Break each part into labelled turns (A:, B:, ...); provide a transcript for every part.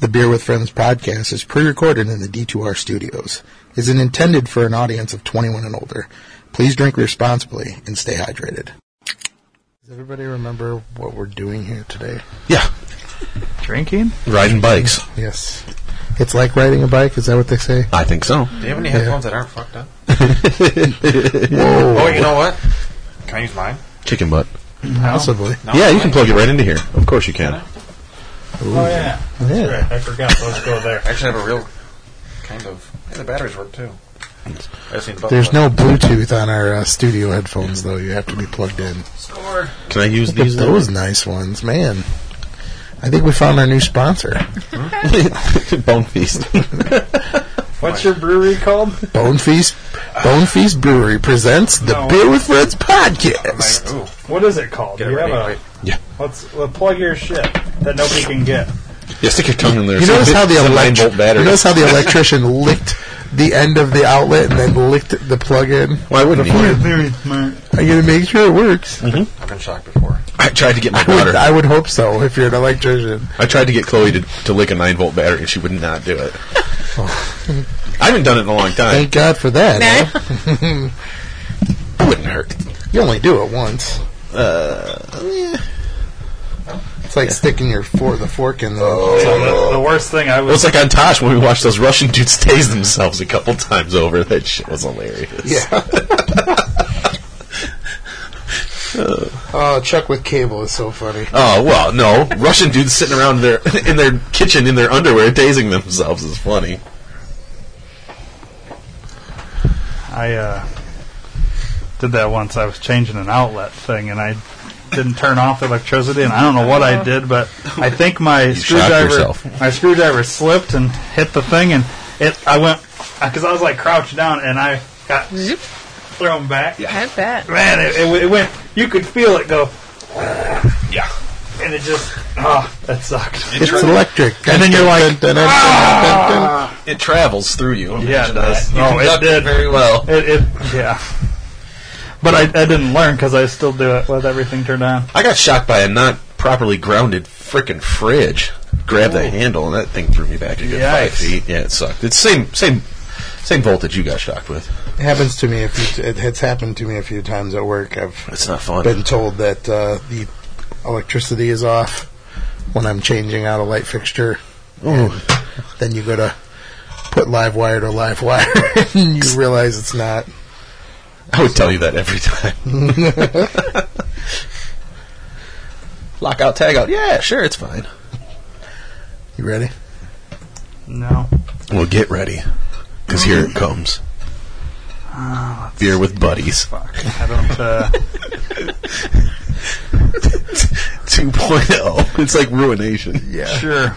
A: The Beer with Friends podcast is pre-recorded in the D2R studios. Is intended for an audience of 21 and older. Please drink responsibly and stay hydrated. Does everybody remember what we're doing here today?
B: Yeah,
C: Drinking?
B: riding bikes.
A: Yes. It's like riding a bike. Is that what they say?
B: I think so.
D: Do you have any headphones that aren't fucked up?
A: Whoa.
D: Oh, you know what? Can I use mine?
B: Chicken butt.
A: Possibly.
D: No,
B: yeah, you
D: mine.
B: can plug it right into here. Of course you can.
C: Oh, yeah.
A: Yeah.
C: Right, I forgot. Let's go there.
D: I actually have a real kind of. And the batteries work too. I just need to
A: There's no Bluetooth on our uh, studio headphones, though. You have to be plugged in.
D: score.
B: Can I use
A: Look at
B: these?
A: those nice ones, man. I think we found our new sponsor,
B: Bone feast.
C: What's your brewery called?
A: Bone Feast. Bone Feast Brewery presents the
C: No.
A: Beer with Friends podcast.
D: Ooh,
C: What is it called?
D: get it
C: Do you
D: ready.
C: have a-
D: Wait.
B: yeah.
C: Let's well, plug your shit that nobody can get.
B: Yeah. Stick your tongue in there.
A: You notice how the
B: It's a nine
A: elect-
B: volt battery.
A: You notice how the electrician licked the end of the outlet and then licked the plug-in.
B: Why wouldn't you?
C: Very smart.
A: I gotta make sure it works.
D: I've been shocked before.
B: I tried to get my
A: I would,
B: daughter.
A: I would hope so. If you're an electrician,
B: I tried to get Chloe to, to lick a nine volt battery, and she would not do it. Oh. I haven't done it in a long time.
A: thank God for that. eh?
B: It wouldn't hurt.
A: You only do it once.
B: Uh, yeah.
A: It's like sticking your for- the fork in the.
B: Oh,
A: Oh,
C: The, the worst thing I
B: Well, it's
C: was
B: like on Tosh when we watched those Russian dudes tase themselves a couple times over. That shit was hilarious.
A: Yeah. oh, Chuck with cable is so funny.
B: Oh well, no. Russian dudes sitting around their in their kitchen in their underwear, dazing themselves is funny.
C: I uh, did that once. I was changing an outlet thing and I didn't turn off the electricity and I don't know what I did, but I think my
B: shocked
C: screwdriver
B: yourself.
C: my screwdriver slipped and hit the thing and it I went because I was like crouched down and I got thrown back.
E: I bet.
C: man, it, it, it went. You could feel it go. Yeah, and it just ah, that sucked.
A: It's electric.
C: And then you're like,
B: Ah! It travels through you.
C: Yeah, it does.
B: You
C: No, it
B: conduct
C: did.
B: very well.
C: It, it yeah. But I, I didn't learn because I still do it with everything turned on.
B: I got shocked by a not properly grounded frickin' fridge. Grabbed the handle and that thing threw me back a good five
C: Yikes.
B: feet. Yeah, it sucked. It's same same same voltage you got shocked with.
A: It happens to me. A few it, it's happened to me a few times at work. I've
B: It's not fun.
A: been told that uh, the electricity is off when I'm changing out a light fixture. And Then you go to put live wire to live wire, and you realize it's not.
B: I would tell you that every time. Lockout, tag out. Yeah, sure, it's fine.
A: You ready?
C: No,
B: Well, get ready, because here it comes. Beer with buddies.
C: I don't. Uh,
B: 2.0. oh. It's like ruination. Yeah.
C: sure.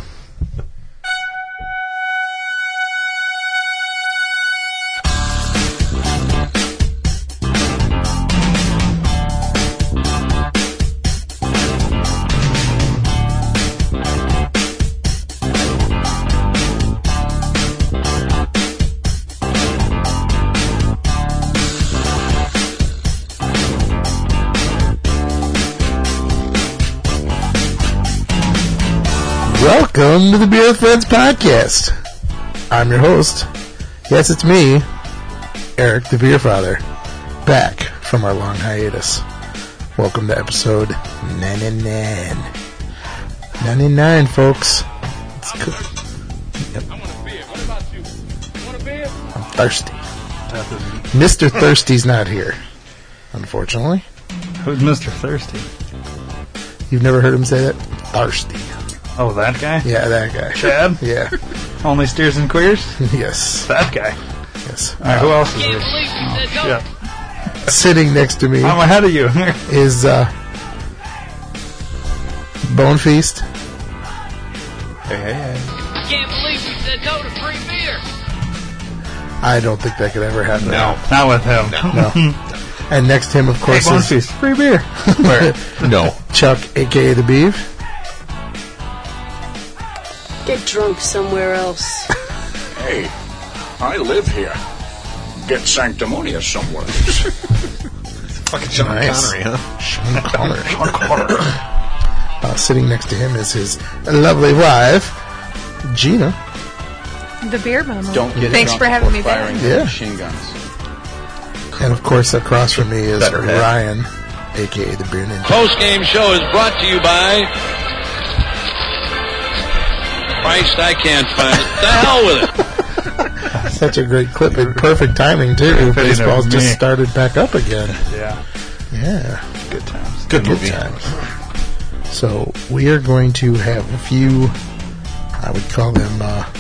A: Welcome to the Beer with Friends podcast. I'm your host. Yes, it's me, Eric the Beer Father, back from our long hiatus. Welcome to episode 99. 99, folks. It's good. I want a beer. What about you? Want a beer? I'm thirsty. Mr. Thirsty's not here, unfortunately.
C: Who's Mister Thirsty?
A: You've never heard him say that? Thirsty.
C: Oh, that guy.
A: Yeah, that guy.
C: Chad.
A: Yeah.
C: Only steers and queers.
A: yes.
C: That guy.
A: Yes.
C: All right, who else is there? Yeah,
A: sitting next to me
C: I'm ahead of you.
A: is uh, Bone Feast,
D: Hey, hey, hey.
F: Can't believe we said no to free beer.
A: I don't think that could ever happen.
C: Not with him.
A: And next to him, of
C: Hey,
A: course,
C: Bone
A: is
C: Feast, free beer.
B: No.
A: Chuck, aka the Beef.
E: Get drunk somewhere else.
G: Hey, I live here. Get sanctimonious somewhere.
B: Fucking John
A: Nice.
B: Connery, huh?
A: Sean Connery. uh, sitting next to him is his lovely wife, Gina.
H: The beer memo.
D: Don't get
H: Thanks
D: drunk
H: for having me
D: before firing
H: back.
A: back. Yeah.
D: machine guns.
A: And of course, across from me is
B: Better head.
A: Ryan, aka the Beer Ninja.
I: Post game show is brought to you by. Christ, I can't find it. The hell with it.
A: Such a great clip and perfect timing too.
C: Fitting of
A: Baseball's
C: me.
A: just started back up again.
C: Yeah.
A: Yeah.
C: Good times.
B: Good
A: Good
B: movie.
A: times. So we are going to have a few, I would call them uh,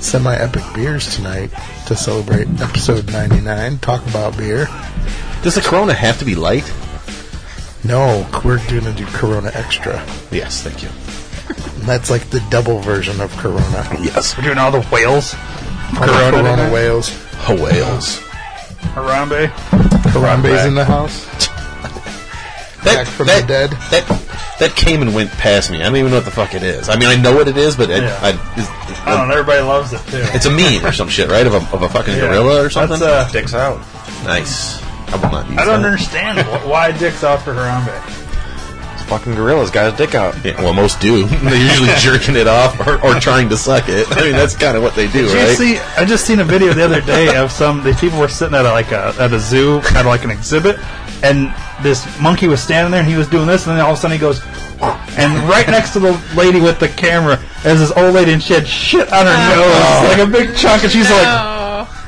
A: semi-epic beers tonight to celebrate episode 99. Talk about beer.
B: Does the Corona have to be light?
A: No, we're going to do Corona Extra.
B: Yes, thank you.
A: That's like the double version of Corona.
B: Yes.
C: We're doing all the whales. Corona
A: Corona
C: tonight?
A: Wales.
B: Whales.
C: Harambe.
A: Harambe's
B: Correct.
A: in the house. Back from the dead.
B: That, that came and went past me. I don't even know what the fuck it is. I mean, I know what it is, but I,
C: Yeah.
B: I, it's,
C: I don't know. Everybody loves it too.
B: it's a meme or some shit, right? Of a, of a fucking
C: Yeah.
B: gorilla or something?
C: That's, uh,
D: Dicks out.
B: nice. I will not use
C: I don't
B: that.
C: understand wh- why dicks out for Harambe.
D: It's fucking gorillas got his dick out.
B: Yeah, well, most do. They're usually jerking it off or, or trying to suck it. I mean, that's kind of what they do,
C: Did you
B: right?
C: see? I just seen a video the other day of some. The people were sitting at a, like a at a zoo at like an exhibit, and this monkey was standing there and he was doing this, and then all of a sudden he goes, and right next to the lady with the camera is this old lady, and she had shit on her nose, like a big chunk, and she's like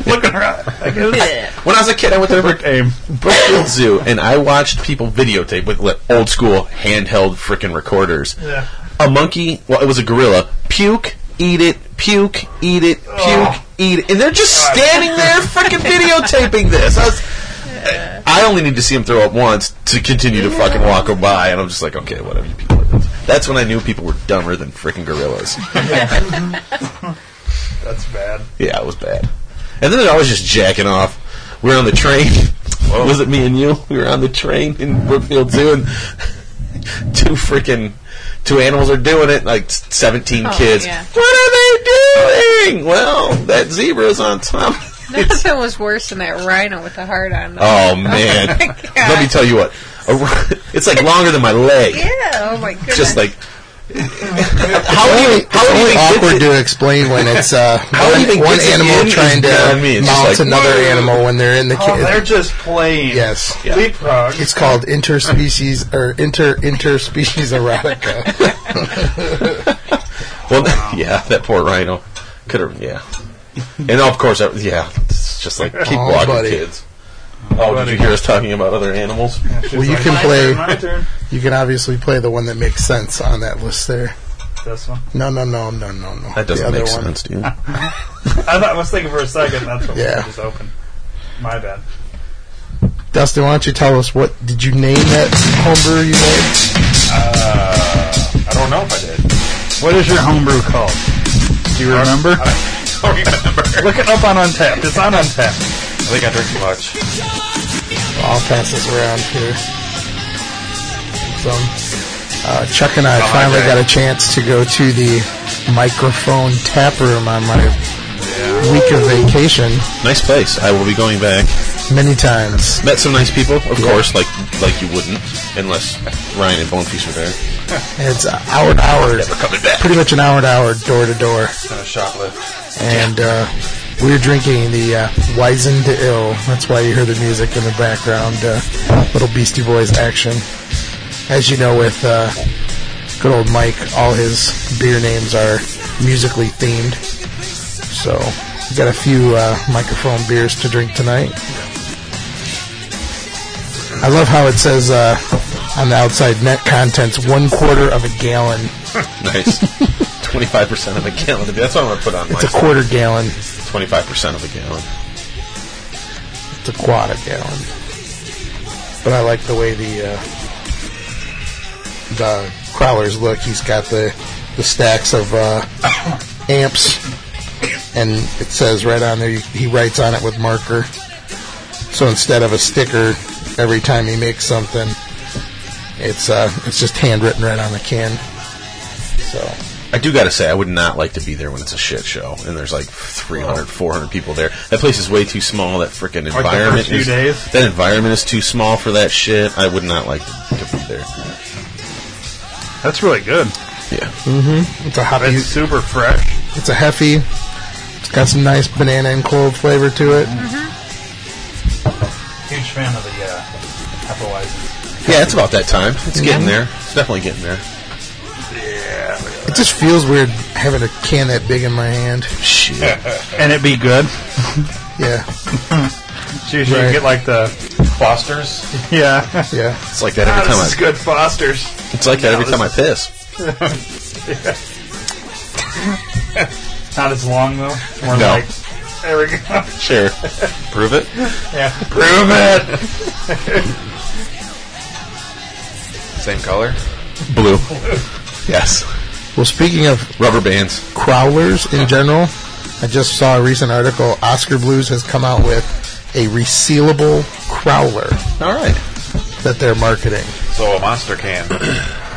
C: looking around. Like, it was
B: When I was a kid, I went to Brook-
C: perfect aim.
B: Brookfield Zoo, and I watched people videotape with like, old school handheld freaking recorders.
C: Yeah.
B: A monkey, well, it was a gorilla, puke, eat it, puke, eat it,
C: Oh.
B: puke, eat it. And they're just standing there freaking videotaping this. I was. I only need to see him throw up once to continue to fucking walk him by, and I'm just like, okay, whatever, you people are. That's when I knew people were dumber than freaking gorillas.
C: That's bad.
B: Yeah, it was bad. And then I was just jacking off. We were on the train. was it me and you? We were on the train in Brookfield Zoo, and two freaking two animals are doing it. Like seventeen
H: Oh,
B: kids.
H: yeah.
B: What are they doing? Well, that zebra's on top.
H: Nothing was worse than that rhino with the heart on.
B: Oh man!
H: my God.
B: Let me tell you what. A ri- It's like longer than my leg.
H: Yeah. Oh my goodness.
B: Just like how do you how do you
A: Only
B: even get
A: awkward
B: to-
A: to explain when it's uh,
B: How
A: one,
B: even
A: one
B: gets it in
A: animal
B: is
A: trying to
B: beyond me. It's just
A: mount
B: like,
A: another
B: "Whoa."
A: animal when they're in the
C: Oh, they're
A: cage.
C: just playing.
A: Yes.
B: Yeah.
C: Leapfrog.
A: It's called interspecies or inter interspecies erotica.
B: Well, yeah, that poor rhino could have. Yeah, and of course, that, yeah, it's just like keep
A: Aw,
B: walking,
A: buddy.
B: kids. Oh, did
C: buddy.
B: you hear us talking about other animals?
C: She's
A: Well, you
C: like,
A: can
C: "My
A: play-
C: turn, my turn."
A: you can obviously play the one that makes sense on that list there.
C: This one.
A: No, no, no, no, no, no.
B: That
A: the
B: doesn't
A: other
B: make
A: one.
B: sense, dude.
C: I thought I was thinking for a second. That's what
A: Yeah.
C: yeah. just open. My bad.
A: Dustin, why don't you tell us what did you name that homebrew you made?
D: I don't know if I did.
C: What is your homebrew called? Do you remember?
D: don't remember.
C: Look it up on Untapped. It's on Untapped.
D: I think I drink too much.
A: I'll pass this around here. So, uh, Chuck and I
B: Oh,
A: finally
D: okay.
A: got a chance to go to the microphone tap room on my week of vacation
B: nice place. I will be going back.
A: many times.
B: Met some nice people, of course, like like you wouldn't, unless Ryan and Bonefish were there.
A: It's an hour to hour,
B: Never coming back.
A: pretty much an hour to hour, door to door.
D: Gonna shoplift.
A: and uh, we were drinking the uh, Wizened Ill. That's why you hear the music in the background. Uh, little Beastie Boys action. As you know, with uh, good old Mike, all his beer names are musically themed. So we got a few uh, microphone beers to drink tonight. I love how it says uh, on the outside net contents one quarter of a gallon.
B: Nice. Twenty five percent of a gallon. That's what I'm gonna put on
A: It's a
B: mine.
A: quarter gallon.
B: Twenty five percent of a gallon.
A: It's a quad a gallon. But I like the way the uh, the crawlers look. He's got the the stacks of uh, amps, and it says right on there. He writes on it with marker. So instead of a sticker every time he makes something, it's uh, it's just handwritten right on the can. So
B: I do gotta say, I would not like to be there when it's a shit show and there's like 300, 400 people there. That place is way too small. That freaking
C: the
B: environment
C: first few
B: is
C: days?
B: that environment is too small for that shit. I would not like to, to be there.
C: That's really good.
B: Yeah.
A: It's a hop.
C: It's
A: It's,
C: super fresh.
A: it's a hefe. It's got some nice banana and clove flavor to it.
C: Huge fan of the uh, Applewizen.
B: Yeah, it's about that time. It's getting there. It's definitely getting there.
A: It just feels weird having a can that big in my hand.
B: Shit.
C: And it be good.
A: Yeah,
C: It's usually
A: Right.
C: you get like the Fosters. Yeah.
A: yeah.
B: It's like that every time I.
C: good Fosters.
B: It's like that every time I piss.
C: Not as long though. More
B: No.
C: like there we go.
B: Sure. Prove it.
C: Yeah.
B: Prove it.
D: Same color.
B: Blue. Yes.
A: Well, speaking of
B: Rubber bands.
A: crowlers in general, I just saw a recent article. Oscar Blues has come out with a resealable crowler
B: All right.
A: that they're marketing.
D: So a monster can.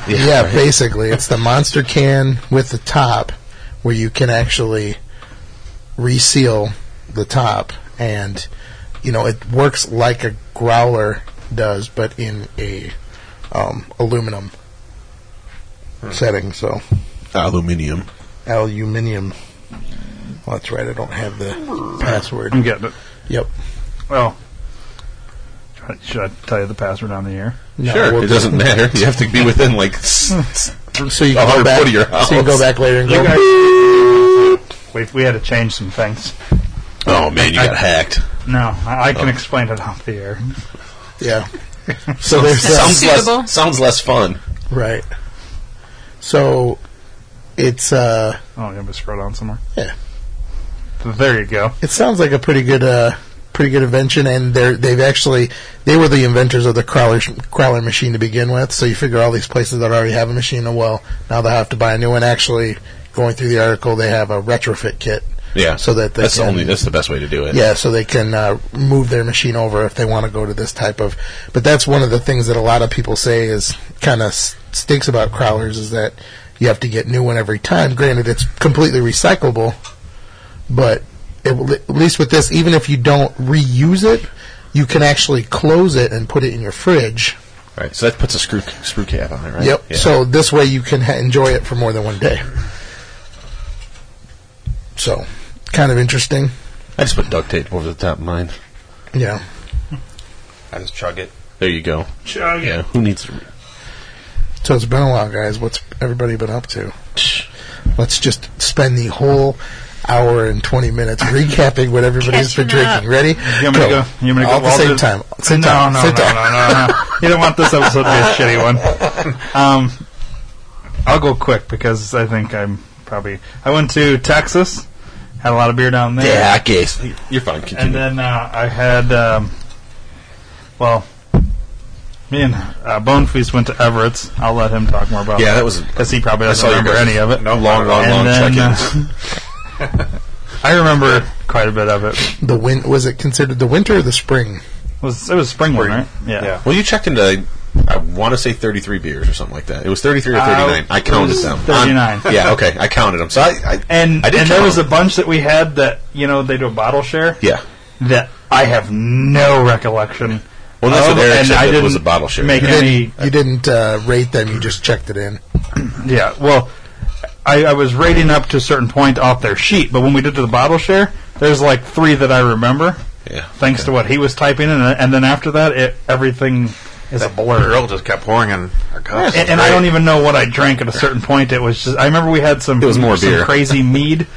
A: Yeah, basically, it's the monster can with the top where you can actually reseal the top, and you know it works like a growler does, but in a um, aluminum
B: Hmm.
A: setting. So
B: Aluminium.
A: aluminium. Well, that's right. I don't have the password.
C: I'm getting it.
A: Yep.
C: Well should I tell you the password on the air?
A: No,
B: sure.
A: we'll
B: it doesn't matter. You have to be within like s- s-
A: So you
B: a
A: can go
B: hundred
A: back.
B: foot of your house.
A: So you can go back later and
C: You
A: go.
C: guys- we we had to change some things.
B: Oh man, you got hacked.
C: No, I, I can explain it off the air.
A: Yeah. So there's that.
B: Sounds
H: Suitable.
B: less, sounds less fun.
A: Right. So it's uh
C: Oh, I'm gonna scroll down somewhere.
A: Yeah.
C: There you go.
A: it sounds like a pretty good uh pretty good invention and they're they've actually they were the inventors of the crowler crowler machine to begin with. So you figure all these places that already have a machine, oh, well, now they'll have to buy a new one. Actually going through the article they have a retrofit kit.
B: Yeah.
A: So that they
B: that's
A: can
B: the only that's the best way to do it.
A: Yeah, so they can uh, move their machine over if they want to go to this type of. But that's one of the things that a lot of people say is kind of stinks about crawlers is that you have to get new one every time. Granted, it's completely recyclable, but it, will- at least with this, even if you don't reuse it, you can actually close it and put it in your fridge.
B: Right. So that puts a screw screw cap on it, right?
A: Yep.
B: Yeah.
A: So this way you can ha- enjoy it for more than one day. So, kind of interesting.
B: I just put duct tape over the top of mine.
A: Yeah.
D: I just chug it.
B: There you go.
C: Chug
B: Yeah. Who needs? To re-
A: So it's been a while, guys. What's everybody been up to? Let's just spend the whole hour and 20 minutes recapping what everybody's been
H: Catching up.
A: drinking. Ready?
C: You want me to go? You want me to go?
A: All at the
C: I'll
A: same
C: do-
A: time. Same
C: no,
A: time.
C: No,
A: Same
C: no,
A: time.
C: no, no, no. You don't want this episode to be a shitty one. Um, I'll go quick because I think I'm probably. I went to Texas, had a lot of beer down there.
B: yeah, I guess you're fine. Continue.
C: And then uh, I had, um, well, me and uh, Bone Feast went to Everett's. I'll let him talk more about
B: yeah, that was
C: because he probably doesn't
B: saw you
C: remember
B: guys.
C: any of it.
B: No, long, long,
C: And
B: long
C: then,
B: check-ins.
C: uh, I remember quite a bit of it.
A: The win- was it considered the winter or the spring?
C: It was it was spring, one, right? Yeah.
D: Yeah.
B: well, you checked into. I want to say 33 beers or something like that. It was 33 or
C: Uh,
B: 39. I
C: it
B: counted
C: was
B: them.
C: 39.
B: I'm- yeah, okay. I counted them. So I, I
C: And
B: I did
C: and there
B: count
C: was a
B: 'em.
C: bunch that we had that you know they do a bottle share
B: yeah.
C: that I have no recollection.
B: Well, that's
C: of,
B: what Eric
C: and
B: said.
C: I
B: that it
C: didn't
B: was a bottle share.
C: Make
A: You
C: any
A: didn't, you didn't uh, rate them. You just checked it in.
C: Yeah, well, I, I was rating up to a certain point off their sheet, but when we did the bottle share, there's like three that I remember,
B: yeah.
C: thanks to what he was typing, and, and then after that, it, everything is a blur.
D: Girl just kept pouring in our cups.
C: And, and I don't even know what I drank at a certain point. It was just I remember we had some
B: It was more
C: some
B: beer.
C: crazy mead,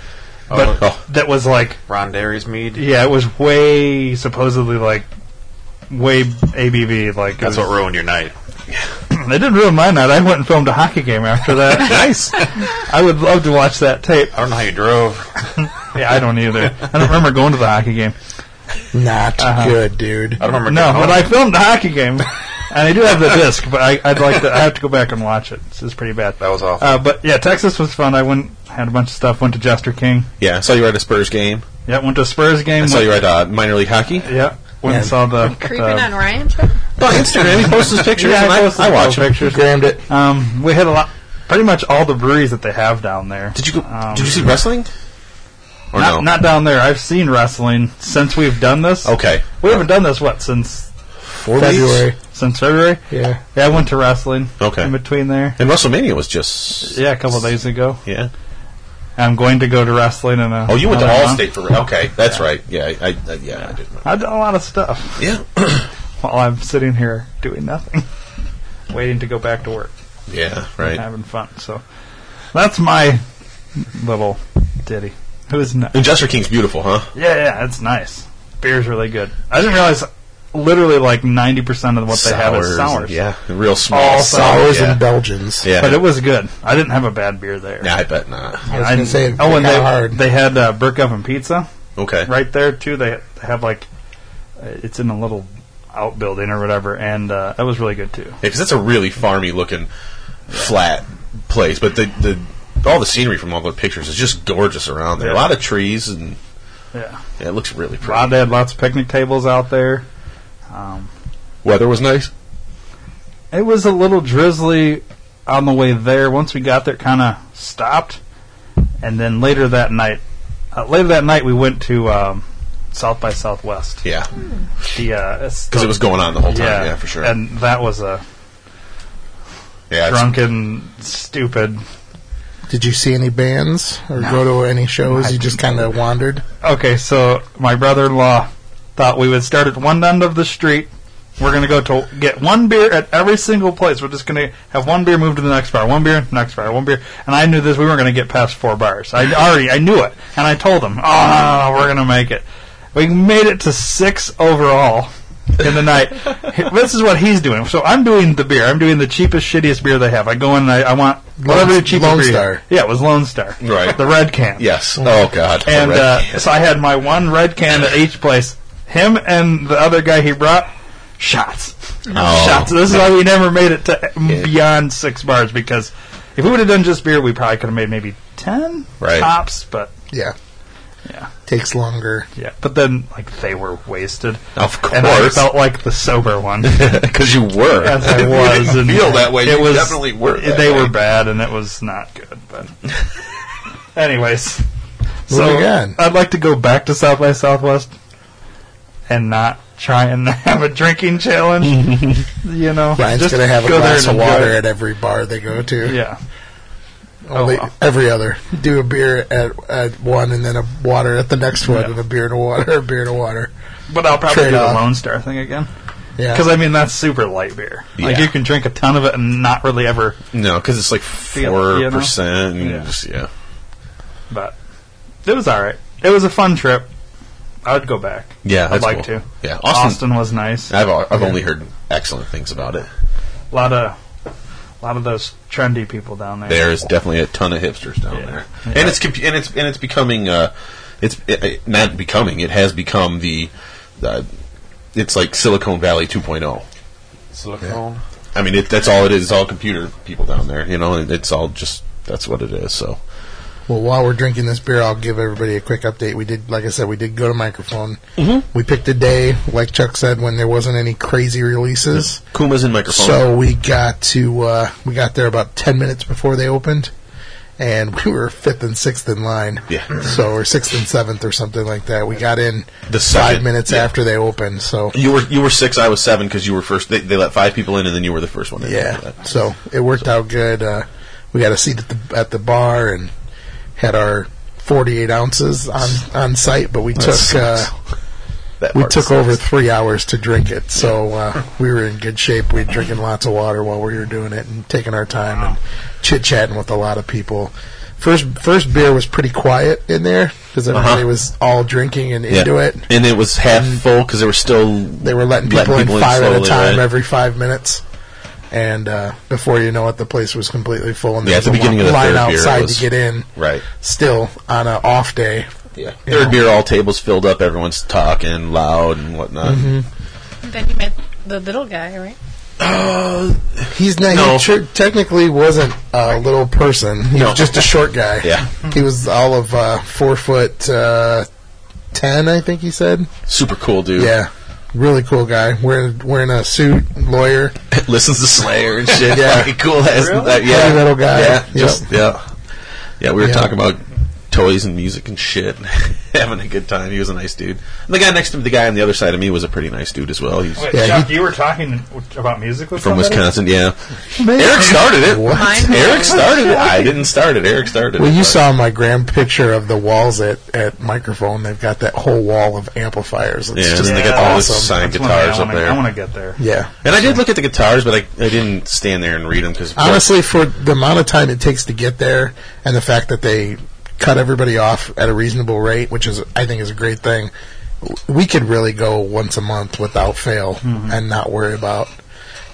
C: but
B: Oh.
C: that was like
D: Ron Derry's mead.
C: yeah, it was way supposedly like way ABV like it
D: That's
C: was-
D: what ruined your night.
C: They didn't ruin my night. I went and filmed a hockey game after that. nice. I would love to watch that tape.
D: I don't know how you drove.
C: Yeah, I don't either. I don't remember going to the hockey game.
A: Not
C: Uh-huh.
A: good, dude.
D: I don't remember.
C: No,
D: getting
C: but
D: home.
C: I filmed the hockey game, and I do have the disc. But I, I'd like to. I have to go back and watch it. This is pretty bad.
D: That was awful.
C: Uh, but yeah, Texas was fun. I went had a bunch of stuff. Went to Jester King.
B: Yeah, I saw you were at a Spurs game.
C: Yeah, went to a Spurs game.
B: I saw
C: went,
B: you were at uh, minor league hockey.
C: Yeah, went and
A: Yeah.
C: saw the
H: Creeping
C: the-
H: on Ryan.
B: On
C: Oh,
B: Instagram, he posts his pictures,
C: Yeah,
B: and
C: I
B: I,
C: posted
B: I watch
C: those
B: them.
C: pictures.
A: Grammed it.
C: Um, we had a lot. Pretty much all the breweries that they have down there.
B: Did you go,
C: Um,
B: Did you see wrestling? Or
C: not,
B: no?
C: not down there. I've seen wrestling since we've done this.
B: okay.
C: We haven't done this what since
B: four
A: February.
B: weeks.
C: since February.
A: Yeah.
C: Yeah, I went to wrestling.
B: Okay.
C: In between there.
B: And WrestleMania was just
C: Yeah, a couple of days ago.
B: yeah.
C: I'm going to go to wrestling in a.
B: Oh, you went to
C: another month.
B: Allstate for okay. That's right. Yeah, I, I, I- yeah, I did.
C: I've done a lot of stuff
B: Yeah,
C: while I'm sitting here doing nothing, waiting to go back to work,
B: yeah, right.
C: having fun. So that's my little ditty. It was nice.
B: And Jester King's beautiful, huh?
C: Yeah, yeah, it's nice. Beer's really good. I didn't realize literally like 90% of what they have is sours.
B: Yeah, real small
C: All
A: Sours
B: yeah.
A: and Belgians.
B: Yeah,
C: But it was good. I didn't have a bad beer there.
B: Nah, I bet not.
A: I was gonna say,
C: oh, and
A: kinda
C: they,
A: hard.
C: they had uh, brick oven pizza
B: Okay,
C: right there too. They they have like uh, it's in a little outbuilding or whatever, and uh, that was really good too.
B: because that's a really farmy looking flat place. But the the all the scenery from all the pictures is just gorgeous around there. A
C: Yeah.
B: lot of trees and
C: Yeah,
B: yeah, it looks really pretty.
C: Rod they had lots of picnic tables out there. Um,
B: Weather was nice.
C: It was a little drizzly on the way there. Once we got there, it kind of stopped, and then later that night, uh, later that night, we went to um, South by Southwest.
B: Yeah,
C: The because
B: because it was going on the whole time. Yeah, for sure.
C: And that was a
B: yeah, it's-
C: drunken, stupid.
A: Did you see any bands or go to any shows? you just kind of wandered.
C: Okay, so my brother-in-law thought we would start at one end of the street. We're gonna go to get one beer at every single place. We're just gonna have one beer move to the next bar, one beer, next bar, one beer. And I knew this. We weren't gonna get past four bars. I already, I knew it. And I told him, "Oh, no, no, no, we're gonna make it." We made it to six overall in the night. this is what he's doing. So I'm doing the beer. I'm doing the cheapest, shittiest beer they have. I go in and I, I want whatever the cheapest
A: Lone
C: beer.
A: Star.
C: Yeah, it was Lone Star.
B: Right.
C: The red can.
B: yes. Oh God. The
C: Mm. And
B: red
C: uh,
B: can.
C: so I had my one red can at each place. Him and the other guy he brought shots.
B: Oh.
C: Shots. This is why we never made it to beyond six bars because if we would have done just beer, we probably could have made maybe ten
B: Right.
C: tops. But
A: Yeah.
C: Yeah.
A: Takes longer.
C: yeah, but then like they were wasted,
B: of
C: and I
B: course,
C: felt like the sober one.
B: because you were.
C: As I
B: You
C: was,
B: didn't
C: and
B: feel that way. you definitely were.
C: it-
B: that
C: they
B: way.
C: were bad, and it was not good. But, anyways,
A: Moving
C: so
A: on.
C: I'd like to go back to South by Southwest and not try and have a drinking challenge. you know,
A: Ryan's
C: just
A: gonna have a
C: go there
A: glass of
C: and enjoy
A: water
C: it.
A: at every bar they go to.
C: Yeah, Oh,
A: Only
C: wow.
A: every other. Do a beer at, at one and then a water at the next one and a beer and a water, a beer and a water.
C: but I'll probably
A: Trade
C: do
A: off.
C: the Lone Star thing again
A: Yeah.
C: because I mean that's super light beer. Like
B: Yeah.
C: you can drink a ton of it and not really ever.
B: No, because it's like
C: you know?
B: four percent.
C: Yeah.
B: Yeah,
C: But it was all right. It was a fun trip. I would go back.
B: yeah,
C: I'd
B: that's
C: like
B: cool.
C: to.
B: Yeah, Austin. Uh,
C: Austin, was nice.
B: I've al- I've only heard excellent things about it.
C: A lot of, a lot of those trendy people down there.
B: There is definitely a ton of hipsters down
C: Yeah.
B: there,
C: Yeah.
B: and it's comp- and it's and it's becoming. Uh, it's it, it- not becoming. It has become the. Uh, it's like Silicon Valley 2.0.
D: Silicone.
B: I mean, it, that's all it is. It's all computer people down there, you know, and it's all just that's what it is. So
A: Well, while we're drinking this beer, I'll give everybody a quick update. We did, like I said, we did go to microphone.
C: Mm-hmm.
A: We picked a day, like Chuck said, when there wasn't any crazy releases.
B: Kuma's in microphone.
A: So we got to uh, we got there about ten minutes before they opened, and we were fifth and sixth in line.
B: Yeah.
A: So or sixth and seventh or something like that. We got in
B: The
A: five
B: second-
A: minutes
B: yeah.
A: after they opened. So
B: you were you were six, I was seven because you were first. They, they let five people in, and then you were the first one in.
A: yeah, so it worked out good. Uh, we got a seat at the at the bar and had our forty eight ounces on on site, but we took. Uh,
B: sucks. That
A: we
B: part
A: took
B: sucks.
A: over three hours to drink it, so uh, we were in good shape. We'd drinking lots of water while we were doing it and taking our time and chit chatting with a lot of people. First, first beer was pretty quiet in there because everybody
B: Uh-huh.
A: was all drinking and into it.
B: And it was half full because they were still.
A: They were letting people, in five at a
B: slowly,
A: time
B: right?
A: every five minutes, and uh, before you know it, the place was completely full. And there
B: Yeah, at the
A: was a
B: beginning of the
A: line
B: third beer, it
A: outside
B: was-
A: to get in.
B: Right.
A: Still on an off day,
B: Yeah. Third beer, all tables filled up. Everyone's talking loud and whatnot.
A: Mm-hmm.
H: Then you met the little guy, right?
A: He's not.
B: No.
A: He tr- technically wasn't a little person. He
B: No.
A: was just a short guy.
B: Yeah.
A: He was all of uh, four foot uh, ten, I think he said.
B: Super cool dude.
A: Yeah. Really cool guy. Wearing wearing a suit, lawyer.
B: Listens to Slayer and shit.
A: Yeah.
B: Fucking cool ass. that- yeah.
A: Pretty little guy.
B: Yeah.
A: Yep.
B: Just yeah. Yeah. We were
A: Yeah.
B: talking about toys and music and shit, having a good time. He was a nice dude. And the guy next to the guy on the other side of me was a pretty nice dude as well. He's
C: Wait,
A: Yeah,
C: Chuck, you were talking about music with
B: from
C: somebody?
B: Wisconsin. Yeah, Eric started it. What?
H: Mind
B: Eric started it. I didn't start it. Eric started
A: Well,
B: it.
A: you
B: but-
A: saw my grand picture of the walls at, at microphone. They've got that whole wall of amplifiers. It's
B: Yeah,
A: just
B: and they
A: yeah.
B: got all
A: awesome.
B: this signed
C: That's one thing
B: guitars
C: I
B: up
C: wanna,
B: there.
C: I want to get there.
A: yeah.
B: And I did look at the guitars, but I, I didn't stand there and read them because
A: Honestly, for the amount of time it takes to get there, and the fact that they cut everybody off at a reasonable rate, which is I think is a great thing, w- we could really go once a month without fail and not worry about,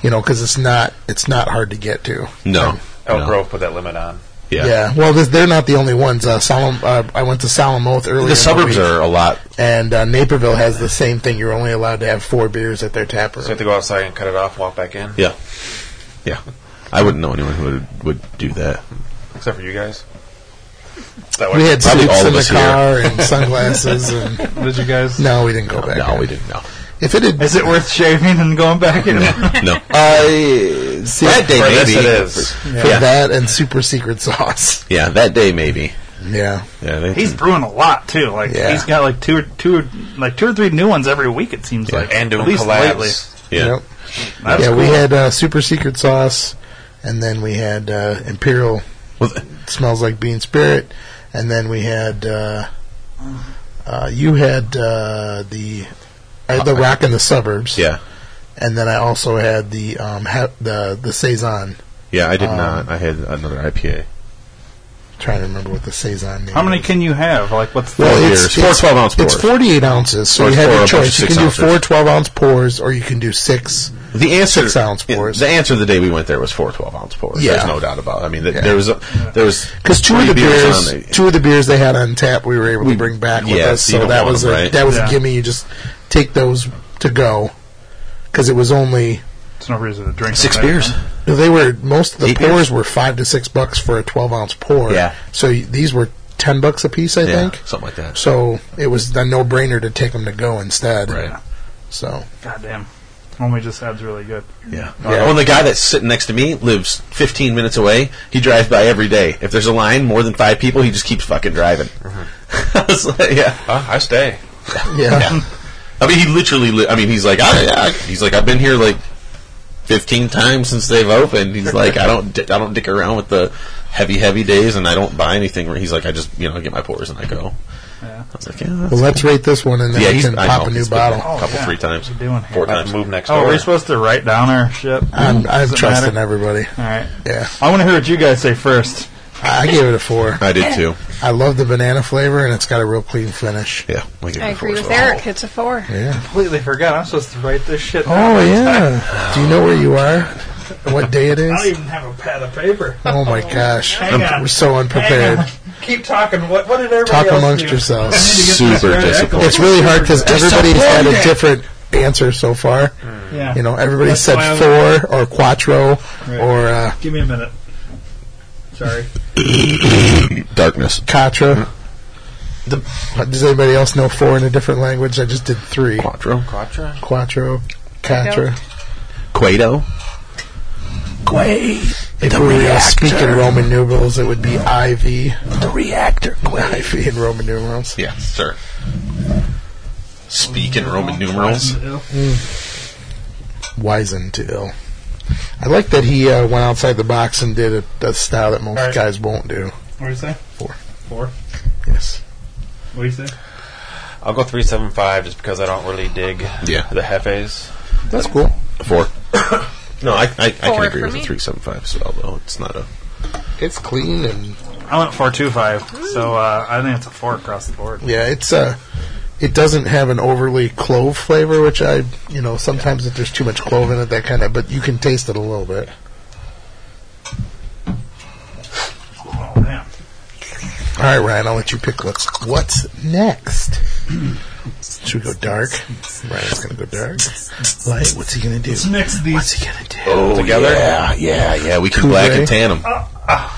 A: you know, because it's not it's not hard to get to.
B: no,
D: Elk
B: no.
D: Grove Oh, put that limit on.
B: yeah.
A: Yeah. Well, th- they're not the only ones. Uh, Salem, uh, I went to Salamoth earlier. in
B: The suburbs
A: week,
B: are a lot.
A: and uh, Naperville has the same thing. You're only allowed to have four beers at their tap room.
D: So you have to go outside and cut it off, and walk back in.
B: Yeah, yeah. I wouldn't know anyone who would, would do that.
D: Except for you guys. Is that what
A: we had
B: Probably
A: suits
B: all
A: in
B: of
A: the
B: us here.
A: car and sunglasses, and
C: Did you guys?
A: no, we didn't go back.
B: No,
A: in.
B: we didn't. No,
A: If it had
C: Is it worth shaving and going back? in?
B: no. Uh, that day
D: for
B: maybe
D: this it is.
A: for
B: Yeah.
A: that and super secret sauce.
B: Yeah, that day maybe.
A: Yeah,
B: Yeah, they,
C: He's brewing a lot too. Like
A: Yeah.
C: he's got like two or two, or, like two or three new ones every week. It seems like
D: And doing
C: at least
D: collabs.
C: lately.
B: yeah.
A: Yep.
C: That's
A: yeah.
C: cool.
A: We had uh, super secret sauce, and then we had uh, imperial
B: Well, th-
A: smells like bean spirit, and then we had uh, uh, you had uh, the I had the rock in the suburbs.
B: Uh, yeah,
A: and then I also had the um ha- the the saison.
B: yeah. I did
A: Um,
B: not. I had another IPA.
A: trying to remember what the saison name.
C: How many
A: is.
C: can you have? Like what's the
A: Well,
B: Four
A: it's,
B: beers. Four
A: it's-
B: 12 ounce
A: It's
B: pours.
A: 48 ounces, so
B: Or
A: you
B: four,
A: have
B: a
A: your
B: bunch of
A: choice. You
B: six
A: can do
B: ounces.
A: four 12 ounce pours, or you can do six.
B: The answer,
A: Six ounce pours.
B: The answer the day we went there was four 12 ounce pours.
A: Yeah.
B: There's no doubt about. it. I mean, th- there was a, there was
A: Because two of
B: three
A: the beers,
B: on it.
A: two of the beers they had on tap, we were able to bring back with
B: yeah,
A: us.
B: so you
A: So
B: don't
A: that
B: want
A: was
B: them,
A: a
B: right?
A: that was
C: Yeah.
A: a gimme. You just take those to go because it was only
C: There's no reason to drink
B: six
C: them back
B: beers.
C: then.
A: they were most of the
B: Eight
A: pours
B: beers?
A: were five to six bucks for a 12 ounce pour.
B: Yeah.
A: So y- these were 10 bucks a piece, I
B: Yeah,
A: think.
B: something like that.
A: So it was a no brainer to take them to go instead.
B: Right.
A: So
C: God damn, one we just had's really good.
B: Yeah.
A: Yeah.
B: Well, the guy that's sitting next to me lives 15 minutes away. He drives by every day. If there's a line more than five people, he just keeps fucking driving.
C: Mm-hmm.
B: I was like, yeah.
D: Uh, I stay.
A: yeah.
B: I mean, he literally. Li- I mean, he's like, I, I, he's like, I've been here like 15 times since they've opened. He's like, I don't, di- I don't dick around with the heavy, heavy days, and I don't buy anything. Where he's like, I just, you know, get my pours and I go.
C: Yeah.
B: I was like, yeah. that's-
A: Well, let's rate this one and then
B: yeah,
A: we
B: he's
A: can
B: I
A: pop
B: know,
A: a new
B: he's been
A: bottle.
B: there A couple,
C: Oh, yeah.
B: three times,
C: What are you doing here?
B: four
D: I have
B: times.
D: to move next
C: Oh,
D: door.
C: are we supposed to write down our shit?
A: I'm, I'm
C: Does it
A: trusting
C: matter?
A: everybody.
C: All right.
A: Yeah,
C: I want to hear what you guys say first.
A: I gave it a four.
B: I did too.
A: I love the banana flavor and it's got a real clean finish.
B: Yeah, we gave
H: I
B: it a four
H: agree
B: as
H: with
B: well.
H: Eric. It's a four.
A: Yeah.
C: Completely forgot. I'm supposed to write this shit.
A: Oh yeah. Do you know where you are? What day it
C: I don't
A: is?
C: even have a pad of paper.
A: Oh my gosh,
C: Hang on.
A: we're so unprepared.
C: Hang on. Keep talking. What, what did everybody
A: Talk
C: else
A: amongst
C: do?
A: yourselves.
C: I need to get
B: Super
C: this right.
B: disappointed.
A: It's really hard because everybody's had a
C: Disappointed.
A: different answer so far.
C: Yeah.
A: You know, everybody
C: Mm. That's
A: said
C: why I was-
A: four or quattro
C: Right.
A: or uh,
C: Give me a minute. Sorry.
B: Darkness. Mm.
A: catra. The, does anybody else know four in a different language? I just did three.
B: Quattro.
D: Quatra?
A: Quattro, Catra.
B: Quato.
A: If we were speaking Roman numerals, it would be IV. The reactor. IV in Roman numerals.
B: Yeah, sir. Speak in Roman numerals.
A: Wizen to ill. I like that he uh, went outside the box and did a, a style that most
C: Right.
A: guys won't do.
C: What do you say?
A: Four.
C: Four.
A: Yes.
C: What do you say?
D: I'll go 375 just because I don't really dig
B: Yeah.
D: the hefes.
A: That's cool.
B: Four. no, I, I, I can
H: Four
B: agree
H: for
B: with the
H: me.
B: three seven five as well, though it's not a.
A: It's clean and
C: I went four two five. So uh, I think it's a four across the board.
A: yeah, it's uh it doesn't have an overly clove flavor, which I you know, sometimes if there's too much clove in it that kinda but you can taste it a little bit.
C: Oh damn.
A: All right, Ryan, I'll let you pick what's what's next. Should we go dark? Ryan's gonna go dark. Light. What's he gonna do?
C: Next
A: What's
C: these.
A: he gonna do?
D: together?
B: Oh, yeah, yeah, yeah. We can black and tan them.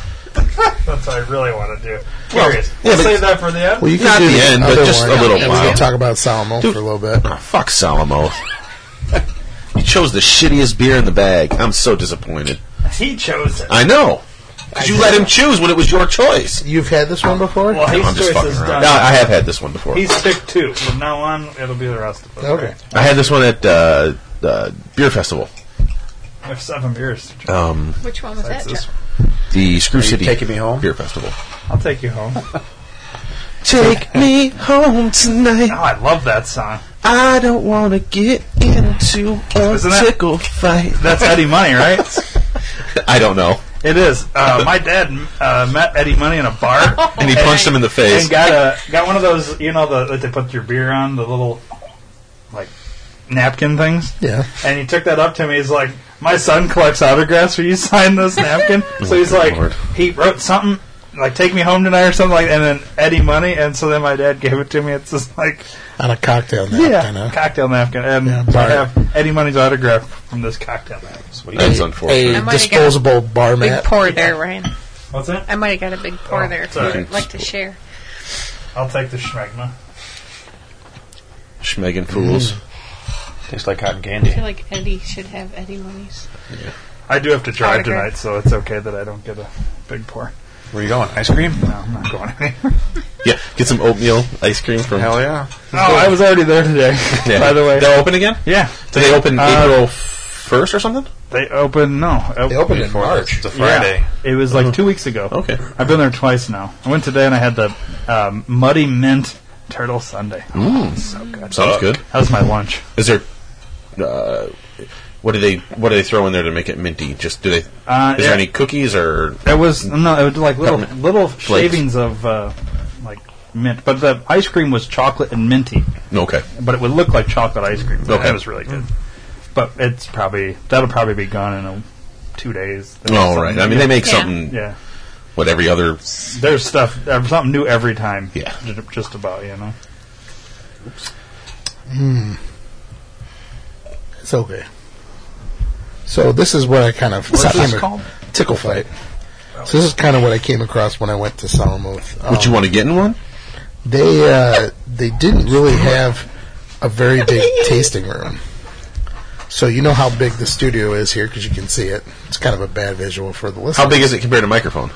C: That's what I really want to do.
B: Well,
C: Curious.
B: yeah,
C: We'll
B: but-
C: save that for the end.
A: Well, you can
B: Not
A: do
B: the end, but
A: other
B: just
A: one.
B: a little
A: And We
B: while.
A: can talk about Salmo
B: Dude.
A: for a little bit.
B: Oh, fuck Salomo. you chose the shittiest beer in the bag. I'm so disappointed.
C: He chose it.
B: I know. Because you let him choose when it was your choice.
A: You've had this one before?
C: Well, his
B: I'm just
C: choice
B: fucking
C: is
B: around.
C: done.
B: No, I have had this one before.
C: He's picked two. From now on, it'll be the rest of us.
A: okay.
B: I had this one at uh, uh, beer festival.
C: I have seven beers.
B: Um,
H: Which one was
C: That's
H: that?
C: this
H: Joe?
C: one.
B: the Screw City
D: taking me home?
B: beer festival.
C: I'll take you home. oh,
B: Take me home tonight.
C: Oh, I love that song.
B: I don't want to get into a
C: Isn't that-
B: tickle fight.
C: That's Eddie Money, right?
B: I don't know.
C: It is. Uh, my dad uh, met Eddie Money in a bar.
B: And he punched him in the face.
C: and got a got one of those you know the that they put your beer on the little like napkin things
A: Yeah.
C: and he took that up to me he's like my son collects autographs will you sign this napkin so he's
B: good
C: like
B: lord.
C: he wrote something like take me home tonight or something like and then Eddie money and so then my dad gave it to me it's just like
A: On a cocktail napkin.
C: yeah
A: huh?
C: cocktail napkin and
A: Yeah,
C: I
A: bar.
C: have Eddie money's autograph from this cocktail napkin So what do you-
B: That's
A: A
B: unfortunate.
H: might have got
A: disposable bar
H: Big
A: mat.
H: pour there, Ryan.
C: what's that
H: I might have got a big pour
C: Oh,
H: there if
C: sorry.
H: you'd like to share.
C: I'll take the schmegma
B: Schmegging fools.
C: Mm.
D: Tastes like cotton
H: I
D: candy.
H: feel like Eddie should have Eddie monies.
C: I do have to drive
H: Autograph.
C: tonight so it's okay that I don't get a big pour
D: Where you going? Ice cream?
C: no I'm not going anywhere
B: Yeah, get some oatmeal ice cream from.
D: Hell yeah.
C: Oh, I was already there today.
B: Yeah.
C: By the way,
B: they're open again.
C: yeah,
B: Do they open
C: Uh,
B: April first or something?
C: they opened. No,
A: They opened in March.
D: It's a Friday.
C: It was like two weeks ago.
B: Mm-hmm. Okay.
C: I've been there twice now. I went today and I had the um, muddy mint turtle sundae. Oh, so good.
B: Mm. Sounds good.
C: That was my lunch.
B: Is there? Uh, what do they What do they throw in there to make it minty? Just do they?
C: Uh,
B: is
C: yeah.
B: there any cookies or?
C: It was no, it was like little
B: Peppermint.
C: little shavings of uh, like mint, but the ice cream was chocolate and minty,
B: No, okay.
C: but it would look like chocolate ice cream.
B: Okay.
C: That was really good. But it's probably that'll probably be gone in a, two days.
B: All right. I mean, they make
H: Yeah.
B: something.
C: yeah.
B: What every other.
C: There's stuff, there's something new every time.
B: Yeah.
C: J- just about you know.
A: It's okay. So this is what I kind of
C: What's
A: came
C: this
A: ac-
C: called?
A: tickle fight. So this is kind of what I came across when I went to Sourmouth. Um,
B: Would
C: Oh.
B: you want to get in one?
A: They uh, they didn't really have a very big tasting room. So you know how big the studio is here because you can see it. It's kind of a bad visual for the listener.
B: How big is it compared to microphone?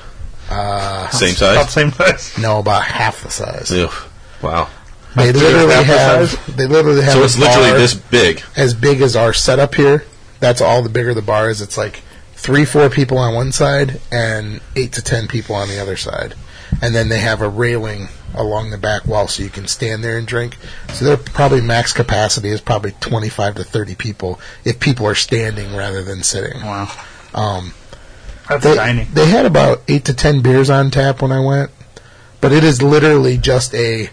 A: Uh,
B: Same
C: About the
B: size.
C: same place.
A: no, about half the size.
B: Ew. Wow.
A: They literally
C: half the
A: have. They literally have.
B: So
A: a
B: it's literally
A: bar
B: this big.
A: as big as our setup here. That's all the bigger the bar is. It's like three, four people on one side and eight to ten people on the other side. And then they have a railing along the back wall so you can stand there and drink. So their probably max capacity is probably 25 to 30 people if people are standing rather than sitting.
C: Wow,
A: Um,
C: that's
A: they,
C: tiny.
A: They had about eight to ten beers on tap when I went, but it is literally just a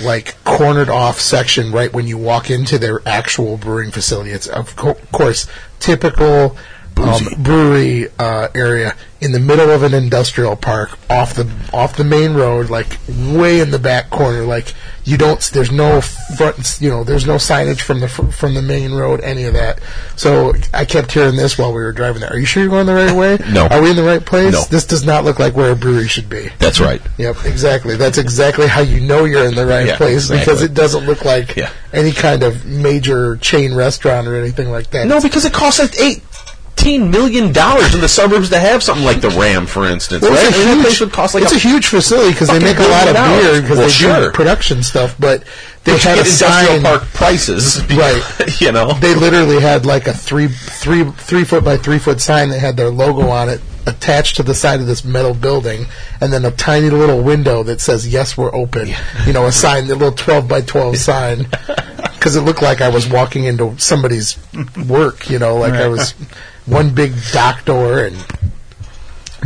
A: like cornered off section right when you walk into their actual brewing facility. It's of co- course typical um, brewery uh, area in the middle of an industrial park, off the off the main road, like way in the back corner. Like you don't, there's no front, you know, there's no signage from the fr- from the main road, any of that. So I kept hearing this while we were driving there. Are you sure you're going the right way?
B: No.
A: Are we in the right place?
B: No.
A: This does not look like where a brewery should be.
B: That's right.
A: Yep, exactly. That's exactly how you know you're in the right
B: Yeah,
A: place because
B: exactly.
A: it doesn't look like
B: Yeah.
A: any kind of major chain restaurant or anything like that.
B: No, because it costs like eighteen million dollars in the suburbs to have something like the Ram, for instance.
A: Well,
B: right?
A: it's, a
B: And that
A: huge,
B: place would cost like
A: it's a, huge facility because they
B: fucking
A: make a lot of
B: billion
A: beer
B: dollars.
A: because
B: Well,
A: they do
B: sure.
A: production stuff, but they
B: But you
A: had a
B: get industrial
A: sign.
B: park prices,
A: Right.
B: you know.
A: They literally had like a three three three foot by three foot sign that had their logo on it attached to the side of this metal building, and then a tiny little window that says "Yes, we're open." You know, a sign, the little twelve by twelve sign, because it looked like I was walking into somebody's work. You know, like I was one big dock door, and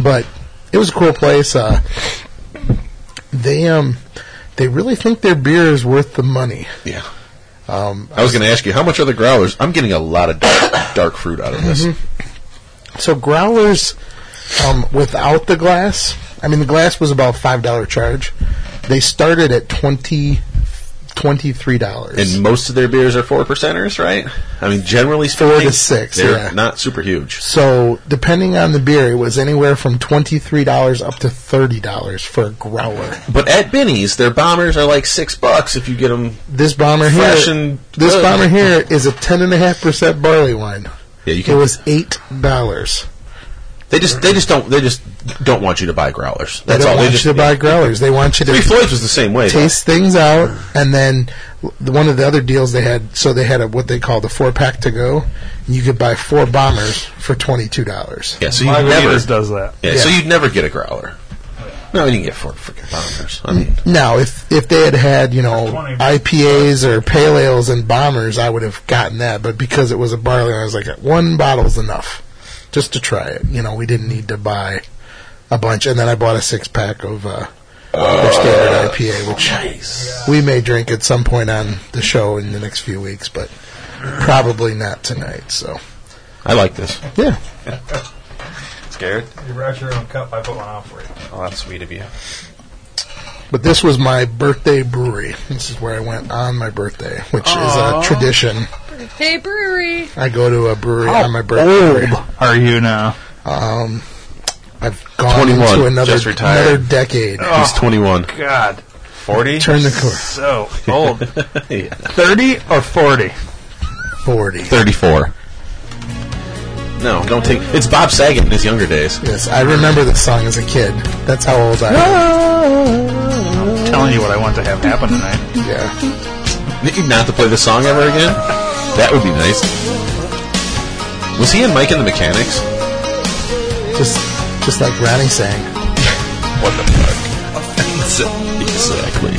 A: but it was a cool place. Uh, they um they really think their beer is worth the money.
B: yeah.
A: Um,
B: I was going to ask you how much are the growlers? I'm getting a lot of dark, dark fruit out of this.
A: So growlers um, without the glass. I mean, the glass was about five dollar charge. They started at twenty twenty three dollars.
B: And most of their beers are four percenters, right? I mean, generally
A: Four to
B: speaking,
A: six,
B: They're
A: yeah.
B: not super huge.
A: So depending on the beer, it was anywhere from twenty three dollars up to thirty dollars for a growler.
B: But at Benny's, their bombers are like six bucks if you get them.
A: This bomber
B: Fresh
A: here,
B: and
A: this
B: good.
A: bomber here is a ten and a half percent barley wine.
B: Yeah, you
A: It
B: can.
A: was eight dollars.
B: They just they just don't they just don't want you to buy growlers.
A: They
B: That's
A: don't
B: all.
A: want
B: They just
A: you to buy growlers. They want you to
B: Three Floyds was the same way. though.
A: taste things out, and then the- one of the other deals they had. So they had a, what they called the four pack to go. And you could buy four bombers for twenty two dollars.
B: Yeah, so you
C: My
B: never
C: Margaritas does that.
B: Yeah, so
A: Yeah.
B: you'd never get a growler. No, you can get four freaking bombers. I mean,
A: Now, if if they had had you know
C: 20.
A: IPAs or pale ales and bombers, I would have gotten that. But because it was a barley, I was like, one bottle's enough, just to try it. You know, we didn't need to buy a bunch. And then I bought a six pack of uh, their standard IPA, which we may drink at some point on the show in the next few weeks, but probably not tonight. So
B: I like this.
A: yeah,
D: Scared?
C: You brought your own cup. I put one on for you.
D: Oh, that's sweet of you.
A: but this was my birthday brewery. This is where I went on my birthday, which is a tradition.
H: Hey, brewery.
A: I go to a brewery
C: How
A: on my birthday.
C: old are you now?
A: Um, I've gone
B: 21,
A: into another,
B: just retired. Oh.
A: another decade.
B: He's 21.
C: God,
D: 40?
A: Turn the corner.
C: so old. Thirty or forty?
A: 40.
B: 34. No, don't take. It's Bob Saget in his younger days.
A: Yes, I remember this song as a kid. That's how old I am.
C: I'm telling you what I want to have happen tonight.
A: Yeah.
B: Not to play the song ever again? That would be nice. Was he in Mike and the Mechanics?
A: Just, just like Ronnie sang.
B: What the fuck? exactly.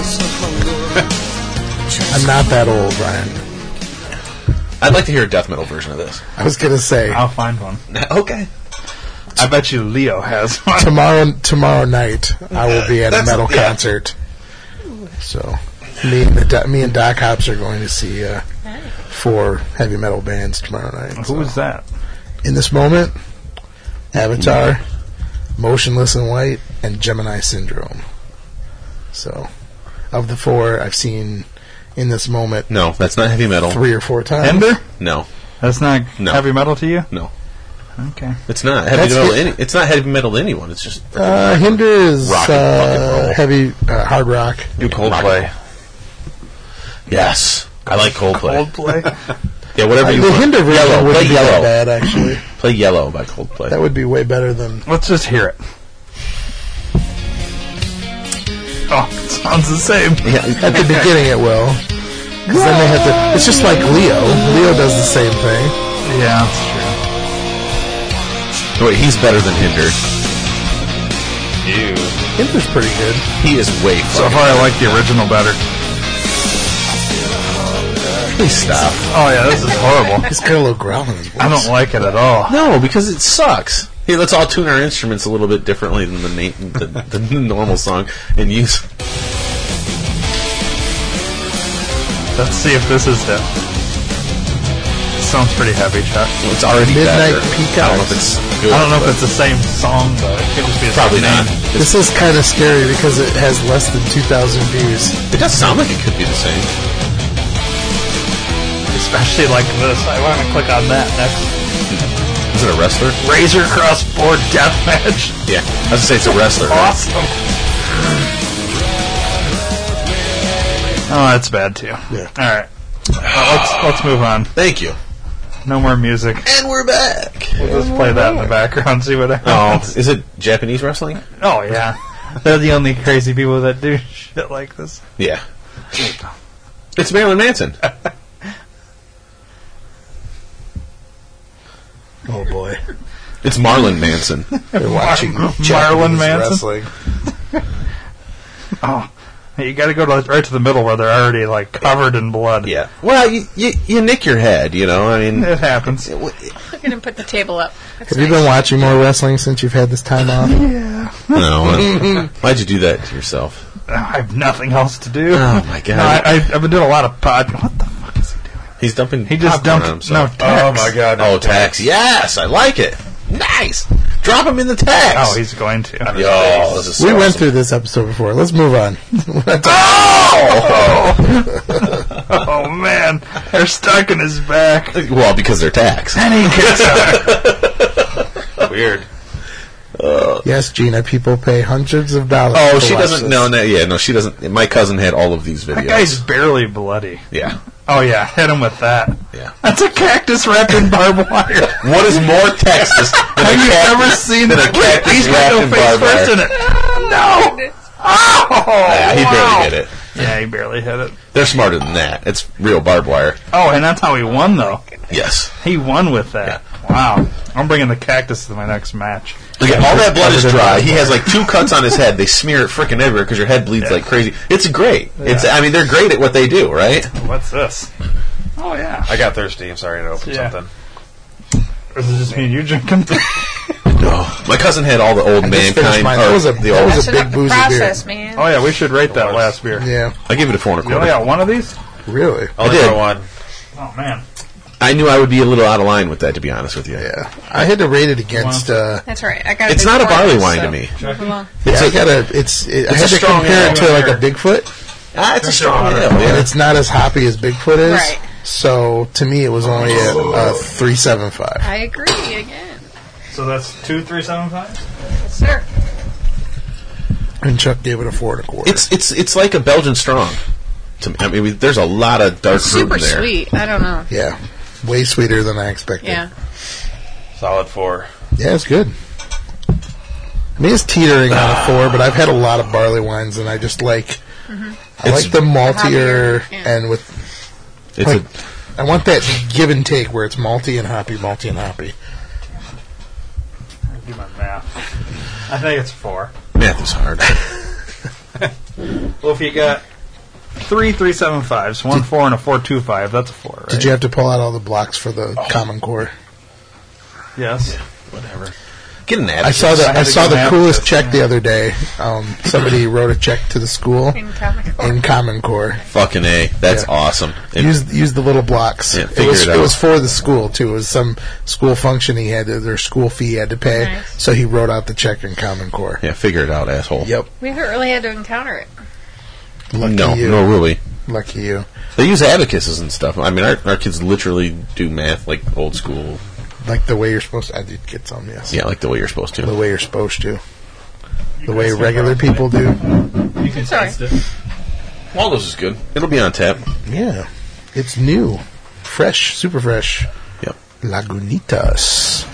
A: I'm not that old, Ryan.
B: I'd like to hear a death metal version of this.
A: I was going to say,
C: I'll find one.
B: Okay.
C: I bet you Leo has one.
A: tomorrow tomorrow night, I will be at a
B: That's-
A: metal
B: yeah.
A: concert. So, me and, the, Doc- me and Doc Hops are going to see uh, four heavy metal bands tomorrow night.
C: Who is that?
A: in this moment, Avatar, Motionless in White, and Gemini Syndrome. So, of the four, I've seen in this moment
B: No, that's not heavy metal.
A: three or four times.
C: Ender?
B: No,
C: That's not
B: No.
C: heavy metal to you.
B: no,
C: Okay.
B: it's not heavy
A: That's
B: metal.
A: hi-
B: to Any, it's not heavy metal to anyone. It's just
A: Uh, Hinder is
B: Rock and fucking
A: uh,
B: roll.
A: heavy uh, hard rock.
B: new
D: Coldplay.
B: Yes, I like Coldplay.
C: Coldplay.
B: Yeah, whatever you
A: the
B: want.
A: Hinder version
B: yellow,
A: wouldn't
B: play
A: be
B: yellow.
A: that bad, actually.
B: Play yellow by Coldplay.
A: that would be way better than
C: Let's just hear it. Oh, it sounds the same.
A: at the beginning. It will. 'Cause then they have to. It's just like Leo. Leo does the same thing.
C: Yeah, that's true.
B: Wait, he's better than Hinder.
A: Hinder's pretty good.
B: He is way.
C: So far, I like the original better.
B: Please stop.
C: Oh yeah, this is horrible.
A: He's got a little growl in his voice.
C: I don't like it at all.
B: No, because it sucks. Hey, let's all tune our instruments a little bit differently than the na- the, the normal song and use.
C: Let's see if this is it. Sounds pretty heavy, Chuck.
B: It's already
A: Midnight
B: better. I don't know if it's good.
C: I don't know if it's the same song, but it could just be a
B: Probably
C: different
B: not.
C: name.
A: This is kind of scary because it has less than 2,000 views.
B: It does sound like it could be the same.
C: Especially like this. I want to click on that next.
B: Is it a wrestler?
C: Razor crossboard deathmatch.
B: Yeah, I was gonna say it's a wrestler. right?
C: Awesome. Oh, that's bad too.
A: Yeah.
C: All right. Well, let's let's move on.
B: Thank you.
C: No more music.
B: And we're back.
C: We'll just play that in the background. See what
B: Oh,
C: happens.
B: is it Japanese wrestling?
C: Oh yeah. They're the only crazy people that do shit like this.
B: Yeah. It's Marilyn Manson.
A: Oh boy.
B: It's Marlon Manson.
A: They're watching
C: Mar-
A: Japanese
C: Marlon Manson?
A: wrestling.
C: Oh, you got to go to, right to the middle where they're already like covered in blood.
B: Yeah. Well, you, you you nick your head, you know. I mean,
C: It happens.
H: We're gonna put the table up.
A: Have you been watching more wrestling since you've had this time off?
B: no. Why'd you do that to yourself?
C: I have nothing else to do.
B: Oh, my God.
C: No, I, I, I've been doing a lot of pod. What the fuck is he doing?
B: He's dumping.
C: He just
B: popcorn on
C: dumped. No,
B: himself.
C: tax.
D: Oh, my God.
B: Oh, tax. Yes, I like it. Nice. Drop him in the tax.
C: Oh, he's going to.
B: Yo, this is so
A: We went
B: awesome.
A: through this episode before. Let's move on.
C: Oh man, they're stuck in his back.
B: Well, because they're tax.
C: And he gets up.
D: Weird.
A: yes, Gina, people pay hundreds of dollars.
B: Oh,
A: to
B: she
A: watch
B: doesn't.
A: this.
B: No, no, yeah, no, she doesn't. My cousin had all of these videos.
C: That guy's barely bloody.
B: yeah,
C: Oh yeah, hit him with that.
B: Yeah.
C: That's a cactus wrapped in barbed wire.
B: What is more Texas than
C: Have
B: a
C: you
B: cactus?
C: ever seen
B: than a
C: that?
B: cactus
C: He's got
B: wrapped
C: no
B: in
C: face
B: barbed wire.
C: first in it. No. Oh,
B: Yeah, he
C: wow.
B: barely hit it.
C: Yeah, he barely hit it.
B: They're smarter than that. It's real barbed wire.
C: Oh, and that's how he won though.
B: Yes.
C: He won with that. Wow. I'm bringing the cactus to my next match.
B: Look at all that blood is
C: Covered in
B: dry.
C: barbed
B: He has like two cuts on his head. They smear it freaking everywhere because your head bleeds like crazy. It's great. It's I mean they're great at what they do, right?
C: What's this? Oh yeah.
D: I got thirsty. I'm sorry I didn't open
C: Yeah.
D: something.
C: This is just me and you drinking. oh
B: No. My cousin had all the old
A: I just finished
B: mankind.
A: mine.
B: or
A: That was a,
B: the
A: that
B: old.
A: was a
H: Shut up
A: big
H: the
A: boozy beer.
H: process, man.
C: Oh, yeah, we should rate that last beer.
A: Yeah,
B: I give it a four and a
C: You
B: quarter.
C: only got one of these?
A: really.
D: Only
B: did.
D: for one.
C: Oh man.
B: I knew I would be a little out of line with that, to be honest with you.
A: Yeah, I had to rate it against. Uh,
H: That's all right. I got.
B: It's not a barley wine to me.
A: it's I gotta. It's. It, I
B: It's
A: had
B: a
A: to
B: strong
A: compare it to
C: ale.
A: like a Bigfoot,
B: Ah, it's a strong ale.
A: and
B: Yeah.
A: it's not as hoppy as Bigfoot is.
H: Right.
A: So to me, it was only at uh, three seven five.
H: I agree again.
C: So that's two three seven five?
H: Yes, sir.
A: And Chuck gave it a four and a quarter.
B: It's it's it's like a Belgian strong. To me. I mean, we, there's a lot of dark fruit
H: Super
B: in there.
H: sweet. I don't know.
A: yeah, way sweeter than I expected.
H: Yeah.
D: Solid four.
A: Yeah, it's good. I mean, it's teetering on a four, but I've had a lot of barley wines, and I just like. I
B: It's-
A: like the maltier
H: Hoppier, yeah.
A: and with
B: It's a,
A: I want that give and take where it's malty and hoppy, malty and hoppy.
C: Do my math. I think it's four.
B: math is hard.
C: Well if you got three three seven fives, one four and a four two five, that's a four, right?
A: Did you have to pull out all the blocks for the Common Core?
C: Yes.
B: Get an attitude.
A: I saw the
C: had
A: I,
C: to
A: saw
C: go
A: the
C: map
A: coolest
C: this,
A: check the other day. Um, somebody wrote a check to the school
H: In comic.
A: in Common Core.
B: Fucking a. That's
A: Yeah.
B: awesome. And
A: Use use the little blocks.
B: Yeah,
A: it
B: figure
A: was
B: it
A: it,
B: out.
A: was for the school too. It was some school function he had to, their school fee he had to pay.
H: Nice.
A: So he wrote out the check in Common Core.
B: yeah, figure it out, asshole.
A: Yep.
H: We haven't really had to encounter it.
A: Lucky
B: No,
A: you.
B: no, really.
A: Lucky you.
B: They use abacuses and stuff. I mean, our, our kids literally do math like old school.
A: Like the way you're supposed to. I did get some. Yes.
B: Yeah, like the way you're supposed
A: The
B: to.
A: way you're supposed to. The way regular people do.
C: You can
H: Sorry.
C: taste it.
B: Waldo's is good. It'll be on tap.
A: Yeah. It's new. Fresh, super fresh.
B: Yep.
A: Lagunitas.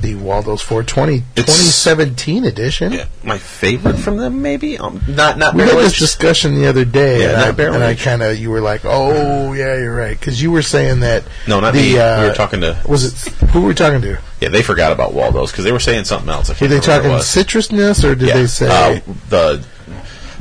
A: The Waldo's 420
B: It's-
A: 2017 edition.
B: Yeah, my favorite from them, maybe. Um, not not.
A: We had
B: barrel
A: this
B: aged.
A: discussion the other day,
B: Yeah, not
A: and, I,
B: barrel
A: and I
B: aged.
A: kind of you were like, "Oh, yeah, you're right," because you were saying that.
B: No, not
A: the,
B: me. We
A: Uh,
B: were talking to-
A: Was it who were we talking to?
B: yeah, they forgot about Waldo's because they were saying something else. I
A: Were
B: can't
A: they
B: remember what it
A: talking
B: was.
A: citrusness, or did
B: yeah.
A: they say?
B: uh, the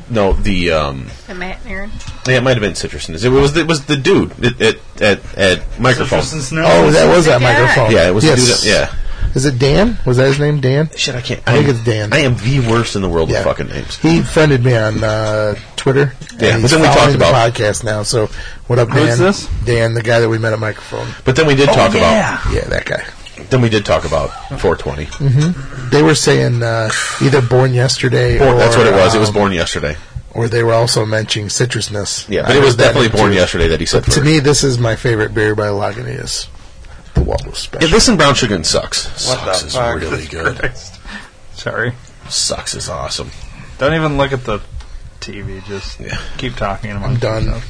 B: no the um
H: The Matt and Aaron.
B: yeah, it might have been citrusness. It was it was the dude at at at, at microphone.
C: Citrus and snow.
A: oh, that was that
H: Yeah.
A: microphone.
B: Yeah, it was the dude.
A: Yes.
B: That, yeah.
A: Is it Dan? Was that his name? Dan.
B: Shit, I can't.
A: I think it's Dan.
B: I am the worst in the world
A: Yeah.
B: with fucking names.
A: He friended me on uh, Twitter.
B: Yeah,
A: and
B: but
A: he's
B: then we
A: following
B: talked
A: the
B: about
A: podcast now. So what up, Dan?
C: Who's this?
A: Dan, the guy that we met at microphone.
B: But then we did talk
C: Oh, yeah.
A: Yeah, that guy.
B: about. Then we did talk about 420.
A: They were saying uh, either born yesterday,
B: Born-
A: or
B: that's what it was. it was
A: um,
B: born yesterday.
A: or they were also mentioning citrusness.
B: Yeah,
A: I
B: but it was
A: heard that
B: definitely
A: too.
B: born yesterday that he said.
A: But to
B: first.
A: me, this is my favorite beer by Lagunitas. The Waldo
B: Yeah,
A: Special.
B: this and brown sugar and sucks. sucks
D: the
B: is
D: fuck?
B: really good.
C: Christ. Sorry.
B: Sucks is awesome.
C: Don't even look at the TV. Just
B: Yeah.
C: keep talking.
A: I'm done.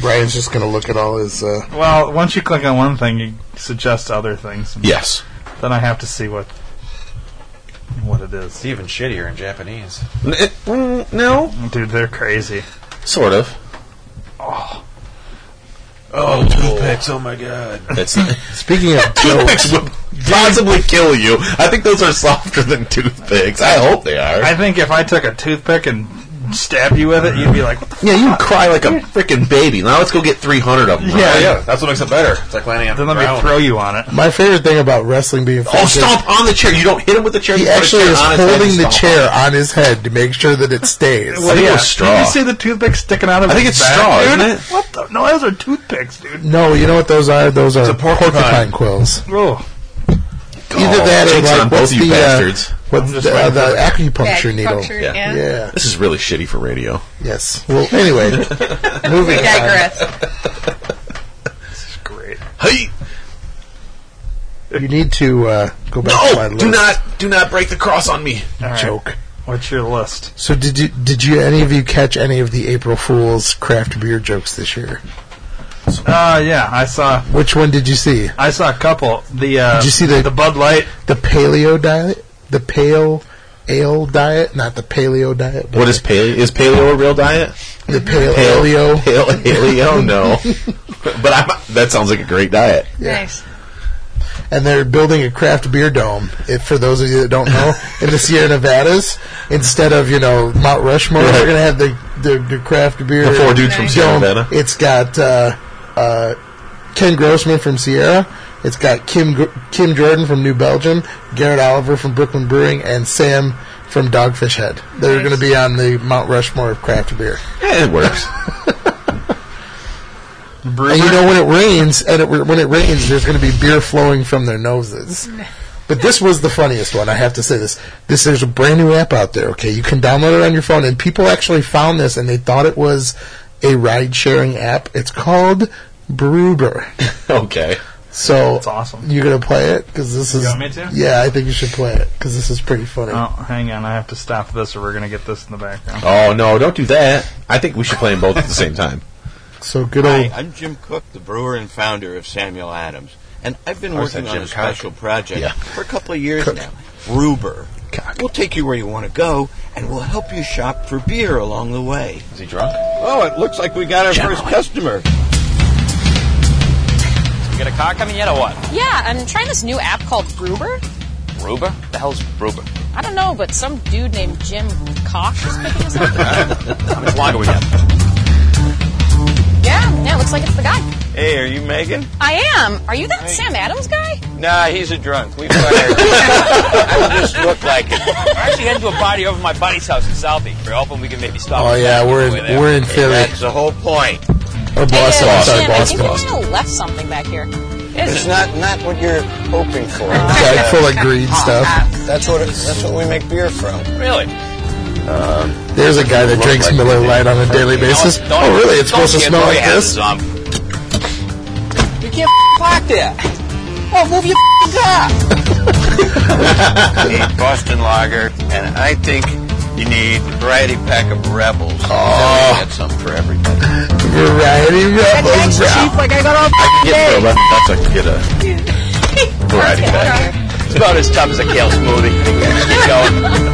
A: Brian's just gonna look at all his. Uh,
C: Well, once you click on one thing, you suggest other things.
B: Yes.
C: Then I have to see what what it is.
D: It's even shittier in Japanese.
B: N- it- mm, no,
C: Dude, they're crazy.
B: sort of.
D: Oh, toothpicks! Oh my god!
B: That's
A: speaking of jokes,
B: toothpicks would possibly kill you. I think those are softer than toothpicks. I hope they are.
C: I think if I took a toothpick and stabbed you with it, you'd be like, what the f-?
B: yeah, you cry like a freaking baby. Now let's go get 300 of them.
C: Yeah,
B: right?
D: Yeah, that's what makes it better. It's like landing on
C: Then
D: the
C: let me
D: ground.
C: throw you on it.
A: my favorite thing about wrestling being
B: Oh,
A: fenced is-
B: stomp on the chair. You don't hit him with the chair.
A: He
B: you put a
A: actually
B: chair
A: is
B: on his head and
A: holding the
B: stomp.
A: chair on his head to make sure that it stays.
B: I think it was straw.
C: Did you see the toothpick sticking out of
B: I think
C: his
B: it's
C: back,
B: straw,
C: dude?
B: isn't it?
C: What the? No, those are toothpicks, dude.
A: No, you know what those are? Those are
D: a
A: porcupine.
D: porcupine.
A: quills.
C: Oh,
A: Either that or
B: jinx Oh, on
A: like
B: both
A: what's
B: you
A: the
B: bastards.
A: uh, what's
C: I'm just
A: the, uh,
C: waiting
A: the
C: for
A: acupuncture needle?
H: Acupuncture,
B: Yeah.
H: Yeah.
A: Yeah.
B: This is really shitty for radio.
A: Yes. Well, anyway,
H: We
A: moving on.
H: digress.
C: this is great.
B: Hey,
A: You need to uh, go back to my
B: no!
A: list.
B: Do not, do not break the cross on me.
C: All right.
A: joke.
C: What's your list?
A: So did you did you any of you catch any of the April Fools craft beer jokes this year?
C: Uh, yeah, I saw
A: Which one did you see?
C: I saw a couple. The uh,
A: Did you see the-
C: the Bud Light?
A: The paleo diet? The pale ale diet? Not the paleo diet. But
B: What is paleo? Is paleo a real diet?
A: the pale,
B: Pale-
A: paleo?
B: Pale paleo? No. but I'm, that sounds like a great diet.
H: Nice.
A: and they're building a craft beer dome. If, for those of you that don't know, in the Sierra Nevadas, instead of you know Mount Rushmore,
B: Right.
A: they're gonna have the the, the craft beer.
B: The four dudes from
H: Nice.
B: Sierra
A: dome.
B: Nevada.
A: It's got uh, uh, Ken Grossman from Sierra. It's got Kim Gr- Kim Jordan from New Belgium, Garrett Oliver from Brooklyn Brewing, and Sam from Dogfish Head. They're
H: Nice.
A: going to be on the Mount Rushmore of craft beer.
B: Yeah, it works.
C: Brewer?
A: And Oh, you know when it rains, and it, when it rains, there's going to be beer flowing from their noses. But this was the funniest one. I have to say this. This there's a brand new app out there. Okay, you can download it on your phone, and people actually found this and they thought it was a ride sharing app. It's called Brewber.
B: okay.
A: So
C: That's awesome.
A: You're gonna play it because this is.
C: want me to?
A: Yeah, I think you should play it because this is pretty funny.
C: Oh, hang on, I have to stop this, or we're gonna get this in the background.
B: Oh no, don't do that. I think we should play them both at the same time.
A: So good old.
J: Hi, I'm Jim Cook, the brewer and founder of Samuel Adams, and I've been
B: Oh, is
J: working
B: that
J: on
B: Jim
J: a
B: Cook?
J: special project
B: Yeah.
J: for a couple of years
A: Cook.
J: now. Ruber.
B: Cock.
J: We'll take you where you want to go, and we'll help you shop for beer along the way.
B: Is he drunk?
J: Oh, it looks like we got our first customer.
I: You get a car coming yet or what?
E: Yeah, I'm trying this new app called Gruber.
I: Ruber? The hell's Ruber?
E: I don't know, but some dude named Jim Cox is picking us up.
I: How much longer we got?
E: yeah, yeah, looks like it's the guy.
J: Hey, are you Megan?
E: I am. Are you that Sam Adams guy?
J: Nah, he's a drunk. We fired. I just look like it.
I: We're actually heading to a party over at my buddy's house in Southie. We're hoping we can maybe stop.
A: Oh
I: and
A: yeah,
I: talk
A: we're
I: on the way
A: in
I: there.
A: we're in
D: Oh,
A: Philly
J: That's the whole point.
A: or Boston.
E: Hey, uh,
A: I'm sorry,
E: Jim, I
A: Boston.
E: think we might have left something back here.
J: It's not not what you're hoping for.
A: Bag full of greed
E: Ah,
A: stuff.
J: That's what it, that's what we make beer from.
I: Really?
A: There's a guy that drinks Miller Lite on a daily basis.
I: Don't- don't-
A: Oh really? It's
I: don't
A: supposed to
I: get
A: smell
I: my
A: like
I: asses
A: this?
I: on.
J: You can't park there. Oh, move your car. need Boston Lager, and I think you need a variety pack of Rebels. Oh, get some for everybody.
A: Variety Rebels.
E: like I got all
B: I can get for eleven bucks. I can get Oh, a uh, variety pack.
I: It's about as tough as a kale smoothie.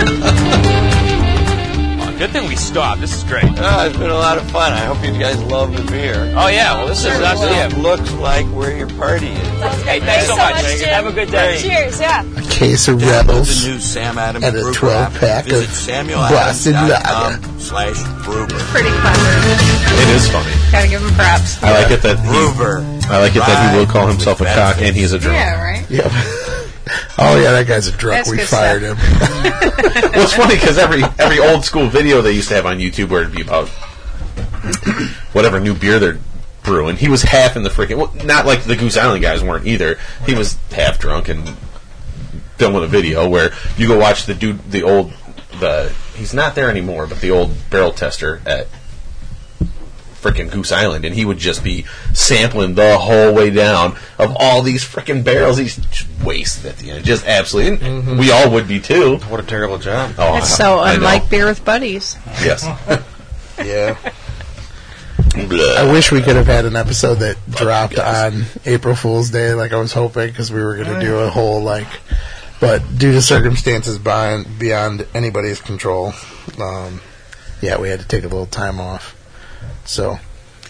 I: Keep going. Oh, Good thing we stopped. This is great.
J: Oh, it's been a lot of fun. I hope you guys love the beer.
I: Oh yeah, well this is us.
J: It looks like where your party is.
I: Hey, thanks so much. Have a good day.
E: Cheers, yeah.
A: A case of Rebels.
J: The new Sam Adams
A: And a
J: Brewer
A: 12
J: app.
A: pack
J: Visit
A: of Boston Lager.
J: samueladams.com slash brewer.
H: Pretty clever.
B: It is funny.
H: Gotta give him props.
B: I like it that he,
J: Brewer.
B: I like it that he will call himself a cock and he's a drunk.
H: Yeah, right?
A: Yep. Oh yeah, that guy's a drunk.
H: That's
A: we
H: good
A: fired him.
B: Well, it's funny because every every old school video they used to have on YouTube where it'd be about whatever new beer they're brewing. He was half in the freaking. Well, not like the Goose Island guys weren't either. He was half drunk and filming a video where you go watch the dude, the old, the he's not there anymore, but the old barrel tester at freaking Goose Island, and he would just be sampling the whole way down of all these freaking barrels. He's just wasted at the end, just absolutely. And We all would be too.
J: Mm-hmm. What a terrible job.
B: Oh,
H: That's
B: I-
H: so
B: I know.
H: unlike beer with buddies.
B: Yes.
J: Yeah.
A: I wish we could have had an episode that dropped on April Fool's Day, like I was hoping, because we were going to do a whole like. But due to circumstances beyond beyond anybody's control, um, yeah, we had to take a little time off. So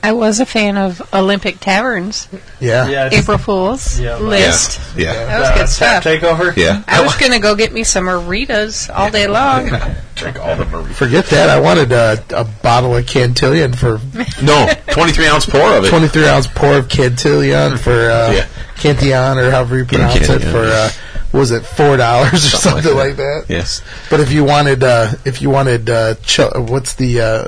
H: I was a fan of Olympic Taverns.
A: yeah,
H: April Fools
C: Yeah, but-
H: list.
B: Yeah.
H: That was good stuff.
C: Takeover.
B: Yeah.
H: I was gonna go get me some Maritas all day long.
B: Drink all the Marie.
A: forget that. I wanted a, a bottle of Cantillon for
B: No, 23 ounce pour of it.
A: twenty three ounce pour of Cantillon for uh,
B: Yeah.
A: Cantillon or however you pronounce it
B: Cantillon,
A: for
B: yeah.
A: uh, was it four dollars or something, like that.
B: Yes.
A: But if you wanted, uh, if you wanted, uh, ch- what's the uh,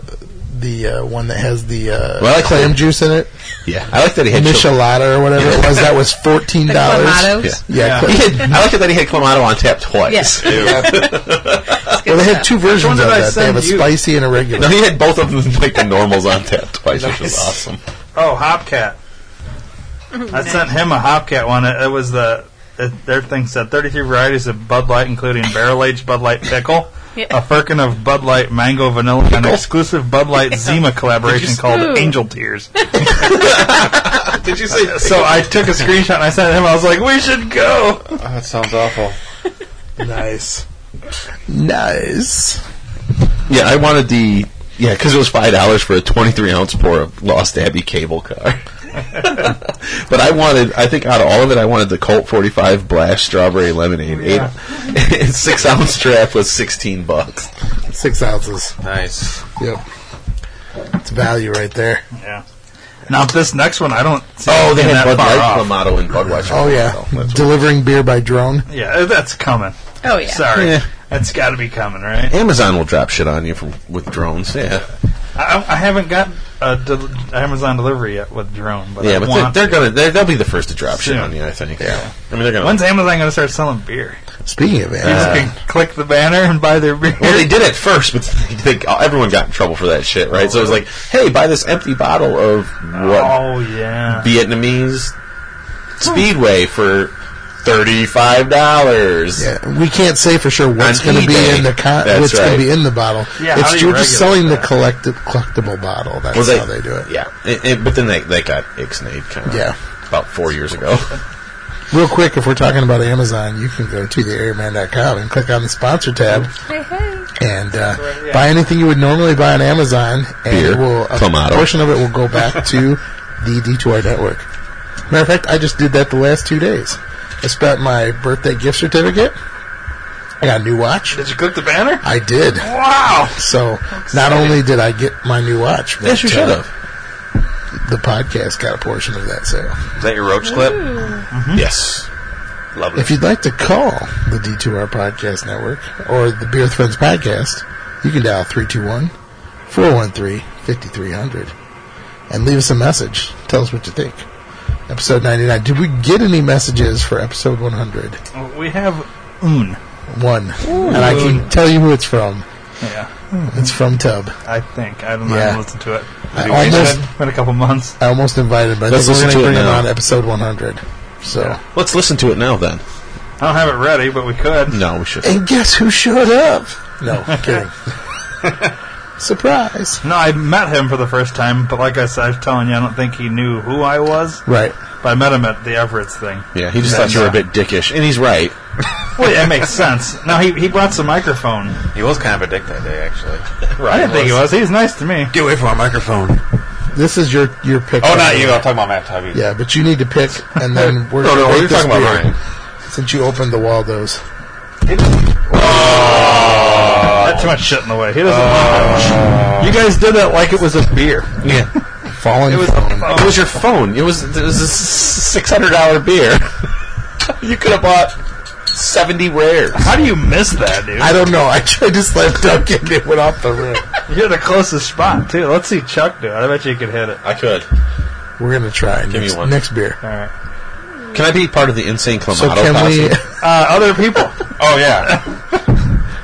A: the uh, one that has the uh,
B: Well, I like
A: clam
B: the-
A: juice in it,
B: Yeah. I like that he had. chili-
A: Michelada or whatever it was? That was fourteen
H: The
A: dollars.
H: Clamatos.
B: Yeah.
A: Yeah,
B: He had- I like it that he had Clamato on tap twice.
H: Yes.
A: well, they had two versions of
C: did I
A: that. They have a
C: send you?
A: spicy and a regular.
B: No, he had both of them like the normals on tap twice, which was awesome.
C: Oh, Hopcat. I sent him a Hopcat one. It, it was the it, their thing said 33 varieties of Bud Light, including barrel aged Bud Light pickle. a firkin of Bud Light Mango Vanilla and an exclusive Bud Light Zima collaboration called
H: Ooh.
C: Angel Tears.
B: Did you say
C: So I took a screenshot and I sent it to him. I was like, we should go.
D: Oh, that sounds awful.
A: Nice. Nice.
B: Yeah, I wanted the yeah because it was five dollars for a twenty-three ounce pour of Lost Abbey cable car. but I wanted, I think out of all of it, I wanted the Colt 45 Blast Strawberry Lemonade. Eight, six ounce strap was 16 bucks.
A: Six ounces.
D: Nice.
A: Yep. It's value right there.
C: Yeah. Now this next one, I don't. See
B: Oh, they
C: being
B: had
C: that
B: Bud
C: far
B: Light
C: off.
B: Clamato and Budweiser.
A: Oh,
B: So
A: yeah.
B: that's what-
A: Delivering beer by drone.
C: Yeah, that's coming.
H: Oh yeah.
C: Sorry,
B: Yeah.
C: that's got to be coming, right?
B: Amazon will drop shit on you from, with drones. Yeah,
C: I, I haven't got a del- Amazon delivery yet with drone, but
B: yeah,
C: I
B: but they're,
C: want.
B: they're gonna they're, they'll be the first to drop shit
C: Soon.
B: on you. I think. Yeah, I mean they're gonna.
C: When's Amazon going to start selling beer?
A: Speaking of it,
C: You just can click the banner and buy their beer.
B: Uh, Well, they did at first, but they, they, everyone got in trouble for that shit, right? So it was like, hey, buy this empty bottle of what
C: Oh yeah.
B: Vietnamese
A: Hmm.
B: Speedway for thirty-five dollars.
A: yeah, we can't say for sure what's
B: On
A: going to be
B: eBay.
A: in the con-
B: That's
A: what's
B: right.
A: going to be in the bottle.
C: Yeah, how
A: it's
C: do you
A: you're just
C: regulate
A: selling
C: that?
A: the collective collectible bottle. That's how they do it.
B: Yeah, It- it- but then they they got ixnayed kind of.
A: Yeah.
B: about four years ago.
A: Real quick, if we're talking about Amazon, you can go to theairman.com and click on the sponsor tab and uh, buy anything you would normally buy on Amazon, and
B: Beer,
A: it will uh, a
B: tomato.
A: portion of it will go back to the D2R network. Matter of fact, I just did that the last two days. I spent my birthday gift certificate. I got a new watch.
C: Did you click the banner?
A: I did.
C: Wow.
A: So not only did I get my new watch, but
B: yes, you
A: uh,
B: should have.
A: the podcast got a portion of that sale.
J: Is that your roach clip?
B: Yes, lovely.
A: If you'd like to call the D2R Podcast Network or the Beer with Friends Podcast, you can dial 321 413 5300 and leave us a message. Tell us what you think. Episode 99. Did we get any messages for episode 100?
C: We have Un.
A: One. and I can tell you who it's from.
C: Yeah,
A: It's from Tub.
C: I think I don't know. I
A: Yeah.
C: haven't listened to it.
A: I almost,
C: It's been a couple months.
A: I almost invited him, but I
B: Let's
A: think we're
B: listen
A: going
B: to
A: to
B: it
A: bring him
B: now.
A: on episode 100. So.
B: Let's listen to it now then.
C: I don't have it ready, but we could.
B: No, we should.
A: And guess who showed up? No, kidding. Surprise.
C: No, I met him for the first time, but like I said, I was telling you, I don't think he knew who I was.
A: Right.
C: But I met him at the Everett's thing.
B: Yeah, he just thought you were a bit dickish, and he's right.
C: Well, yeah, it makes sense. No, he, he brought some microphone.
D: He was kind of a dick that day, actually.
C: I didn't think he was. He was nice to me.
D: Get away from my microphone.
A: This is your your pick.
D: Oh, not you. I'm talking about Matt Tubby.
A: Yeah, but you need to pick, and then we're
D: No, no,
A: gonna
D: we're
A: rate
D: talking
A: this
D: about
A: beer.
D: Ryan.
A: Since you opened the Waldos,
C: That's too much shit in the way. He doesn't. Uh, you guys did that like it was a beer.
B: Yeah.
A: fallen.
C: It was.
A: phone.
B: It was your phone. It was it was a six hundred dollar beer. you could have bought seventy rares.
C: How do you miss that, dude?
A: I don't know. I tried to slam dunk it, and it went off the rim.
C: You're the closest spot too. Let's see Chuck do it. I bet you could hit it.
B: I could.
A: We're gonna try
B: me
A: next,
B: one.
A: next beer.
C: All right.
B: Can I be part of the insane Clamato?
A: So can we?
C: Uh, other people.
D: Oh, yeah.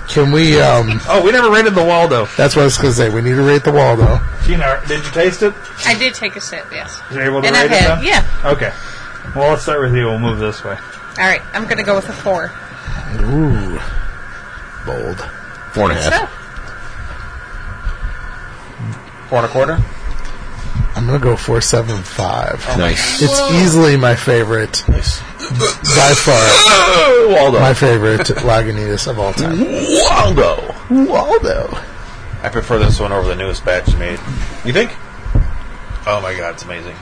A: Can we? Um,
C: Oh, we never rated the Waldo.
A: that's what I was gonna say. We need to rate the Waldo.
C: Gina, did you taste it?
H: I did take a sip. Yes.
C: Were you able to
H: And
C: rate
H: I've
C: it?
H: had.
C: then?
H: Yeah.
C: Okay. Well, let's start with you. We'll move this way.
H: All right. I'm gonna go with a four.
A: Ooh, bold.
B: Four and a half.
H: So
D: Four and a quarter?
A: I'm gonna go four seven five.
D: Oh.
B: Nice.
A: It's easily my favorite,
B: Nice.
A: by far
B: Waldo.
A: my favorite Lagunitas of all time.
B: Waldo.
A: Waldo.
D: I prefer this one over the newest batch made.
B: You think?
D: Oh, my God. It's amazing.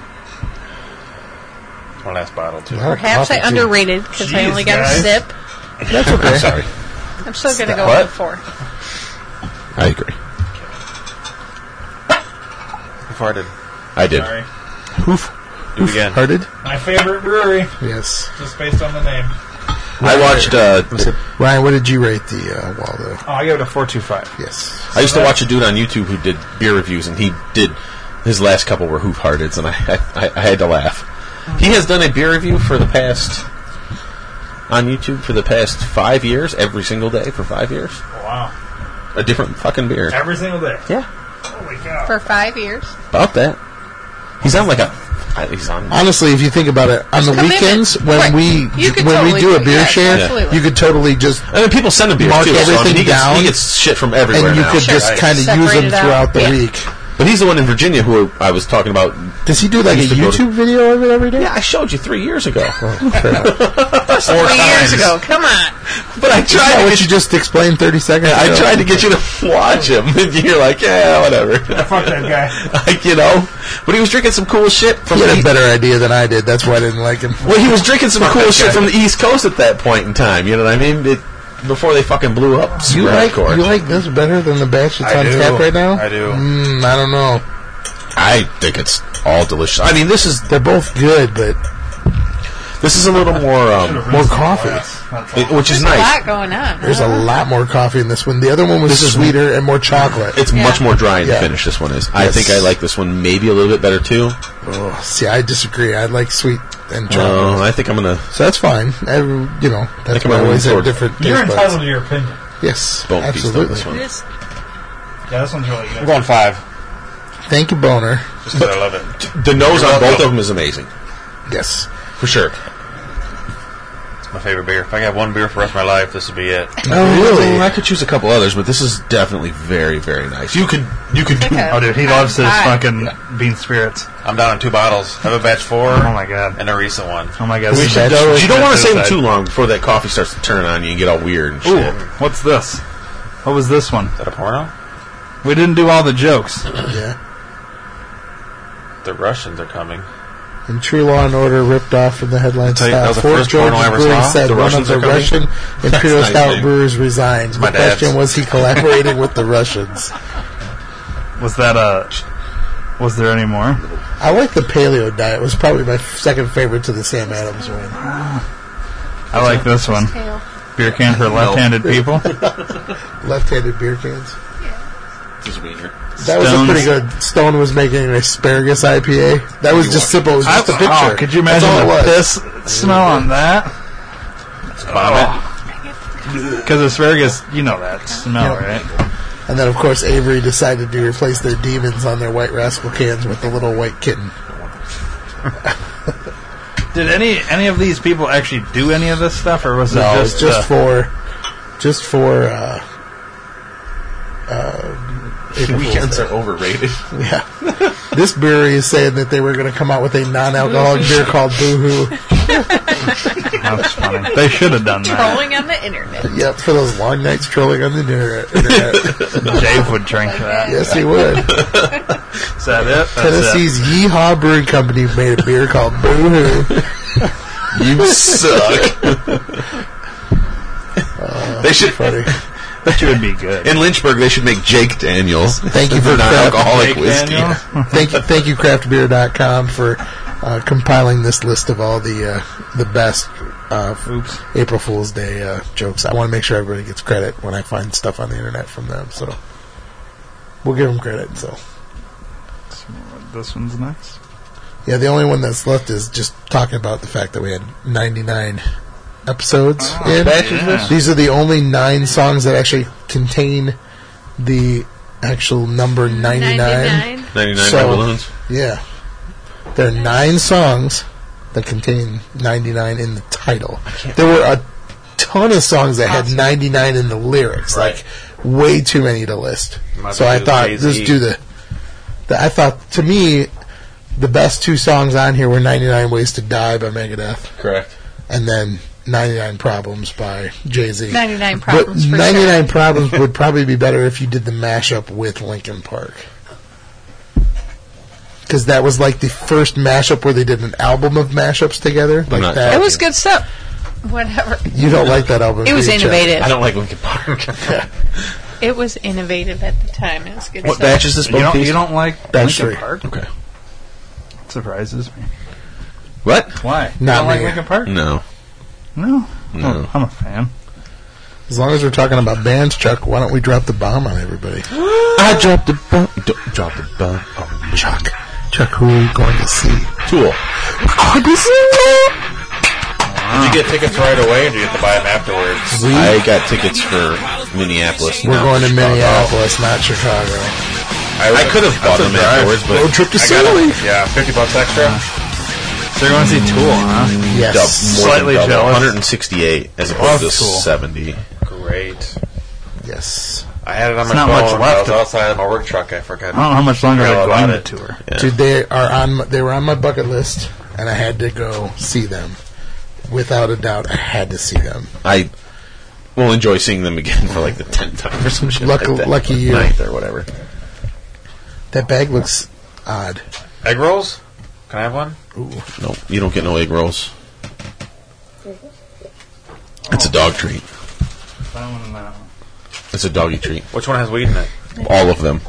D: One last bottle, too.
H: perhaps
A: Coffee,
H: I
A: too.
H: underrated because I
C: Jeez,
H: only got a
C: guys.
H: sip.
A: That's okay.
B: Sorry.
H: I'm still gonna go
B: What?
H: with a four.
B: I agree.
D: Before I did.
B: I did.
C: Sorry.
D: Do it again.
A: Hearted.
C: My favorite brewery,
A: Yes.
C: just based on the name.
B: I watched. Uh, th-
A: Ryan, what did you rate the uh, Waldo?
C: Oh, I gave it a four two five.
A: Yes.
B: I used to watch a dude on YouTube who did beer reviews, and he did. His last couple were hoof hearteds, and I, I I had to laugh. He has done a beer review for the past on YouTube for the past five years, every single day for five years,
C: Wow.
B: a different fucking beer.
C: Every single day.
B: Yeah.
C: Holy cow.
H: For five years.
B: About that. He's on like a At least I'm.
A: Honestly, if you think about it, on the
H: come in
A: weekends
H: and-
A: when
H: right.
A: we
H: You could
A: when we
H: totally
A: do a
H: do-
A: beer
H: yeah,
A: share,
H: absolutely.
A: you could totally just
B: I mean, people send him beer
A: Mark
B: too. so, I mean,
A: everything
B: he, gets,
A: down,
B: he gets shit from everywhere
A: and you
B: now.
A: could
B: Sure.
A: just
B: Right.
A: kind of use
H: Separate
A: them
H: it out.
A: throughout the
H: Yeah.
A: week.
B: But he's the one in Virginia who I was talking about.
A: Does he do like a
B: used to go to-
A: YouTube video of it every day?
B: Yeah, I showed you three years ago.
H: Four years ago. Come on.
B: But I
A: Is that
B: tried. To
A: what
B: get,
A: you just explained thirty seconds?
B: I
A: ago?
B: tried to get you to watch him, and you're like, yeah, whatever.
C: Fuck that guy.
B: like, you know, but he was drinking some cool shit from
A: He
B: the
A: had a
B: East-
A: better idea than I did. That's why I didn't like him.
B: Well, he was drinking some cool shit from the East Coast at that point in time. You know what I mean? It, before they fucking blew up
A: You
B: super
A: like
B: hardcore.
A: you like this better than the batch that's
D: I
A: on
D: do.
A: tap right now?
D: I do.
A: Mm, I don't know.
B: I think it's all delicious. I mean, this is
A: They're both good, but
B: this is a little more, um,
A: more coffee.
B: it- which is
H: A
B: nice.
H: lot going on.
A: There's a lot more coffee in this one. The other one was
B: This is-
A: sweeter and more chocolate.
B: It's much more dry in
A: Yeah.
B: the finish. This one is. I
A: Yes.
B: think I like this one maybe a little bit better too.
A: Oh, see, I disagree. I like sweet and chocolate,
B: Uh,
D: Oh,
B: I think I'm gonna
A: so that's fine. I, you know, that's
B: Think
A: why I
B: about
A: always
B: moving
A: have
B: forward.
A: different.
C: You're
A: taste buds.
C: entitled to your opinion.
A: Yes,
B: bone feast on
A: absolutely.
B: this one.
H: Just-
C: Yeah, this one's really
D: I'm
C: good.
D: going five.
A: Thank you, boner.
D: Just 'cause I love it.
B: The nose on both of them is amazing
A: Yes,
B: for sure.
D: It's my favorite beer. If I got one beer for the rest of my life, this would be it.
A: really?
B: Oh, I could choose a couple others, but this is definitely very, very nice. You could, you could. Do,
C: Oh, dude, he loves his
H: Hi.
C: fucking bean spirits.
D: I'm down on two bottles. I have a batch four
C: Oh my god.
D: and a recent one.
C: Oh my god.
A: We
C: this
A: should
C: is-
A: go-
B: you don't want to save them
C: Suicide.
B: too long before that coffee starts to turn on you and get all weird and
C: Ooh,
B: shit.
C: what's this? What was this one?
D: Is that a porno?
C: We didn't do all the jokes.
A: yeah.
D: The Russians are coming.
A: And True Law and Order ripped off in the headline
D: tell you, that
A: style.
D: was the
A: Fort
D: first porno
A: George
D: I ever
A: Brewing
D: saw.
A: said
D: The
A: one
D: Russians
A: of
D: are
A: the
D: coming.
A: Russian Imperial
D: nice,
A: Stout
D: dude.
A: brewers resigned.
D: my
A: the question
D: dad's.
A: was he collaborating with the Russians?
C: Was that a? Was there any more?
A: I like the paleo diet. It was probably my second favorite to the Sam Adams one.
C: I like this one. Beer can for left-handed people.
A: Left-handed beer cans. That was a
C: Stones.
A: pretty good. Stone was making an asparagus IPA. That was just simple. It was just a picture.
C: Oh, could you
A: That's
C: imagine
A: all it
C: the
A: was.
C: piss smell on that? Oh. Because asparagus, you know that smell,
A: Yep.
C: right?
A: And then, of course, Avery decided to replace their demons on their White Rascal cans with the little white kitten.
C: Did any any of these people actually do any of this stuff, or was
A: No,
C: it
A: it's
C: just,
A: just
C: uh,
A: for, just for. uh uh, April
B: Weekends
A: Fool's
B: are overrated.
A: Day. Yeah. this brewery is saying that they were going to come out with a non-alcoholic beer called Boohoo.
C: That's funny. They should have done that.
H: Trolling on the internet.
A: Yep, for those long nights trolling on the internet. internet.
C: Dave would drink that.
A: yes, he would.
C: Is that it? That's
A: Tennessee's Yeehaw Brewing Company made a beer called Boo Hoo.
B: You suck.
C: Uh,
B: they should.
A: Funny.
C: It. That would be good.
B: In Lynchburg, they should make Jake Daniels.
A: Thank you for
B: non-alcoholic
C: Jake
B: whiskey.
C: Daniels?
A: Thank you, thank you, craftbeer.com for uh, compiling this list of all the uh, the best uh,
C: Oops.
A: April Fool's Day uh, jokes. I want to make sure everybody gets credit when I find stuff on the internet from them. So we'll give them credit. So
C: This one's next.
A: yeah, the only one that's left is just talking about the fact that we had 99 episodes. in.
C: yeah.
A: These are the only nine songs that actually contain the actual number 99.
H: 99.
B: 99
A: So-
B: Red Balloons.
A: Yeah. There are nine songs that contain 99 in the title. There were a ton of songs that had 99 in the lyrics.
D: Right.
A: Like, way too many to list.
D: Might
A: So
D: as well
A: I
D: do
A: thought,
D: Jay-Z.
A: just do the, the. I thought, to me, the best two songs on here were 99 Ways to Die by Megadeth
B: Correct.
A: and then 99 Problems by Jay Z.
H: 99 Problems, for
A: 99 Problems would probably be better if you did the mashup with Linkin Park. Because that was like the first mashup where they did an album of mashups together. Like
B: not
A: that.
H: It was good stuff. Whatever.
A: you don't like that album.
H: It was
A: do you, Chad?
H: innovative.
B: I don't like Lincoln Park.
H: It was innovative at the time. It was good
B: what
H: stuff.
B: batch is this?
C: You
B: Bone
C: don't,
B: Feast?
C: you don't like
A: That's
C: Lincoln
A: true.
C: Park?
B: Okay.
C: Surprises me.
B: What?
C: Why? You
A: Not
C: don't like
A: me.
C: Lincoln Park?
B: No.
C: No. Oh,
B: No.
C: I'm a fan.
A: As long as we're talking about bands, Chuck, why don't we drop the bomb on everybody?
B: I dropped the bomb. D- dropped the bomb. Oh,
A: Chuck. Chuck, who are we going to see?
B: Tool.
D: Did you get tickets right away, or did you get to buy them afterwards?
A: We,
B: I got tickets for Minneapolis.
A: we're
B: No,
A: going to
B: Chicago.
A: Minneapolis, not Chicago.
B: I could have bought them afterwards, but
A: Road trip to
D: I got
A: Silly.
D: them. Yeah, fifty bucks extra.
C: So you're going to see Tool, huh?
A: Yes.
B: Dub-
C: Slightly
B: double,
C: jealous.
B: 168 as
C: Love
B: opposed to
C: Tool.
B: 70.
D: Great.
A: Yes.
D: I had it on
C: It's
D: my
C: not
D: phone.
C: much
D: when I
C: left Oh.
D: was
C: of-
D: outside of my work truck. I forgot.
C: I don't know how much longer
D: Forgot
C: they're
D: all
C: going
D: about
C: to
D: it.
C: tour.
B: Yeah.
A: Dude, they are on. my- They were on my bucket list, and I had to go see them. Without a doubt, I had to see them.
B: I will enjoy seeing them again for like the 10th time or some shit.
A: Luck-
B: like that.
A: lucky you.
B: Ninth or whatever.
A: That bag looks odd.
D: Egg rolls? Can I have one?
B: No, you don't get no egg rolls. It's a dog treat. It's a doggy treat.
D: Which one has weed in it?
B: All of them.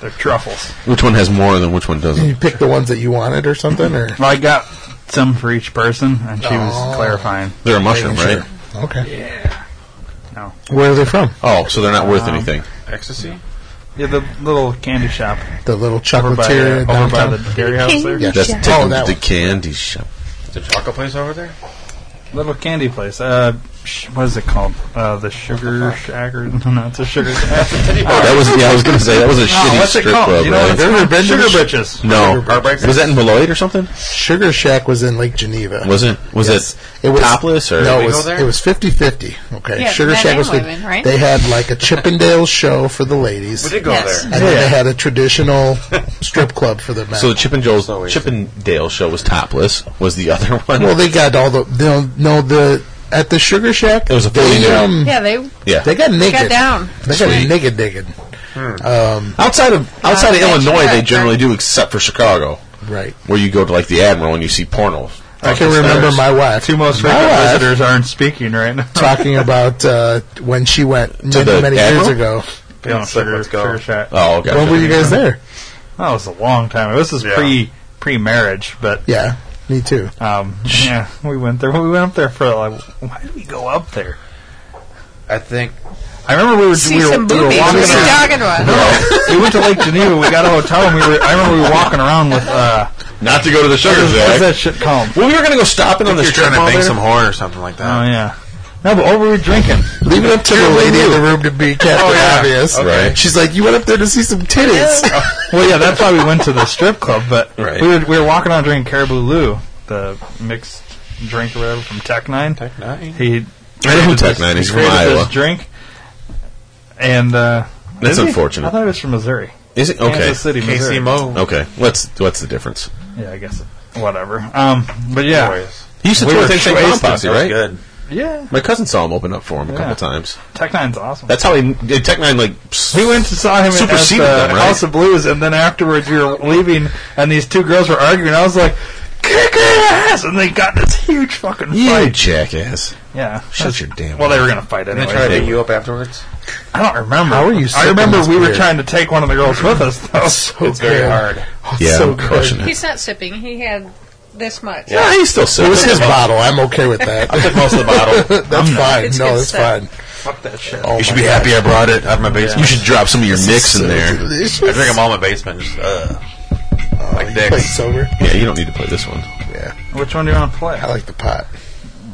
C: They're truffles.
B: Which one has more than which one doesn't?
A: You pick the ones that you wanted or something, or
C: Well, I got some for each person, and she was clarifying.
B: They're a mushroom,
A: Sure.
B: right?
A: Okay.
C: No.
A: Where are they from?
B: Oh, so they're not worth anything.
D: Ecstasy?
C: Yeah, the little candy shop
A: The little
C: over by, the-
A: chocolatier
C: over by
A: downtown.
C: the dairy house there.
A: Yes.
B: That's
A: Yeah.
B: taking
A: Oh, that
B: the
A: one.
B: candy shop.
D: Is there a chocolate place over there?
C: Little candy place. Uh, sh- what is it called? Uh, the Sugar Shack or no, no, it's a Sugar Shack.
B: Oh, that was yeah. I was gonna say that was a shitty
C: Oh, what's it
B: strip
C: called?
B: club.
C: You know what
B: right?
C: it's Have you ever been to Sugar
B: Sugar
C: Britches?
B: No,
A: Sugar
D: Britches.
B: was that in Beloit or something?
A: Sugar Shack was in Lake Geneva.
B: Was it? Was
A: Yes.
B: it, topless or
A: no? It
D: we go
A: was
D: there?
A: it was fifty fifty. Okay,
H: Yeah,
A: Sugar
H: men
A: Shack
H: and
A: was.
H: women, right?
A: They had like a Chippendale show for the ladies,
D: We did go
H: Yes.
D: there.
A: and then they had a traditional strip club for the men.
B: So the Chip and Joel's
D: So easy.
B: Chippendale show was topless. Was the other one?
A: well, they got all the they'll, no the at the Sugar Shack.
B: It was a
A: they,
B: 49.
A: um,
H: Yeah, they
B: Oh, yeah.
A: they got naked.
H: got down.
A: They got
B: Sweet.
A: naked, naked.
B: outside of outside of
H: Uh,
B: Illinois, they
H: Bachelorette,
B: generally
H: right?
B: do, except for Chicago,
A: Right.
B: where you go to like the Admiral and you see pornos.
A: I can remember my wife.
C: Two most
A: my
C: frequent
A: wife
C: visitors aren't speaking right now.
A: talking about uh, when she went many
B: the
A: many years
B: Admiral?
A: ago.
C: Yeah,
D: Let's go.
C: Sugar, Sugar Shack.
B: Oh, okay.
A: When were you guys there?
C: That was a long time. ago. This is
D: Yeah.
C: pre pre marriage, but
A: Yeah, me too.
C: um, yeah, we went there. We went up there for like. Why did we go up there?
D: I think
C: I remember we were
H: see
C: we were,
H: some
C: we were
H: boobies. What
C: walking.
H: are you
C: around-
H: talking about?
C: we went to Lake Geneva. We got a hotel, and we were. I remember we were walking around with uh,
B: Not to go to the
C: what
B: Sugar
C: is, what is
B: Shack.
C: that shit called?
B: Well, we were gonna go stopping on the
D: you're
B: strip
D: trying to
B: mall
D: bang
B: there.
D: some horn or something like
C: Oh
D: that.
C: yeah, no, but what were we drinking?
A: Leave it up to the lady in the room to be Captain
D: yeah.
A: Obvious.
B: Okay. Right.
A: She's like, you went up there to see some titties.
C: well, yeah, that's why we went to the strip club. But
B: Right.
C: we were we were walking around drinking Caribou Lou, the mixed drink or whatever from Tech Nine.
D: Tech Nine?
C: He
B: I know Tech
C: created this-
B: Nine. He's
C: he
B: from
C: created
B: Iowa.
C: This drink, and uh,
B: That's
C: is he?
B: unfortunate.
C: I thought it was from Missouri.
B: Is it okay?
C: Kansas City, Missouri.
D: KC Mo.
B: Okay. What's what's the difference?
C: Yeah, I guess whatever. Um, but yeah,
D: Boys.
B: He used to
C: We
B: tour
C: were
B: with Insane Clown
C: wasted.
B: Posse,
D: That was
B: right?
D: good.
C: yeah,
B: My cousin saw him open up for him a
C: Yeah.
B: couple times.
C: Tech Nine's awesome.
B: That's how he Tech Nine like. s-
C: We went to saw him at the
B: Superseded them, right?
C: House of Blues, and then afterwards we were leaving, and these two girls were arguing. I was like, "Kick her ass!" And they got in this huge fucking
B: You
C: fight.
B: jackass!
C: Yeah,
B: Shut
C: that's-
B: your damn.
C: Well, they were gonna fight
D: Didn't
C: anyway.
D: they try to
B: they-
D: beat you up afterwards?
C: I don't remember.
A: How are you
C: I
A: sipping
C: remember
A: this
C: we were
A: beer?
C: trying to take one of the girls with us. Though.
D: It's very
A: good.
D: hard.
A: Oh,
B: yeah,
A: so
B: I'm crushing it.
H: He's not sipping. He had this much.
B: Yeah, he's still
A: good.
B: sick.
A: It was his bottle. I'm okay with that.
B: I took most of the bottle.
A: that's fine.
H: It's
A: no,
H: good
A: that's
H: stuff.
A: fine.
C: Fuck that shit.
A: Oh,
B: you should
A: my
B: be
A: God.
B: happy I brought it out of my basement. You should drop some of your mix in there.
A: Delicious.
D: I drink them all in my basement. Just, uh,
A: You
D: like
A: play
D: dicks.
A: sober?
B: Yeah, you don't need to play this one.
A: Yeah.
C: Which one do you want to play?
A: I like the pot.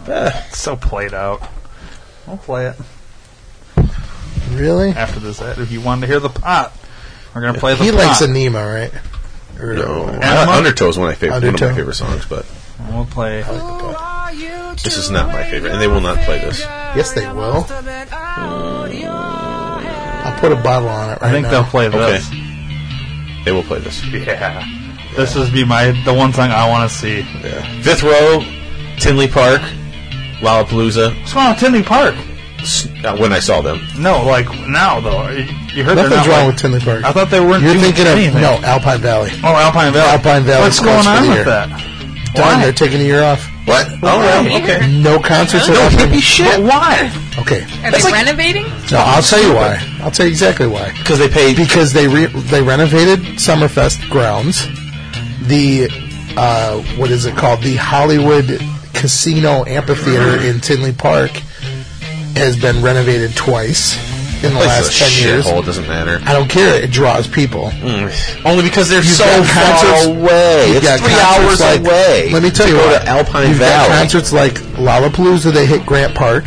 C: It's so played out. I'll play it
A: Really?
C: after this. Ed, If you wanted to hear the pot, we're gonna play the
A: He
C: pot.
A: likes Enema, right? Or-
B: No,
C: Animal?
B: Undertow is one of my favorite one of
A: Undertow.
B: my favorite songs, but
C: And we'll play.
B: this is not my favorite, and they will not play this.
A: Yes, they will. I'll put a bottle on it right
C: I think
A: now.
C: they'll play
B: Okay,
C: this.
B: they will play this.
C: Yeah. This would be my the one song I want to see.
B: Yeah. Fifth row, Tinley Park, Lollapalooza.
C: What's going on, with Tinley Park?
B: S- uh, When I saw them,
C: No, like now though. You, you heard
A: Nothing's
C: they're not,
A: wrong
C: like-
A: with Tinley Park.
C: I thought they weren't.
A: You're
C: doing
A: thinking of
C: anything.
A: no Alpine Valley.
C: Oh, Alpine Valley.
A: Alpine Valley
C: What's going
A: closed for
C: on
A: the
C: with
A: year.
C: that?
A: Done. They're taking a year off.
B: what? Oh, yeah, okay.
A: No concerts. or nothing.
C: But why?
A: Okay.
H: Are they renovating?
A: No, I'll tell you why. I'll tell you exactly why.
B: Because they paid.
A: Because they re- they renovated Summerfest grounds. The uh, what is it called? The Hollywood Casino Amphitheater in Tinley Park has been renovated twice in the
B: Place
A: last
B: is a
A: ten years.
B: shithole. It doesn't matter.
A: I don't care. It draws people.
B: Only because they're
A: You've
B: so
A: got concerts-
B: far away.
A: You've got
B: It's three hours
A: concerts like-
B: away.
A: Let me tell you
B: go
A: what.
B: to Alpine
A: You've
B: Valley.
A: got concerts like Lollapalooza that hit Grant Park.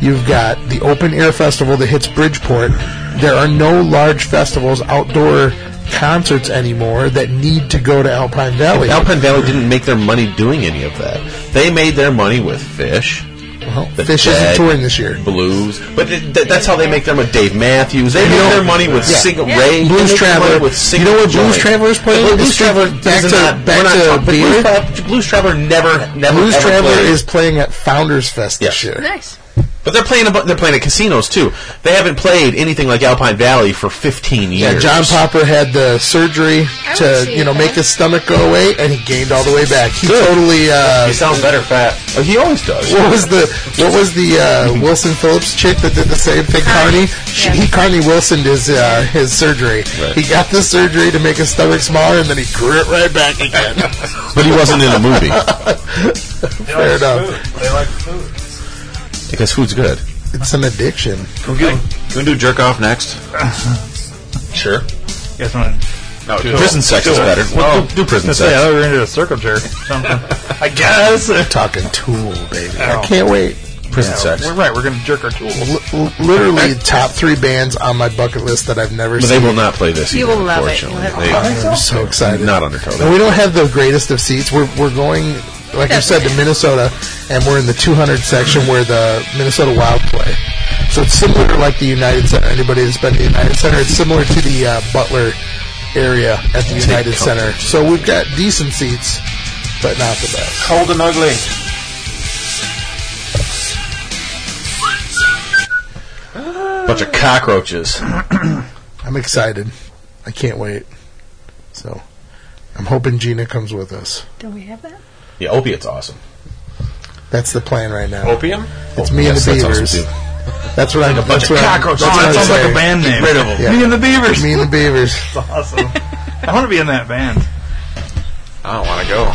A: You've got the Open Air Festival that hits Bridgeport. There are no large festivals outdoor concerts anymore that need to go to Alpine Valley.
B: Alpine Valley didn't make their money doing any of that. They made their money with Fish.
A: Well,
B: The
A: Fish
B: Dead,
A: isn't touring this year.
B: Blues, but th- th- that's how they make their money. Dave Matthews, they make their money with
A: Yeah.
B: single
A: Yeah.
B: Ray,
A: Blues
B: they make their money
A: Traveler.
B: with
A: You know
B: single
A: what Blues
B: joint.
A: Traveler is playing?
B: But
A: It's back
B: is
A: to-
B: not-
A: back
B: we're not
A: to
B: talking- but Blues,
A: beer?
B: Trav- Blues Traveler never, never.
A: Blues
B: ever
A: Traveler
B: played.
A: is playing at Founders Fest this
B: Yeah.
A: year.
H: Nice.
B: but they're playing. About, they're playing at casinos too. They haven't played anything like Alpine Valley for 15 years.
A: Yeah, John Popper had the surgery
H: I would
A: to
H: see
A: you know
H: that.
A: make his stomach go away, and he gained all the way back. He totally. Uh,
B: sounds better fat. Oh, he always does.
A: what was the what was the uh, Wilson Phillips chick that did the same thing? Carney. She, He Carney Wilson his uh, his surgery.
B: Right.
A: He got the surgery to make his stomach smaller, and then he grew it right back again.
B: but he wasn't in a movie
A: Fair enough.
C: They like food.
B: because food's good.
A: It's an addiction.
D: Can we, do, can we do jerk off next?
B: Sure.
C: You guys want to
D: No, do
B: Prison sex is better. Well, do, do prison
C: say? I
B: sex.
C: thought we were going to do a circle jerk. or Something. I guess.
A: Talking tool, baby.
C: Ow.
A: I can't wait.
B: Prison sex.
C: We're right. We're going to jerk our tools.
A: L- l- literally top three bands on my bucket list that I've never
B: But
A: seen.
B: they will not play this.
H: You
B: either,
H: will love it. You'll
B: unfortunately.
H: have-
B: They-
A: I'm so excited.
B: Not Undertow.
A: And we don't have the greatest of seats. We're we're going, like you said, to Minnesota, and we're in the 200 section where the Minnesota Wild play. So it's similar to like the United Center. Anybody that's been to the United Center, it's similar to the uh, Butler area at the United Center. So we've got decent seats, but not the best.
D: Cold and ugly.
B: Bunch of cockroaches.
A: I'm excited. I can't wait. So I'm hoping Gina comes with us.
H: Do we have that?
B: Yeah, opiate's awesome.
A: That's the plan right now.
D: Opium?
A: It's me
B: Yes,
A: and
B: that's
A: the
B: awesome,
A: Beavers.
B: too.
A: That's what I'm.
B: Bunch
A: That's
B: of
A: what I'm.
B: cockroaches.
A: that's
C: Oh,
A: what
C: that
A: I'm
C: sounds like a
A: saying.
C: band
B: Get
C: name.
B: rid of 'em.
A: Yeah.
C: Me and the Beavers.
A: Me and the Beavers.
C: That's awesome. I want to be in that band.
D: I don't want to go.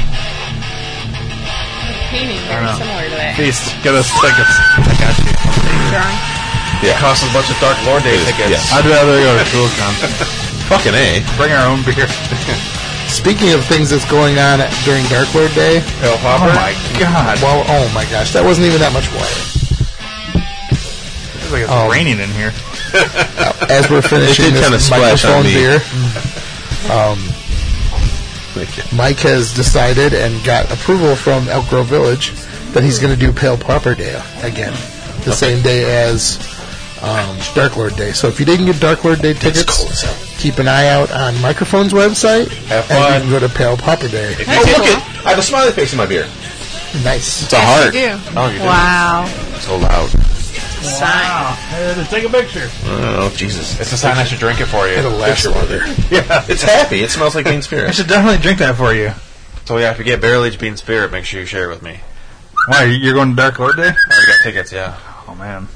H: Painting very
C: know.
H: similar to that.
C: Beast, get us tickets. I got you.
H: Drunk.
B: Yeah.
D: Costs a bunch of Dark Lord Day
B: It is,
D: tickets.
B: yes.
C: I'd rather go to ToolCon.
B: Uh, Fucking A.
C: Bring our own beer.
A: Speaking of things that's going on at- during Dark Lord Day,
D: Pill
C: Oh
D: popper.
C: my god.
A: well, oh my gosh, that wasn't even that much water.
C: It's like it's
A: Um,
C: raining in here.
A: As we're finishing
B: did kinda
A: this
B: splash on
A: microphone
B: me.
A: beer, um, Mike has decided and got approval from Elk Grove Village that he's going to do Pale Popper Day again, the same day as um, Dark Lord Day. So if you didn't get Dark Lord Day
B: cold as
A: tickets,
B: hell.
A: keep an eye out on Microphone's website,
D: Have
A: and
D: fun.
A: you can go to Pale Popper Day.
B: Oh, look it. I have a smiley face in my beer.
A: Nice.
B: It's a heart.
H: You do.
D: Oh, you do.
H: Wow.
B: So loud.
H: Sign.
C: Ah, take a picture.
B: Oh, Jesus.
D: It's a sign I should drink it for you.
A: It'll last longer.
C: Yeah.
B: It's happy. It smells like green
C: I
B: spirit.
C: should definitely drink that for you.
D: So yeah, if you get barrel aged bean spirit, make sure you share it with me.
C: Why? You're going to Dark Lord
D: I
C: Day?
D: already got tickets. Yeah.
C: Oh man.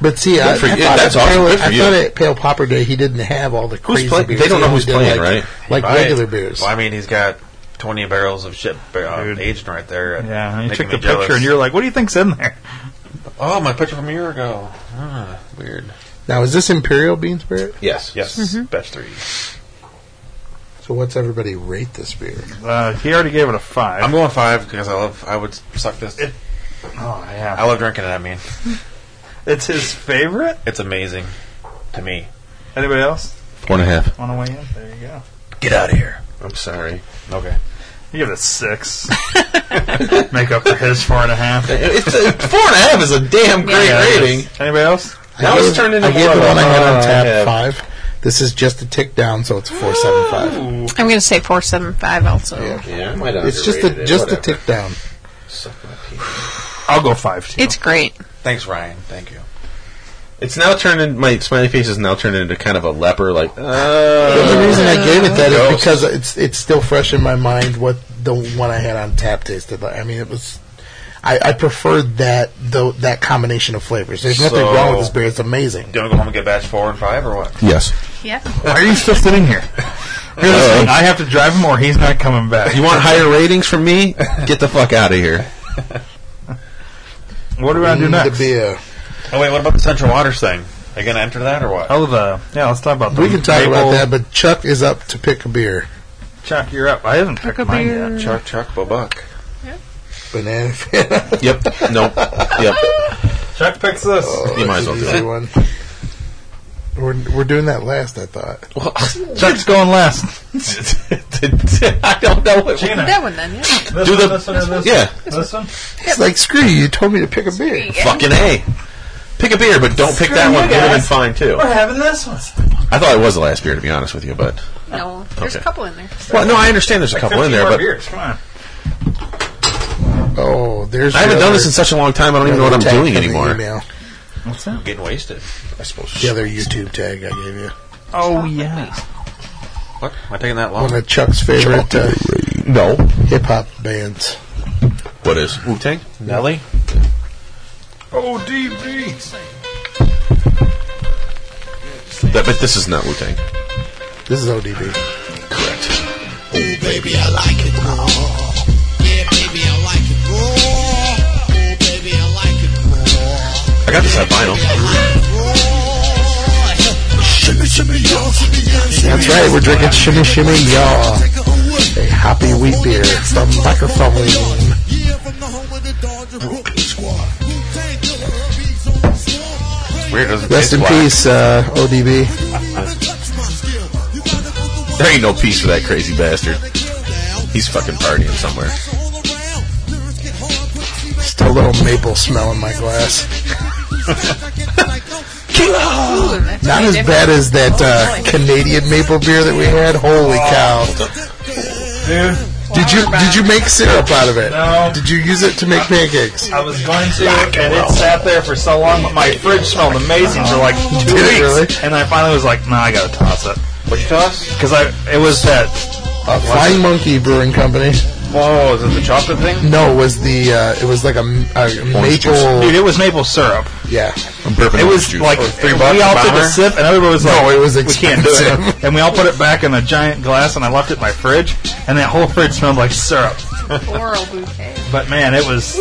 A: But see, I,
B: for
A: I
B: you.
A: thought
B: That's
A: at
B: awesome.
A: Pale,
B: Good for
A: I
B: you.
A: thought at Pale Popper Day he didn't have all the crazy
B: play-
A: beers.
B: they don't
A: He
B: know who's
A: only did,
B: playing,
A: like,
B: right?
A: Like
D: Right.
A: regular beers.
D: Well, I mean, he's got 20 barrels of shit bar- uh,
C: Dude.
D: aged right there. and
C: Yeah. You
D: making
C: took
D: me
C: the
D: jealous.
C: picture and you're like, what do you think's in there?
D: Oh, my picture from a year ago. Ah, weird.
A: Now, is this Imperial Bean Spirit?
B: Yes.
D: Yes, batch three.
A: So, what's everybody rate this beer?
C: Uh, he already gave it a five.
D: I'm going five because I love. I would suck this.
C: oh
D: I
C: yeah.
D: love drinking it. I mean,
C: It's his favorite.
D: it's amazing to me.
C: Anybody else
B: Four and a half.
C: want to weigh in? There you go.
B: Get out of here. I'm sorry.
D: Okay.
C: You give it a six. Make up for his four and a half.
B: It's a, four and a half is a damn great
C: Yeah, it
B: rating.
C: is. Anybody else?
B: Now it's turned into
A: I gave
B: more
A: the
B: of a-
A: one I had
B: Oh,
A: on
B: I
A: tap
B: have.
A: five. This is just a tick down, so it's four seven five.
H: I'm going to say 475 also.
A: Yeah.
B: Yeah, I might have
A: It's just a
B: underrated it,
A: just a
B: whatever.
A: tick down.
B: Suck my pee.
C: I'll go five too.
H: It's great.
D: Thanks, Ryan. Thank you.
B: It's now turned in my smiley face is now turned into kind of a leper like
A: But the
B: uh,
A: reason I gave it that is
B: Ghost.
A: because it's it's still fresh in my mind what the one I had on tap tasted like. I mean, it was. I, I preferred that though that combination of flavors. There's nothing
D: So-
A: wrong with this beer. It's amazing.
D: Do you want to go home and get batch four and five or what?
B: Yes.
H: Yeah.
C: Why are you still sitting here? Here's the thing, I have to drive him or he's not coming back.
B: You want higher ratings from me? Get the fuck out of here.
C: What do we want to do
A: Mm,
C: next?
A: The beer.
D: Oh wait, what about the Central Waters thing? Are you gonna enter that or what?
C: Oh, the yeah. Let's talk about.
A: We
C: the
A: can talk
C: maple-
A: about that, but Chuck is up to pick a beer.
C: Chuck, you're up. I haven't picked mine yet.
D: Chuck, Chuck, Buck.
A: Banana. Fan.
B: Yep. Nope. Yep.
C: Chuck picks this.
A: Oh.
B: You might as well do
A: Easy
B: it.
A: one. We're, we're doing that last, I thought.
C: Chuck's going last.
B: I don't know what.
C: Gina,
H: That one then, yeah.
C: this
B: Do
C: one,
B: the-
C: this one, or this
B: yeah.
C: one? This one?
A: It's like, screw you, you told me to pick a beer.
B: Fucking a. Pick a beer, but don't pick that
C: you
B: one. It would have been
C: guys.
B: fine too.
C: We're having this one.
B: I thought it was the last beer, to be honest with you. But
H: No, there's
B: Okay.
H: a couple in there.
B: well, no, I understand there's a couple in
C: 15
B: there,
C: more
B: but
C: beers. Come on.
A: Oh, there's.
B: I haven't done this in such a long time. I don't even know what I'm doing anymore.
A: The, email,
C: What's that?
D: Getting wasted, I suppose.
A: the other YouTube tag I gave you.
C: Oh, yeah.
D: What? Am I taking that
B: Oh.
D: long?
A: One of Chuck's favorite uh,
B: No.
A: hip hop bands.
B: What is Wu Tang?
D: Nelly?
C: ODB.
B: That, but this is not Wu Tang.
A: This is ODB.
B: Correct. I got this on vinyl.
A: That's right, we're drinking Shimmy Shimmy Yaw. A hoppy wheat beer from Microphone.
B: Weird. doesn't
A: Rest
B: taste
A: in
B: black.
A: peace, uh, ODB.
B: There ain't no peace for that crazy bastard. He's fucking partying somewhere.
A: Still a little maple smell in my glass. Not as bad as that uh, Canadian maple beer that we had. Holy cow!
C: Dude,
A: Did you did you make syrup out of it?
C: No.
A: Did you use it to make pancakes?
C: I was going to, and it sat there for so long, but my fridge smelled amazing for like two
A: Did it
C: weeks.
A: really?
C: And I finally was like, nah, I gotta toss it.
D: What you toss?
C: Because I, it was that,
A: Uh, Flying Monkey Brewing Company.
D: Whoa, is it the chocolate thing?
A: No, it was the uh, it was like a, a
C: dude,
A: maple.
C: it was maple syrup.
A: Yeah,
B: I'm burping
C: It was
B: orange juice.
C: like,
D: three
C: we all
D: bucks
C: took
D: bomber?
C: Oh, a sip, and everybody was like,
A: No, it was
C: we can't do
A: expensive.
C: it. And we all put it back in a giant glass, and I left it in my fridge, and that whole fridge smelled like syrup.
H: Oral bouquet.
C: But man, it was,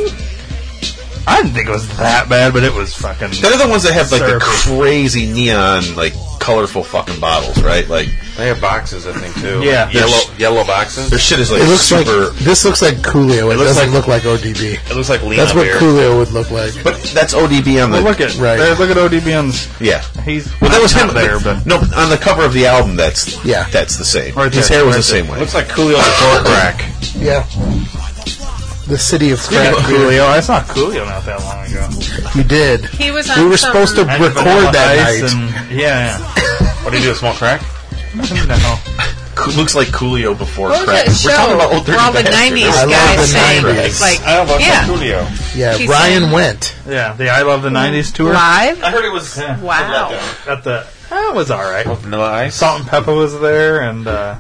C: I didn't think it was that bad, but it was fucking.
B: They're the ones that have like the
C: Syrupy.
B: crazy neon, like colorful fucking bottles, right? Like
D: They have boxes, I think, too.
C: Yeah.
D: Yellow, yellow boxes.
B: their shit is like
A: it looks
B: super.
A: like this looks like Coolio. It,
B: looks
A: doesn't
B: like-
A: look like ODB.
B: it looks like Lena
A: That's what
B: beer,
A: Coolio would look like.
B: but that's ODB on the
C: Well, look at
A: Right.
C: there, look at ODBN's.
B: yeah.
C: He's
B: Well, that was
C: not
B: him
C: there, but
B: no, on the cover of the album, that's
A: Yeah.
B: that's the same.
C: Right
B: His
C: there,
B: hair was
C: right
B: the same way.
D: Looks like Coolio the Torque Rack.
A: Yeah, the city of
C: Yeah,
A: crack beer.
C: Coolio. I saw Coolio not that long ago.
A: You did.
H: He was on
A: We were
H: some-
A: supposed to
C: I had
A: record
C: vanilla
A: that
C: ice
A: night.
C: And, yeah,
D: What do you do, a small crack?
C: yeah. no.
B: Coo- looks like Coolio before
H: What was
B: crack.
H: that
B: We're talking about
H: show
B: old dirty
H: where all the
B: bastard.
H: 90s
A: I love the
H: guys sang?
A: 90s.
H: Like,
D: I don't know about
H: yeah.
D: Coolio.
A: Yeah,
H: She
A: Ryan
H: sang-
A: went.
C: Yeah, the I Love the '90s tour.
H: Live?
D: I heard it was
C: Yeah.
H: Wow.
C: At the that was all right.
D: vanilla ice.
C: Salt and Pepper was there, and uh,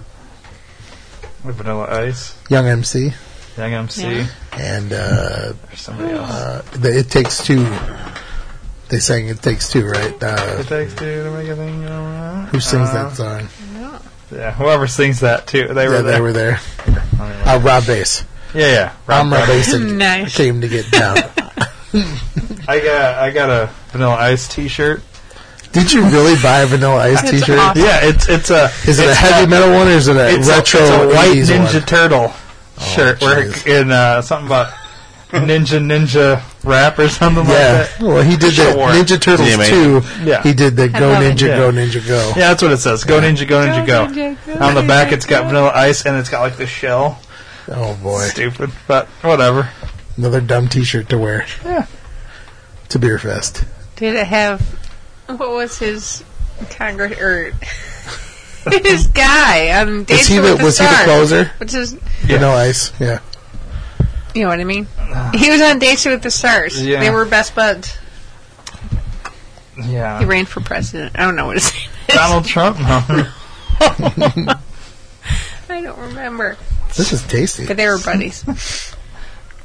C: with Vanilla Ice,
A: Young MC,
C: Young MC,
H: Yeah.
A: and uh,
C: or somebody else.
A: uh, the It Takes Two. They sang It Takes Two, right? Uh,
C: It takes two to make a thing. go wrong.
A: who sings
C: Uh,
A: that song?
C: Yeah, whoever sings that too. They were
A: Yeah,
C: there.
A: they were there.
C: I mean,
A: Uh, Rob Bass.
C: yeah, yeah.
A: Rob, Rob Bass and
H: Nice.
A: came to get down.
C: I got I got a Vanilla Ice T-shirt.
A: Did you really buy a Vanilla Ice
H: That's
A: T-shirt?
H: awesome.
C: Yeah, it's it's a
A: Is it
C: it's
A: a heavy
C: got-
A: metal one or is it a
C: it's
A: retro
C: a, it's a white
A: 80s
C: Ninja
A: one? Oh,
C: Turtle shirt where
A: jeez.
C: in uh, something about ninja ninja rap or something
A: Yeah.
C: like that.
A: Well, he did that
C: Sure.
A: Ninja Turtles
B: Yeah, man.
A: 2.
C: Yeah.
A: He did the Go
H: love it.
A: Ninja
C: Yeah.
A: Go Ninja Go.
C: Yeah, that's what it says. Go ninja, go ninja, go.
H: Ninja, go
C: On the back,
H: Ninja,
C: it's got
H: go.
C: vanilla ice and it's got like the shell.
A: Oh boy.
C: Stupid, but whatever.
A: Another dumb T-shirt to wear.
C: Yeah.
A: To Beer Fest.
H: Did it have what was his Congress or his guy on
A: Was he
H: Dancing
A: the
H: with the
A: was he the
H: Stars?
A: closer?
H: What's his?
A: Vanilla Ice. Yeah.
H: You know what I mean? He was on Dancing with the Stars.
C: Yeah.
H: They were best buds. He
C: Yeah.
H: ran for president. I don't know what his name is.
C: Donald Trump. No.
H: I don't remember.
A: This is tasty.
H: But they were buddies.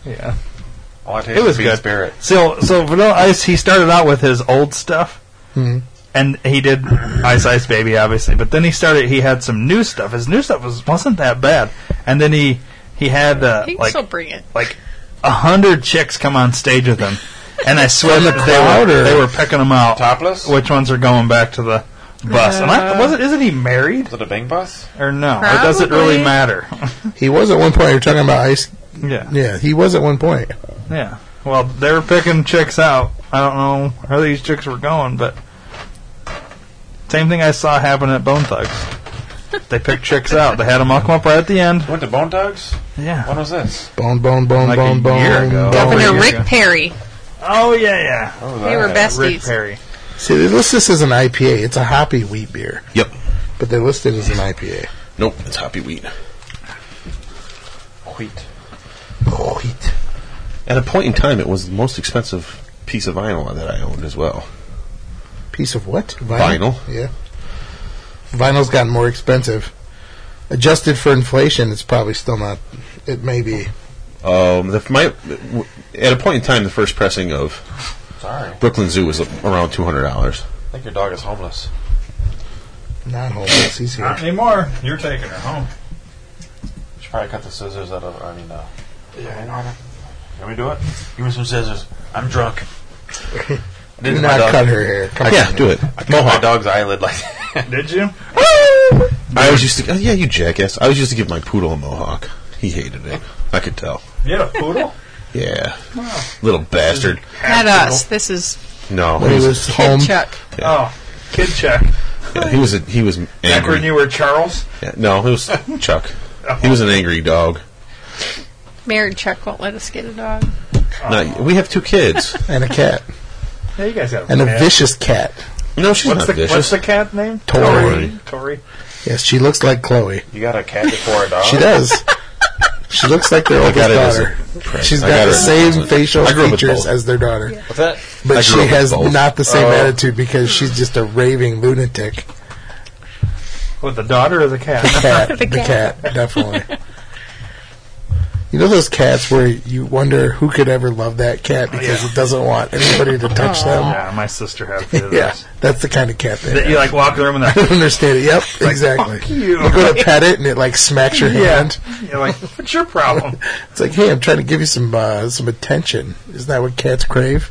C: yeah.
D: All Oh, I taste
C: It was
D: is Bean
C: good.
D: Spirit.
C: So, so Vanilla Ice, he started out with his old stuff,
A: Hmm.
C: and he did Ice Ice Baby, obviously. But then he started, he had some new stuff. His new stuff was wasn't that bad, and then he he had uh,
H: He can
C: like
H: still bring it.
C: like a hundred chicks come on stage with him, and I swear
A: the
C: that
A: crowd,
C: they
A: or-
C: were, they were picking them out.
D: Topless?
C: Which ones are going back to the bus? and I, wasn't isn't he married
D: Is it a Bing Bus?
C: or no? It doesn't
H: Probably.
C: really matter.
A: He was at one point. You're talking about Ice.
C: yeah,
A: Yeah, he was at one point.
C: Yeah. Well, they were picking chicks out. I don't know where these chicks were going, but Same thing I saw happen at Bone Thugs. They picked chicks out. They had them all come up right at the end.
D: You went to Bone Dogs?
C: Yeah.
D: When was this?
A: Bone, bone, bone,
C: Like a
A: bone, bone.
C: year ago.
A: bone.
C: Over
H: Governor
C: yeah.
H: Rick Perry.
C: Oh yeah, yeah.
D: When was
H: They were
D: that?
C: Rick
H: besties.
C: Perry.
A: See, they list this as an IPA. It's a hoppy wheat beer,
B: Yep.
A: but they list it as an IPA.
B: Nope, it's hoppy wheat.
D: Wheat.
A: Oh, Wheat.
B: At a point in time, it was the most expensive piece of vinyl that I owned as well.
A: Piece of what?
B: Vinyl.
A: Yeah. Vinyl's gotten more expensive. Adjusted for inflation, it's probably still not. It may be.
B: Um, the, my, at a point in time, the first pressing of
D: Sorry. I
B: Brooklyn Zoo was around two hundred dollars.
D: think your dog is homeless.
A: Not homeless. He's here.
C: Not anymore. You're taking her home.
D: You should probably cut the scissors out of. I mean, uh. Yeah, I know. Can we do it? Give me some scissors. I'm drunk.
A: Do not cut her hair. Come
B: Yeah,
A: on.
B: do it.
D: I cut my dog's eyelid like that.
C: Did you?
B: I always used to. uh, yeah, you jackass. I always used to give my poodle a mohawk. He hated it. I could tell.
C: You had a poodle?
B: Yeah, little bastard.
H: Not us. This is
B: No,
A: When he was home,
H: Chuck.
C: Oh, kid check.
B: yeah, he was a, he was
C: Back when
B: angry.
C: you were Charles.
B: Yeah, no, he was Chuck.
C: Oh.
B: He was an angry dog.
H: Married Chuck won't let us get a dog.
C: Oh.
B: Not, we have two kids.
A: and a cat,
C: Yeah, you guys got a
A: and a
C: cat.
A: vicious cat.
B: No, she's
C: What's
B: not
C: the
B: vicious.
C: What's the cat name?
A: Tori.
C: Tori.
A: Yes, she looks like Chloe.
D: You got a cat before a dog?
A: She does. she looks like their
B: I
A: oldest
B: got it as a
A: daughter.
B: present.
A: She's
B: I
A: got
B: got
A: the
B: it as a
A: same
B: present.
A: facial
B: I grew up with
A: features
B: both.
A: as their daughter,
D: What's that?
B: I
A: but
B: grew
A: she
B: up with
A: has
B: both.
A: not the same
D: Oh.
A: attitude because she's just a raving lunatic.
C: With the daughter or the cat?
A: cat. the,
H: The
A: cat. definitely. You know those cats where you wonder who could ever love that cat
B: Oh,
A: because
C: Yeah.
A: it doesn't want anybody to touch them.
C: yeah, my sister had a few of
A: Yeah,
C: those.
A: that's the kind of cat they.
C: That
A: have.
C: you like walk in the room and
A: I
C: they're
A: don't understand it. Yep, exactly.
C: "Fuck you."
A: go to pet it and it like smacks your hand.
C: You're like, what's your problem?
A: It's like, hey, I'm trying to give you some uh, some attention. Isn't that what cats crave?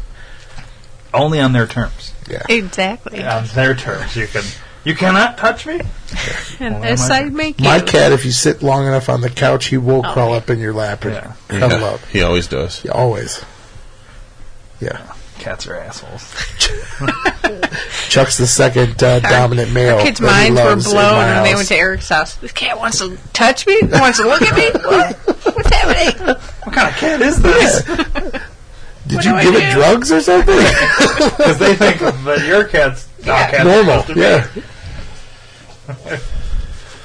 C: Only on their terms.
H: Exactly.
C: On their terms, you can. You cannot touch me.
H: And
C: Well,
H: this
C: my-
H: I make
A: My
H: you.
A: cat, if you sit long enough on the couch, he will
H: Oh.
A: crawl up in your lap and
C: Yeah.
A: cuddle
B: Yeah,
A: up.
B: He always does.
A: Yeah, always. Yeah,
C: Cats are assholes.
A: Chuck's the second uh, dominant male.
H: Our kids'
A: that he
H: minds were
A: loves in
H: blown
A: my
H: when they
A: house.
H: went to Eric's house. This cat wants to touch me? Wants to look at me? What? What's happening?
C: What kind of cat is this?
A: Did
H: What
A: you
H: do I
A: give it
H: do?
A: drugs or something?
C: Because they think that your cat's not cats. are
A: Normal,
C: supposed to be.
A: yeah.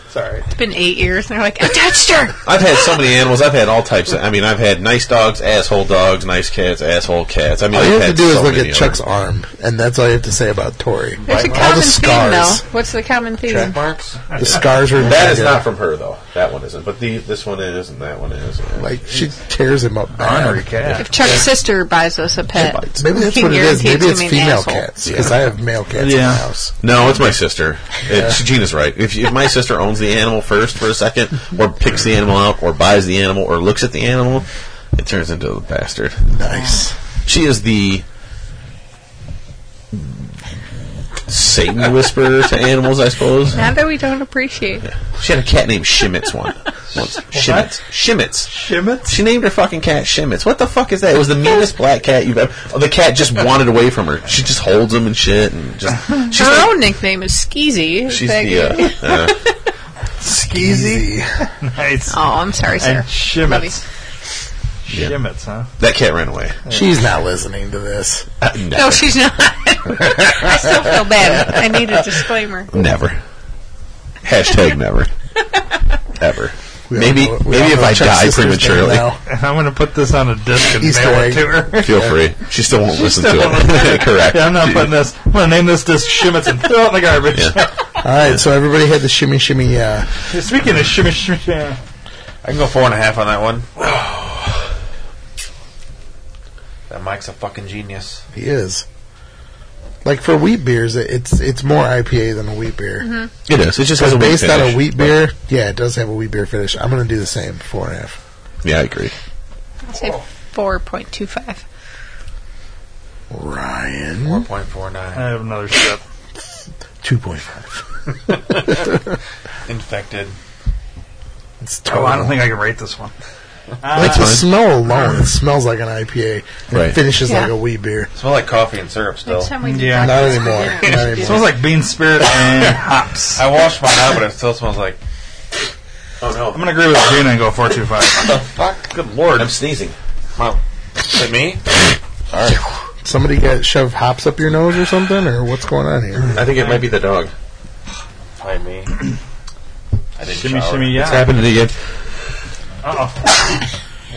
C: Sorry.
H: It's been eight years, and they're like, I touched her.
B: I've had so many animals. I've had all types. Of, I mean, I've had nice dogs, asshole dogs, nice cats, asshole cats. I mean,
A: All you have
B: I've
A: to
B: had
A: do is
B: so
A: look
B: many
A: at
B: of
A: Chuck's arm, and that's all you have to say about Tori.
H: There's a
A: all the
H: common theme, though.
A: scars.
H: What's the common
D: Track
H: theme?
D: marks?
A: The scars are
B: them. That is
A: negative.
B: not from her though. That one isn't. But the, this one is, and that one is. yeah.
A: like she tears him up. bad.
C: Honorary cat.
H: If Chuck's sister buys us a pet,
A: Maybe that's
H: he
A: what it is.
H: guarantees
A: Maybe
H: to
A: it's
H: be an
A: female
H: asshole.
A: cats because I have male cats in
C: Yeah.
A: my house.
B: No, it's my sister. It, Gina's right. If, if my sister owns the animal first for a second, or picks the animal out, or buys the animal, or looks at the animal, it turns into a bastard.
A: Nice.
B: She is the Satan whisperer to animals, I suppose.
H: Not that we don't appreciate. it.
B: She had a cat named Shimitz one. Once. Shimitz. Shimitz.
C: Shimmets?
B: She named her fucking cat Shimitz. What the fuck is that? It was the meanest black cat you've ever. Oh, the cat just wanted away from her. She just holds him and shit, and just she's
H: Her
B: like-
H: own nickname is Skeezy.
B: she's
H: That-
B: the uh, uh,
C: Skeezy. Nice.
H: oh, I'm sorry,
C: and
H: sir. Love you.
C: Shimmets. Shimmets, huh?
B: that cat ran away.
A: She's not listening to this.
B: Uh, no,
H: No, she's not. I still feel bad. I need a disclaimer.
B: never. Hashtag never. Ever.
A: We all
B: Maybe
A: know- we all
B: maybe if
A: know
B: I
A: Chuck's
B: die
A: sister's name
B: prematurely,
A: now.
C: I'm going to put this on a disc and
A: Easter
C: mail it
A: egg.
C: to her.
B: feel free. She still won't listen
C: still
B: to it. Correct.
C: Yeah, I'm not putting this. I'm going to name this disc Shimmets and throw it in the garbage.
B: Yeah.
A: All right, so everybody had the shimmy shimmy. Uh,
C: Speaking of shimmy, shimmy, shimmy.
D: I can go four and a half on that one. that Mike's a fucking genius.
A: he is. Like for wheat beers, it- it's it's more IPA than a wheat beer.
H: Mm-hmm.
B: It is. It just
A: Because
B: has a weak
A: based on a
B: finish,
A: wheat
B: but-
A: beer, yeah, it does have a wheat beer finish. I'm going to do the same, four and a half.
B: Yeah, I agree.
H: I'll say 4.25.
A: Ryan,
D: 4.49.
C: I have another sip.
A: two point five.
D: Infected.
A: It's
C: Oh, I
A: total.
C: don't Oh,
B: Oh,
C: think I can rate this one.
A: like the
B: fine.
A: smell alone, it smells like an IPA. And
B: Right.
A: It finishes
H: Yeah.
A: like a wee beer.
D: Smell like coffee and syrup still.
H: Next time we do
C: Yeah.
A: Not
H: podcasts for
A: anymore.
H: dinner,
A: Not
H: we should do
A: anymore.
H: that.
C: smells like bean spirit and hops.
D: I washed mine out, but it still smells like. Oh no!
C: I'm gonna agree with Gina and go four two five.
D: Fuck! Good lord!
B: I'm sneezing.
D: Wow. Is it me?
A: Somebody get shove hops up your nose or something, or what's going on here?
B: I think it might be the dog.
D: Probably me. I didn't
C: Shimmy
D: shower.
C: shimmy
B: It's
C: yeah.
B: happening again.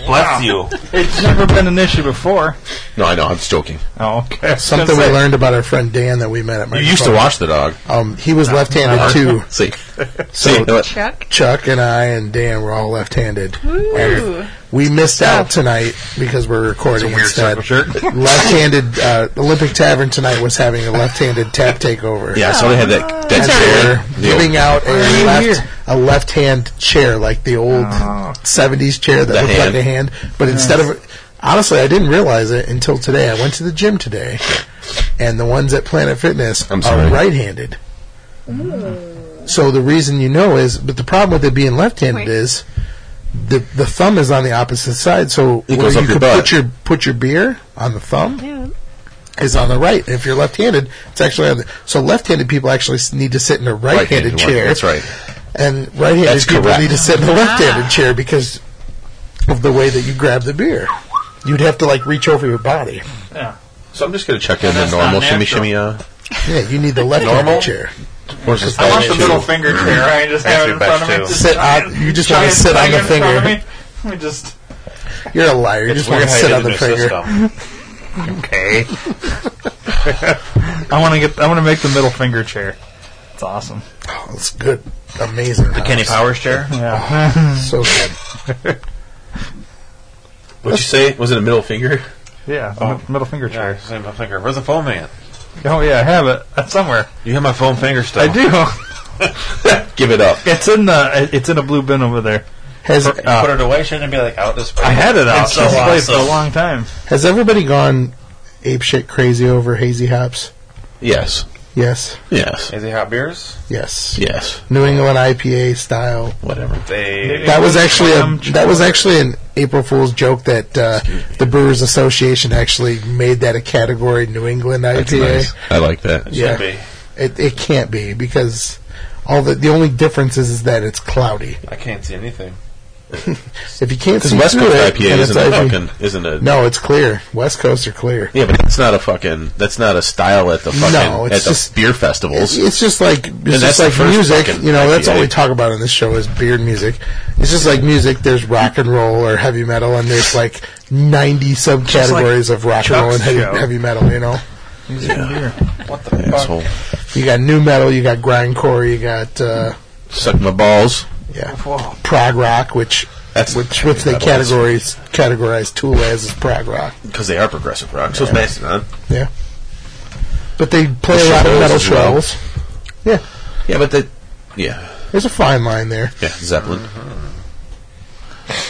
D: Bless you.
C: It's never been an issue before.
B: No, I know. I'm joking.
C: Oh, okay.
A: Something we learned about our friend Dan that we met at my.
B: You used to watch the dog.
A: Um, he was left-handed too.
B: See, see,
A: So
B: you know what?
H: Chuck.
A: Chuck and I and Dan were all left-handed.
H: Ooh.
A: We missed out tonight because we're recording instead. Left-handed uh, Olympic Tavern tonight was having a left-handed tap takeover.
B: yeah, so they had that that
A: And
B: chair.
A: they're giving out a
C: Right
A: left
C: here.
A: a left hand chair, like the old
C: Oh.
A: seventies chair that
B: The
A: looked like
B: hand.
A: a hand. But instead of honestly, I didn't realize it until today. I went to the gym today, and the ones at Planet Fitness
B: I'm
A: are
B: sorry.
A: right handed. So the reason you know is, but the problem with it being left handed
H: Wait.
A: is. The, the thumb is on the opposite side, so
B: It
A: where
B: goes
A: you
B: up your
A: could
B: butt.
A: put your put your beer on the thumb,
H: Yeah.
A: is on the right. If you're left-handed, it's actually on the, so left-handed people actually s- need to sit in a right-handed,
B: Right-handed one.
A: chair.
B: That's right.
A: And right-handed
B: That's
A: people
B: correct.
A: need to sit in a left-handed chair because of the way that you grab the beer. You'd have to like reach over your body.
B: So I'm just gonna check in the
C: that's
B: normal
C: not
B: shimmy
C: natural.
B: shimmy. Uh,
A: Yeah, you need the left-handed
B: Normal?
A: chair.
B: or just
C: I want the middle finger chair. I just have it in
D: Actually,
C: front of me.
D: best
C: Just
A: too. Sit
C: giant-
A: on- you just wanna
C: giant
A: sit on the
C: in front of
A: finger.
C: me. Let me just.
A: You're a liar. You just want to sit on the finger.
D: System.
C: Okay. I want to get. I want to make the middle finger chair. It's awesome.
A: Oh, it's good, amazing.
D: Kenny Powers chair.
C: Yeah.
A: So good.
B: What'd you say? Was it a middle finger?
C: Oh. Yeah. the mi- middle finger
D: Yeah,
C: chair.
D: same finger. Where's the phone man?
C: Oh yeah, I have it That's somewhere.
D: You have my phone finger still.
C: I do.
B: Give it up.
C: It's in the. It's in a blue bin over there.
A: Has
C: Uh,
D: Put it away. Shouldn't it be like out this
C: I had it out.
D: It's so
C: this place for a
D: awesome.
C: long time.
A: has everybody gone apeshit crazy over hazy hops?
B: Yes.
A: Yes,
B: Yes.
D: Is he hot beers?
A: yes.
B: Yes.
A: New England IPA style.
B: Whatever.
D: They.
A: That was actually
C: Um,
A: a that was actually an April Fool's joke that uh, the Brewers Association actually made that a category New England
B: That's
A: IPA.
B: nice. I like that.
A: Yeah,
D: be.
A: it it can't be because all the the only difference is, is that it's cloudy.
D: I can't see anything.
A: If you can't
B: Because
A: see
B: West
A: through it,
B: Coast IPA
A: and it's
B: isn't a
A: IV
B: fucking isn't a
A: no, it's clear. West Coasts are clear.
B: Yeah, but that's not a fucking. That's not a style at the fucking
A: No, it's
B: at the
A: just-
B: beer festivals.
A: It's just like it's
B: that's
A: just
B: the
A: like
B: first
A: music.
B: fucking
A: You know, that's all
B: IPA.
A: we talk about on this show is beard music. It's just like music. There's rock and roll or heavy metal, and there's like ninety subcategories of rock and roll and
C: Chuck's
A: heavy,
C: show.
A: heavy metal. You know,
D: What the fuck?
B: Asshole,
A: you got new metal, you got grindcore, you got uh,
B: suck my balls.
A: yeah, prog rock, which
B: That's
A: which which they categorize categorize Tool as is prog rock.
B: because they are progressive rock. So it's Mastodon.
A: Yeah, but they play
B: The
A: a lot of
B: shovels
A: metal
B: as well.
A: shells. Yeah,
B: Yeah, but the yeah
A: there's a fine line there.
B: yeah Zeppelin.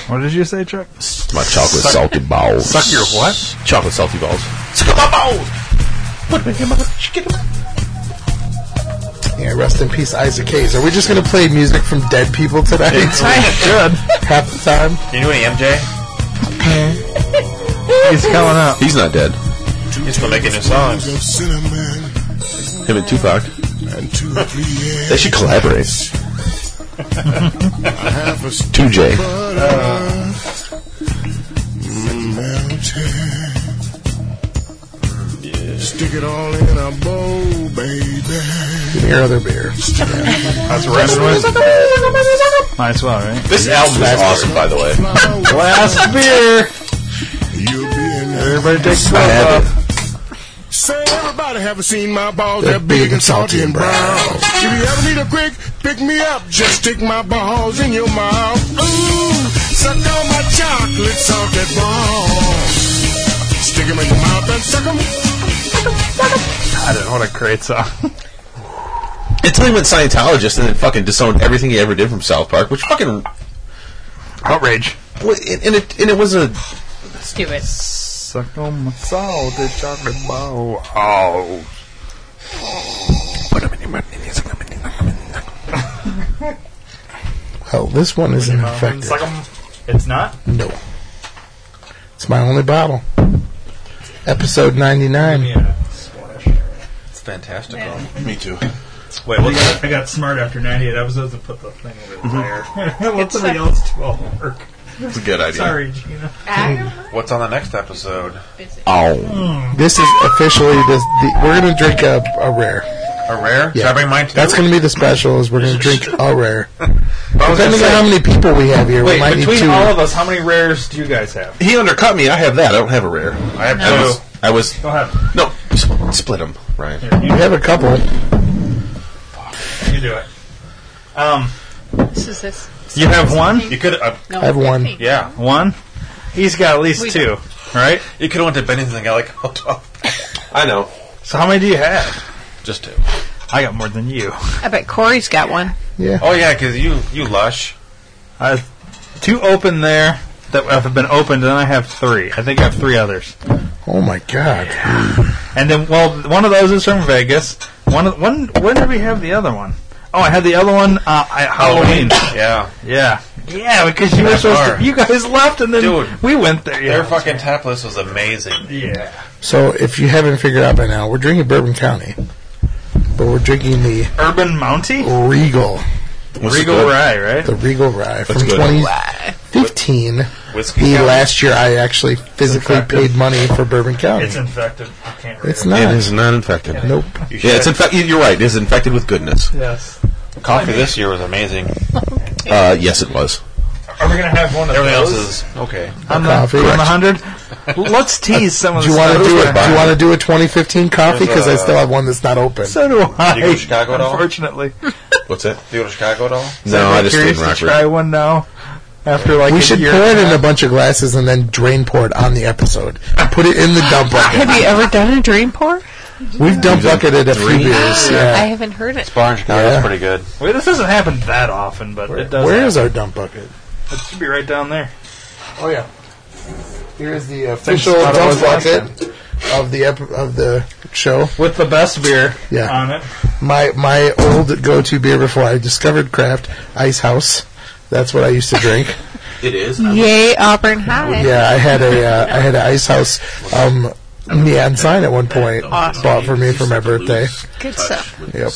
C: What did you say, Chuck?
B: My chocolate salty balls.
C: Suck your what?
B: Chocolate salty balls. Suck my balls. Put them in my chicken.
A: Yeah, rest in peace, Isaac Hayes. Are we just gonna play music from dead people tonight?
C: Good.
A: Half the time.
D: You know any MJ?
C: He's coming up.
B: He's not dead.
D: He's still making new songs.
B: Him and Tupac. They should collaborate. Two J.
G: Stick it all in a bowl, baby.
A: Give me your other beer.
C: That's where I'm with. Might as well, right?
B: This album is awesome, by the way.
C: Last beer.
G: You'll be in there.
C: Everybody takes
B: I
C: one.
B: have it.
G: Say everybody haven't seen my balls
A: They're
G: that big
A: big
G: and salty and
A: brown.
G: brown. If you ever need a quick pick me up, just stick my balls in your mouth. Ooh, suck on my chocolate salted balls. Stick 'em in your mouth and suck 'em.
C: I don't know what a great song.
B: Until he went Scientologist and then fucking disowned everything he ever did from South Park, which fucking
C: Outrage.
B: Well, and, and it and it was a
H: Let's do it.
C: Suck on my salted chocolate bow. Oh.
A: Well, this one isn't infected.
C: Suck 'em. It's not?
A: No. It's my only bottle. Episode 99.
C: Yeah.
J: It's fantastic.
D: Me too.
C: Wait, I got, I got smart after 98 episodes and put the thing over there. Let
H: It's
C: somebody
H: a-
C: else do all the work.
B: It's a good idea.
C: Sorry, Gina.
D: What's on the next episode?
B: Oh.
A: This is officially this. The, we're gonna drink a, a rare.
D: A rare? Should
A: Yeah.
D: I bring mine too?
A: That's gonna be the special. Is we're gonna drink a rare.
D: I was gonna
A: Depending on
D: say,
A: how many people we have here, we might
C: Wait,
A: need
C: between
A: two.
C: all of us, how many rares do you guys have?
B: He undercut me. I have that. I don't have a rare.
D: I have
B: I
D: two.
B: was. I was
C: Go ahead.
B: no. sp- Split them, Ryan.
A: we have a couple.
C: You do it. Um,
H: This is this.
C: you have one?
D: You could, uh,
H: No,
A: I have one.
H: pink.
D: yeah.
C: One? He's got at least
H: We-
C: two, right?
D: You could have went to Benny's and got like a top.
B: I know.
C: So how many do you have?
B: Just two.
C: I got more than you.
H: I bet Corey's got one.
A: Yeah.
D: Oh yeah, because you you lush.
C: I have two open there that have been opened, and then I have three. I think I have three others.
A: Oh my god.
C: And then, well, one of those is from Vegas. One, of- one. When did we have the other one? Oh, I had the other one uh, at Halloween.
D: Yeah.
C: yeah, yeah, because you were
D: That
C: supposed
D: bar.
C: to, you guys left, and then
D: Dude.
C: we went there. Yeah.
D: Their fucking tap list was amazing.
C: yeah.
A: So if you haven't figured out by now, we're drinking Bourbon County, but we're drinking the
C: Urban Mountie,
A: Regal,
B: What's
C: Regal
B: the-
C: Rye, right?
A: the Regal Rye from
B: good.
A: 2015.
D: Whiskey.
A: The
D: County?
A: last year I actually physically paid money for Bourbon County.
C: It's infected. I can't read
A: It's
C: it.
A: not.
B: It is not infected.
A: Nope.
D: You
B: Yeah, it's
D: should.
B: infected. You're right. It is infected with goodness.
C: Yes.
D: coffee this year was amazing.
B: Uh, yes, it was.
C: Are we gonna have one of
D: Everything else
C: those?
D: is okay.
C: on the
A: Coffee.
C: on the hundred. Let's tease some of
A: Do you
C: the
A: want to
C: stuff.
A: do it? Do
B: Bourbon.
A: you want to do a 2015 coffee? Because I still have one that's not open.
C: So do I.
D: you go to Chicago at all?
C: Unfortunately,
B: What's that?
D: Do you go to Chicago at all?
B: No, I just stayed
C: curious
B: in
C: to
B: Rockford.
C: try one now. After like
A: We
C: a
A: should
C: year
A: pour
C: and
A: it
C: a
A: in
C: half.
A: a bunch of glasses and then drain pour it on the episode. Put it in the dump bucket.
H: Have you ever done a dream pour?
A: We've dump
B: done
A: bucketed a few
B: three?
A: beers.
H: I
A: Yeah.
H: haven't heard it.
D: Bar in Chicago
A: Yeah.
D: is pretty good.
C: Well, this doesn't happen that often, but it does.
A: Where is our dump bucket?
C: It should be right down there.
A: Oh yeah. Here is the official
C: spot it
A: dump
C: was last
A: bucket of the ep- of the show.
C: With the best beer
A: Yeah.
C: on it.
A: My my old go to beer before I discovered craft Ice House. That's what I used to drink.
B: It is.
D: Mm.
H: Yay, Auburn High.
A: Yeah, I had a uh, I had an Ice House um, neon sign at one point bought for me for my birthday.
H: Good stuff.
A: Yep.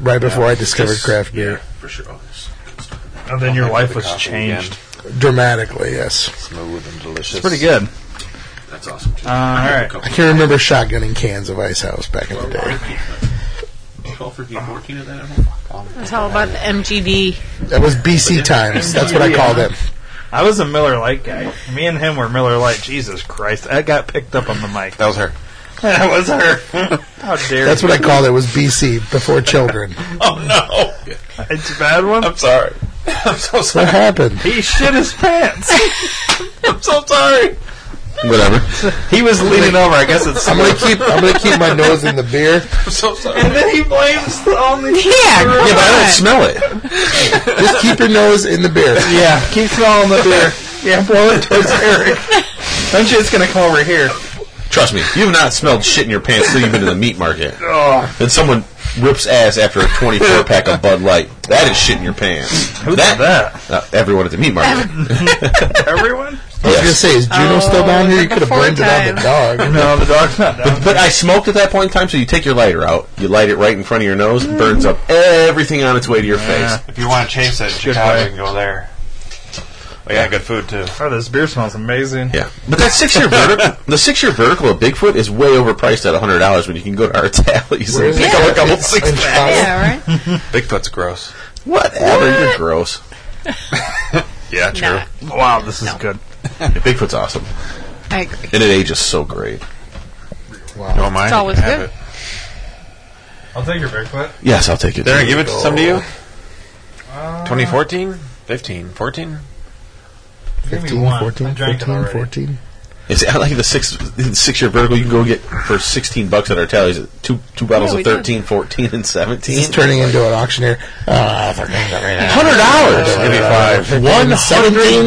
A: Right before I discovered craft beer,
B: for sure.
C: And then your life was
D: coffee
C: changed.
D: again.
A: dramatically, yes.
D: Smooth and delicious. It's
C: good.
B: That's awesome. Too.
C: Uh, all right.
A: I can remember shotgunning cans of Ice House back in the day.
B: Twelve for fourteen of that.
H: It's all about the MGD.
A: That was BC times. That's what I called it.
C: I was a Miller Lite guy. Me and him were Miller Lite. Jesus Christ. That got picked up on the mic.
D: That was her.
C: That was her. How dare
A: That's
C: you.
A: what I called it. Was BC before children?
D: Oh no!
C: It's a bad one.
D: I'm sorry. I'm so sorry.
A: What happened?
C: He shit his pants.
D: I'm so sorry.
B: Whatever.
C: he was leaning over. I guess it's.
A: I'm gonna keep. I'm gonna keep my nose in the beer.
D: I'm so sorry.
C: And then he blames the only.
H: Yeah,
B: Yeah, but I don't smell it.
A: Just keep your nose in the beer.
C: Yeah, keep smelling the beer. Yeah, blow it towards Eric. Don't you? It's gonna come over here.
B: Trust me, you've not smelled shit in your pants till you've been to the meat market.
C: Oh,
B: Then someone rips ass after a 24 pack of Bud Light. That is shit in your pants.
C: who did that?
B: Uh, everyone at the meat market.
C: Everyone?
A: I was gonna say, is Juno still down here? You could have
H: before
A: blamed it on the dog.
C: No, the dog's not down.
B: But I smoked at that point in time, so you take your lighter out, you light it right in front of your nose, it burns up everything on its way to your face.
D: If you want to chase it,
C: way.
D: Chicago, you can go there. They got good food too.
C: Oh, this beer smells amazing.
B: Yeah, but that six-year vertical, the six-year vertical of Bigfoot is way overpriced at hundred dollars when you can go to our tallies and pick up a couple six.
A: In Chicago?
H: yeah, right.
D: Bigfoot's gross.
B: Whatever, you're gross.
D: Yeah, true.
H: Nah,
C: Wow, this is good.
B: Yeah, Bigfoot's awesome,
H: I agree.
B: and it ages so great.
D: Don't mind.
H: It's always
D: Have
H: good.
D: it.
C: I'll take your Bigfoot.
B: Yes, I'll take it.
D: Darren, give it to some to you. Uh, 2014, 15, 14.
A: 15, 14, 15, 14.
B: It's I like the six the six-year vertical you can go get for sixteen bucks at our tallies. Two two bottles
H: Yeah, we
B: of
H: did.
B: 13, 14, and seventeen.
A: He's turning into an auctioneer. Ah, fucking
B: Hundred dollars.
A: Give me
B: Uh, five. One hundred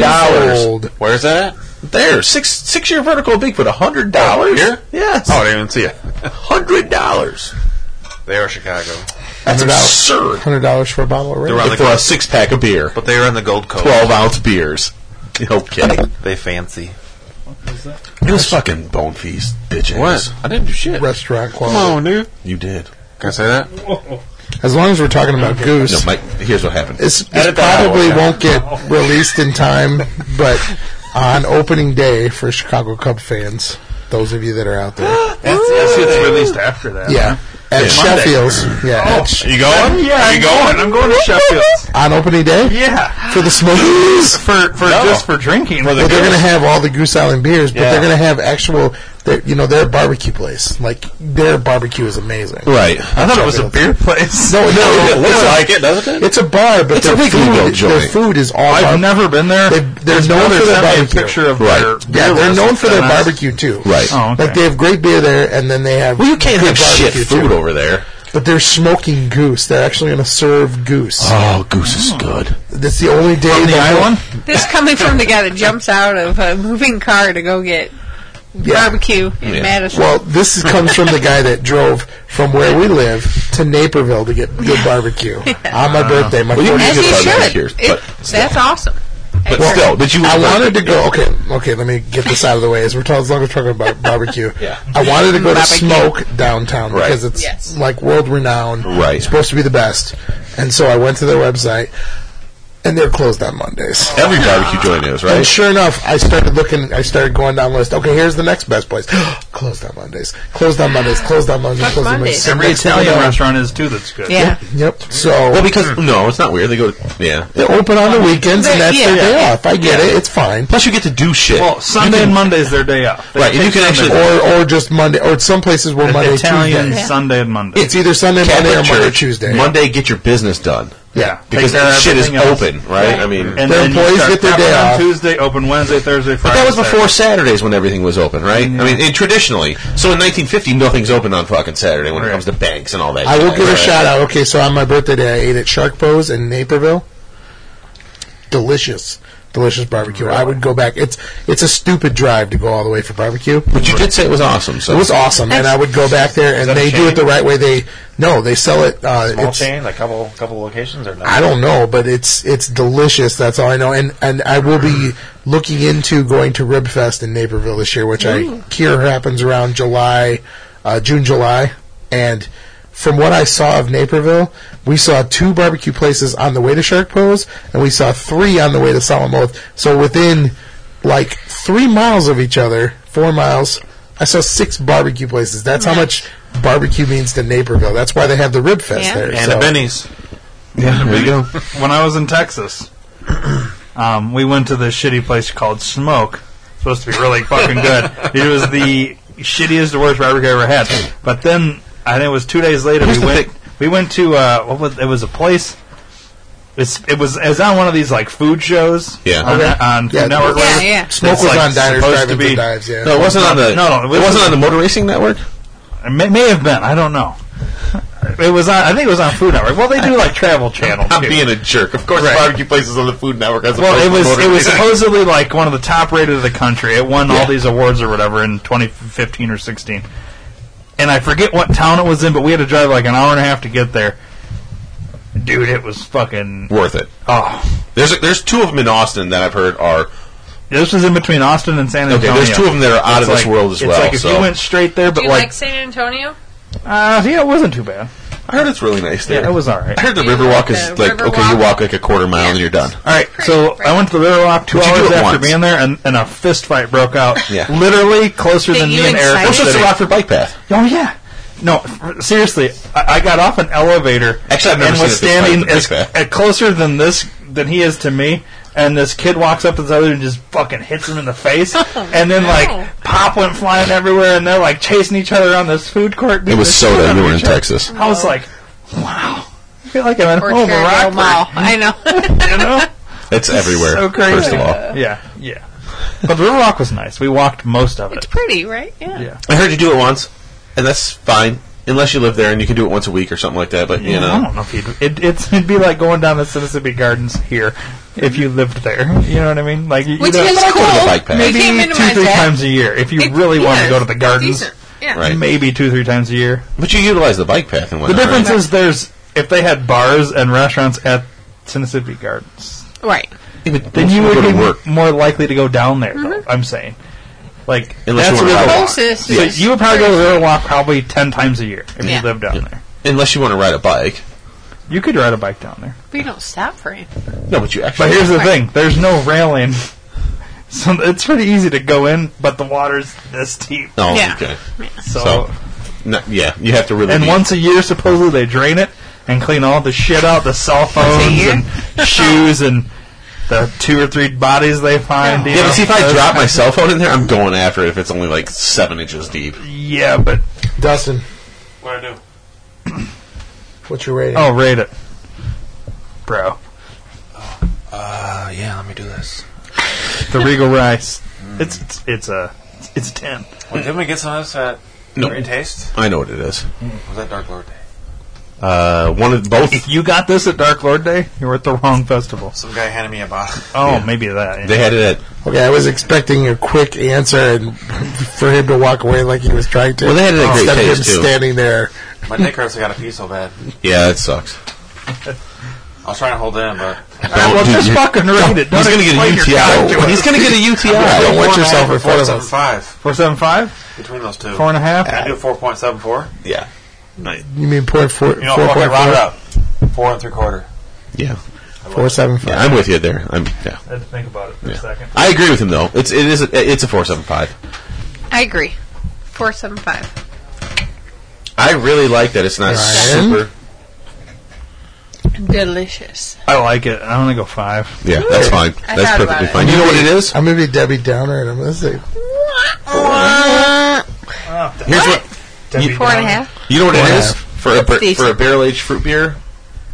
A: $17.
B: dollars.
D: Where's that at?
B: There, six six year vertical Bigfoot. hundred dollars.
D: Here?
B: Yes.
D: Oh, I didn't even see it.
B: Hundred dollars.
D: They are Chicago.
A: $100.
B: That's absurd.
A: $100 for a bottle of
D: They're
A: red.
D: on
B: For
D: the,
B: a six pack of beer,
D: but they are on the Gold Coast.
B: twelve ounce beers. Okay.
D: They fancy.
B: It was fucking bone feast, bitch ass.
D: I didn't do shit.
A: Restaurant quality.
D: Come on, dude.
B: You did.
D: Can I say that?
A: As long as we're talking about Goose,
B: No, Mike. Here's what happened.
A: this, this
D: Edit that out,
A: probably
D: okay.
A: won't get released in time, but on opening day for Chicago Cub fans, those of you that are out there,
C: That's, that shit's released after that.
A: yeah, at
B: Yeah. Oh.
A: Sheffield's, yeah, at Sh-
B: Are you going?
C: Yeah,
B: Are
C: I'm
B: you
C: going. I'm going to Sheffield.
A: on opening day
C: Yeah,
A: for the Smokies.
C: for for
B: No.
C: just for drinking.
A: Well, they're going to have all the Goose Island beers, but
C: Yeah.
A: they're going to have actual, their, you know, their barbecue place. Like their barbecue is amazing.
B: Right.
C: I thought it was a beer place.
A: No, no,
B: It
A: it's,
B: looks
A: a,
B: like it, doesn't it?
A: it's a bar, but
B: It's
A: their
B: a big
A: food,
B: legal
A: their
B: joint.
A: food is all.
C: I've
A: barbe-
C: never been there.
A: They- they're
C: His
A: known
C: brother
A: for their
C: sent me
A: barbecue.
C: a picture of
B: Right.
C: their
A: Yeah,
C: beer
A: they're
C: list.
A: known for their
C: And I-
A: barbecue too.
B: Right.
C: Oh, okay.
A: Like they have great beer there, and then they have.
B: Well, you can't
A: good
B: have shit
A: barbecue,
B: food
A: too.
B: over there.
A: But they're smoking goose. They're actually going to serve goose.
B: Oh, goose
A: Hmm.
B: is good.
A: That's the only day
C: on the
A: they will-
C: island.
H: This coming from the guy that jumps out of a moving car to go get
A: Yeah.
H: barbecue in
B: Yeah.
H: Madison.
A: Well, this is- comes from the guy that drove from where we live to Naperville to get good barbecue on my birthday. My
B: Well, you can
H: As
B: get
H: he
B: barbecue
H: should.
B: here,
H: It-
B: but
H: that's awesome.
B: But
H: Excellent.
B: still, did you?
A: I wanted to go. Okay, okay. Let me get this out of the way. As we're talking, as long as we're talking about barbecue,
B: Yeah.
A: I wanted to go to
H: Barbecue.
A: Smoke downtown
B: Right.
A: because it's
H: Yes.
A: like world renowned.
B: Right.
A: It's supposed to be the best. And so I went to their website, and they're closed on Mondays.
B: Every barbecue joint is
A: And
B: right.
A: sure enough, I started looking. I started going down the list. Okay, here's the next best place. closed on Mondays. Closed on Mondays. Closed on Mondays.
H: Fuck
A: Closed on
H: Mondays.
A: Mondays.
C: Every
A: Next thing I
C: Italian
A: know-
C: restaurant is too. That's good.
H: Yeah.
A: Yep. So
B: Well, because
A: Hmm.
B: no, it's not weird. They go. To, yeah.
A: they're open on the weekends, and
H: They're-
A: that's their
H: yeah.
A: day off. I get
B: Yeah.
A: it. It's fine.
B: Plus, you get to do shit.
C: Well, Sunday and Monday's their day off. They
B: Right, and you
C: take
B: can actually-
C: Sunday off.
A: Or or just Monday. Or some places where Monday,
C: Italian
A: Tuesday.
C: Sunday and Monday.
A: It's either Sunday,
B: Catholic
A: Monday, or Monday,
B: Church,
A: Tuesday.
B: Monday, get your business done
A: Yeah.
B: because
C: Take care of
B: that shit is
C: everything else.
B: open, right? I mean,
A: their
C: then you
A: employees
C: start
A: get their
C: prepping
A: day
C: on
A: off.
C: Tuesday, open Wednesday, Thursday,
B: But
C: Friday.
B: that was before
C: Saturday.
B: Saturdays when everything was open, right? I mean, and traditionally. So in 1950, nothing's open on fucking Saturday when
C: Right.
B: it comes to banks and all that.
A: I will
B: shit,
A: give a
B: right?
A: shout out. Okay, so on my birthday day, I ate at Shark Pose in Naperville. Delicious, delicious barbecue. I would go back. It's it's a stupid drive to go all the way for barbecue.
B: But you did say it was awesome. So
A: It was awesome, and I would go back there, and
D: that a
A: they do
D: chain?
A: it the right way. They no, they sell it. Uh,
D: Small
A: it's,
D: chain, a couple couple locations or no?
A: I don't know, but it's it's delicious. That's all I know, and and I will be looking into going to Rib Fest in Naperville this year, which I hear happens around July, uh, June, July, and. From what I saw of Naperville, we saw two barbecue places on the way to Shark Pose, and we saw three on the way to Salamoth. So within like three miles of each other, four miles, I saw six barbecue places. That's how much barbecue means to Naperville. That's why they have the Rib Fest
H: Yeah.
A: there.
D: And
A: so-
D: a Benny's.
B: Yeah, there you go.
C: when I was in Texas, um, we went to this shitty place called Smoke. Supposed to be really fucking good. It was the shittiest, worst barbecue I ever had. But then, I think it was two days later, we went. We went to uh, what was it? Was a place. It's, it was it was on one of these like food shows.
B: Yeah.
C: On,
A: Okay.
C: on Food
A: Yeah,
C: Network.
H: yeah,
C: whatever.
H: yeah.
A: Smoke
C: It's,
A: was
C: like,
A: on diners,
C: supposed
A: driving
C: to
A: through
C: be-
A: dives. Yeah.
B: No, it wasn't on the.
C: No, no,
B: it
C: it
B: wasn't on the Motor Racing Network.
C: It may, may have been. I don't know. It was on. I think it was on Food Network. Well, they do like Travel Channel.
B: I'm
C: too.
B: being a jerk. Of course,
C: Right.
B: barbecue places on the Food Network. As
C: Well,
B: opposed
C: it
B: to
C: was
B: Motor
C: it was
B: Racing.
C: supposedly like one of the top rated of the country. It won
B: Yeah.
C: all these awards or whatever in 2015 or 16. And I forget what town it was in, but we had to drive like an hour and a half to get there. Dude, it was fucking
B: worth it.
C: oh.
B: There's there's two of them in Austin that I've heard are
C: This was in between Austin and San
B: Okay,
C: Antonio.
B: there's two of them that are out
C: Oh, It's
B: of this
C: like-
B: world as
C: it's
B: well,
C: Like if
B: so-
C: you went straight there,
H: Do
C: but
H: you
C: like,
H: like San Antonio?
C: uh, yeah, it wasn't too bad.
B: I heard it's really nice there.
C: Yeah, it was all right.
B: I heard the
H: Yeah,
B: Riverwalk is
H: the
B: like okay, you
H: Riverwalk.
B: walk like a quarter mile and you're done.
C: All right, so I went to the Riverwalk two
B: But you do
C: hours
B: it
C: after
B: once.
C: being there, and, and a fist fight broke out.
B: Yeah.
C: literally closer
H: That
C: than
H: you
C: me and Eric.
H: incited?
C: were
H: Well, so
B: It's
C: sitting.
B: a Rockford bike path.
C: Oh yeah. No, f- seriously, I, I got off an elevator
B: Actually, I've never
C: and was
B: seen a fist fight
C: standing
B: with a
C: as,
B: big
C: uh, closer than this than he is to me. And this kid walks up to the other and just fucking hits him in the face, and then
H: Oh, no.
C: like pop went flying everywhere, and they're like chasing each other on this food court.
B: It was soda. You were in Texas.
C: I was like, wow, I feel like I'm at
H: Or
C: home in
H: Caribou
C: Rockford,
H: Oh, Mall? I know.
C: you know?
B: It's everywhere.
C: So crazy.
B: First of all,
C: Yeah, yeah. But the Riverwalk was nice. We walked most of
H: it's
C: it.
H: pretty, right? Yeah.
C: Yeah.
B: I heard you do it once, and that's fine unless you live there and you can do it once a week or something like that. But you
C: I
B: know,
C: don't know if you'd. It, it's, it'd be like going down to Mississippi Gardens here if you lived there. You know what I mean? Like, you,
H: Which
C: you know,
H: is
B: but I go to the
H: cool.
B: bike path.
H: You
C: maybe
H: came
C: two,
H: into my
C: three
H: set.
C: times a year if you
H: It-
C: really want
H: yeah,
C: to go to the
H: it's
C: gardens.
H: decent. Yeah.
B: Right.
C: Maybe two, three times a year.
B: but you utilize the bike path and
C: The
B: whatnot.
C: difference
B: right?
C: is there's if they had bars and restaurants at Mississippi Gardens,
H: Right.
C: then you
B: we'll
C: would
B: go
C: be
B: to work.
C: more likely to go down there.
H: Mm-hmm.
C: Though, I'm saying, like
B: Unless
C: that's
B: you wanna
C: Riverwalk.
B: ride a
H: Closest
C: So
H: is
C: you would probably go to Riverwalk probably ten times a year if
H: Yeah.
C: you lived down there.
B: Unless you want to ride a bike.
C: You could ride a bike down there,
H: But you don't stop for it.
B: No, but you actually.
C: but here's the thing: there's no railing, so it's pretty easy to go in. But the water's this deep,
B: Oh,
H: Yeah.
B: okay.
C: so
B: So, no, yeah, you have to really.
C: And
B: be-
C: once a year, supposedly they drain it and clean all the shit out, the cell phones
H: year?
C: and shoes and the two or three bodies they find. you
B: Yeah,
C: know.
B: but see, if I
C: Those-
B: drop my cell phone in there, I'm going after it if it's only like seven inches deep.
C: yeah, but
A: Dustin,
D: What do I do?
A: what's your rating?
C: oh, rate it, bro.
D: Uh, yeah, let me do this.
C: The Regal Rice. It's it's, it's a it's a ten.
D: Wait, didn't we get some of this at
B: No.
D: Great Taste?
B: I know what it is.
D: Was that Dark Lord Day?
B: Uh, one of both.
C: If you got this at Dark Lord Day, you were at the wrong festival.
D: Some guy handed me a bottle.
C: Oh, maybe that. yeah.
B: They had it at.
A: Okay, I was expecting a quick answer and for him to walk away like he was trying to.
B: Well, they had it at Great
A: instead of
B: Taste,
A: him
B: too.
A: standing there.
D: My dick hurts. I got to pee so bad.
B: Yeah, it sucks.
D: I was trying to hold in, but
B: Don't
C: well,
B: do-
C: just
B: you-
C: fucking rate it.
B: He's
C: Don't
B: gonna get a
C: explain your
B: UTI.
C: character.
B: He's gonna get a UTI.
A: Don't wet yourself in front of
D: seven
A: us.
D: five
C: Four seven five,
D: between those two.
C: four and a half.
D: Can I do four point seven four?
B: Yeah.
A: You mean point four,
D: You know,
A: four
D: fuck it,
A: point
D: round it
A: four,
D: up. Four and three quarter.
B: Yeah.
A: four seven five.
B: Yeah, I'm with you there. I'm. Yeah.
C: I had to think about it for
B: yeah. I agree with him though. It's it is a, it's a four seven five.
H: I agree. Four seven five.
B: I really like that. It's not
A: Ryan?
B: super.
H: Delicious.
C: I like it. I'm gonna go five.
B: Yeah, that's fine.
H: I
B: that's
H: thought about
B: perfectly
H: it.
B: fine. You know what it is?
A: I'm gonna be Debbie Downer, and I'm gonna say
B: Here's what
H: Four and a half.
B: you know what it
A: Four
B: is for a bar-
H: Decent.
B: for a barrel aged fruit beer.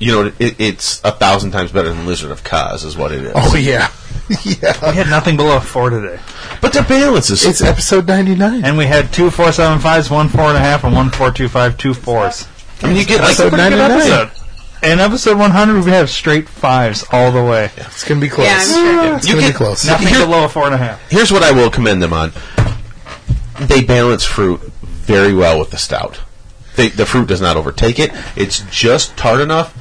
B: You know it, it's a thousand times better than Lizard of Kaz is what it is.
A: Oh yeah, yeah.
C: We had nothing below a four today,
B: But the balance is
A: It's episode ninety nine.
C: and we had two four seven fives, one four and a half, and one four two five, two fours.
B: I mean you get like
A: episode
B: a pretty good
A: 99.
B: episode.
C: So, in episode 100, we have straight fives all the way.
A: It's gonna be close.
H: Yeah, I'm sure.
A: It's
B: You
A: gonna
B: get-
A: be close.
B: No.
C: Nothing
B: Here-
C: below a four and a half.
B: Here's what I will commend them on. They balance fruit very well with the stout. They, the fruit does not overtake it. It's just tart enough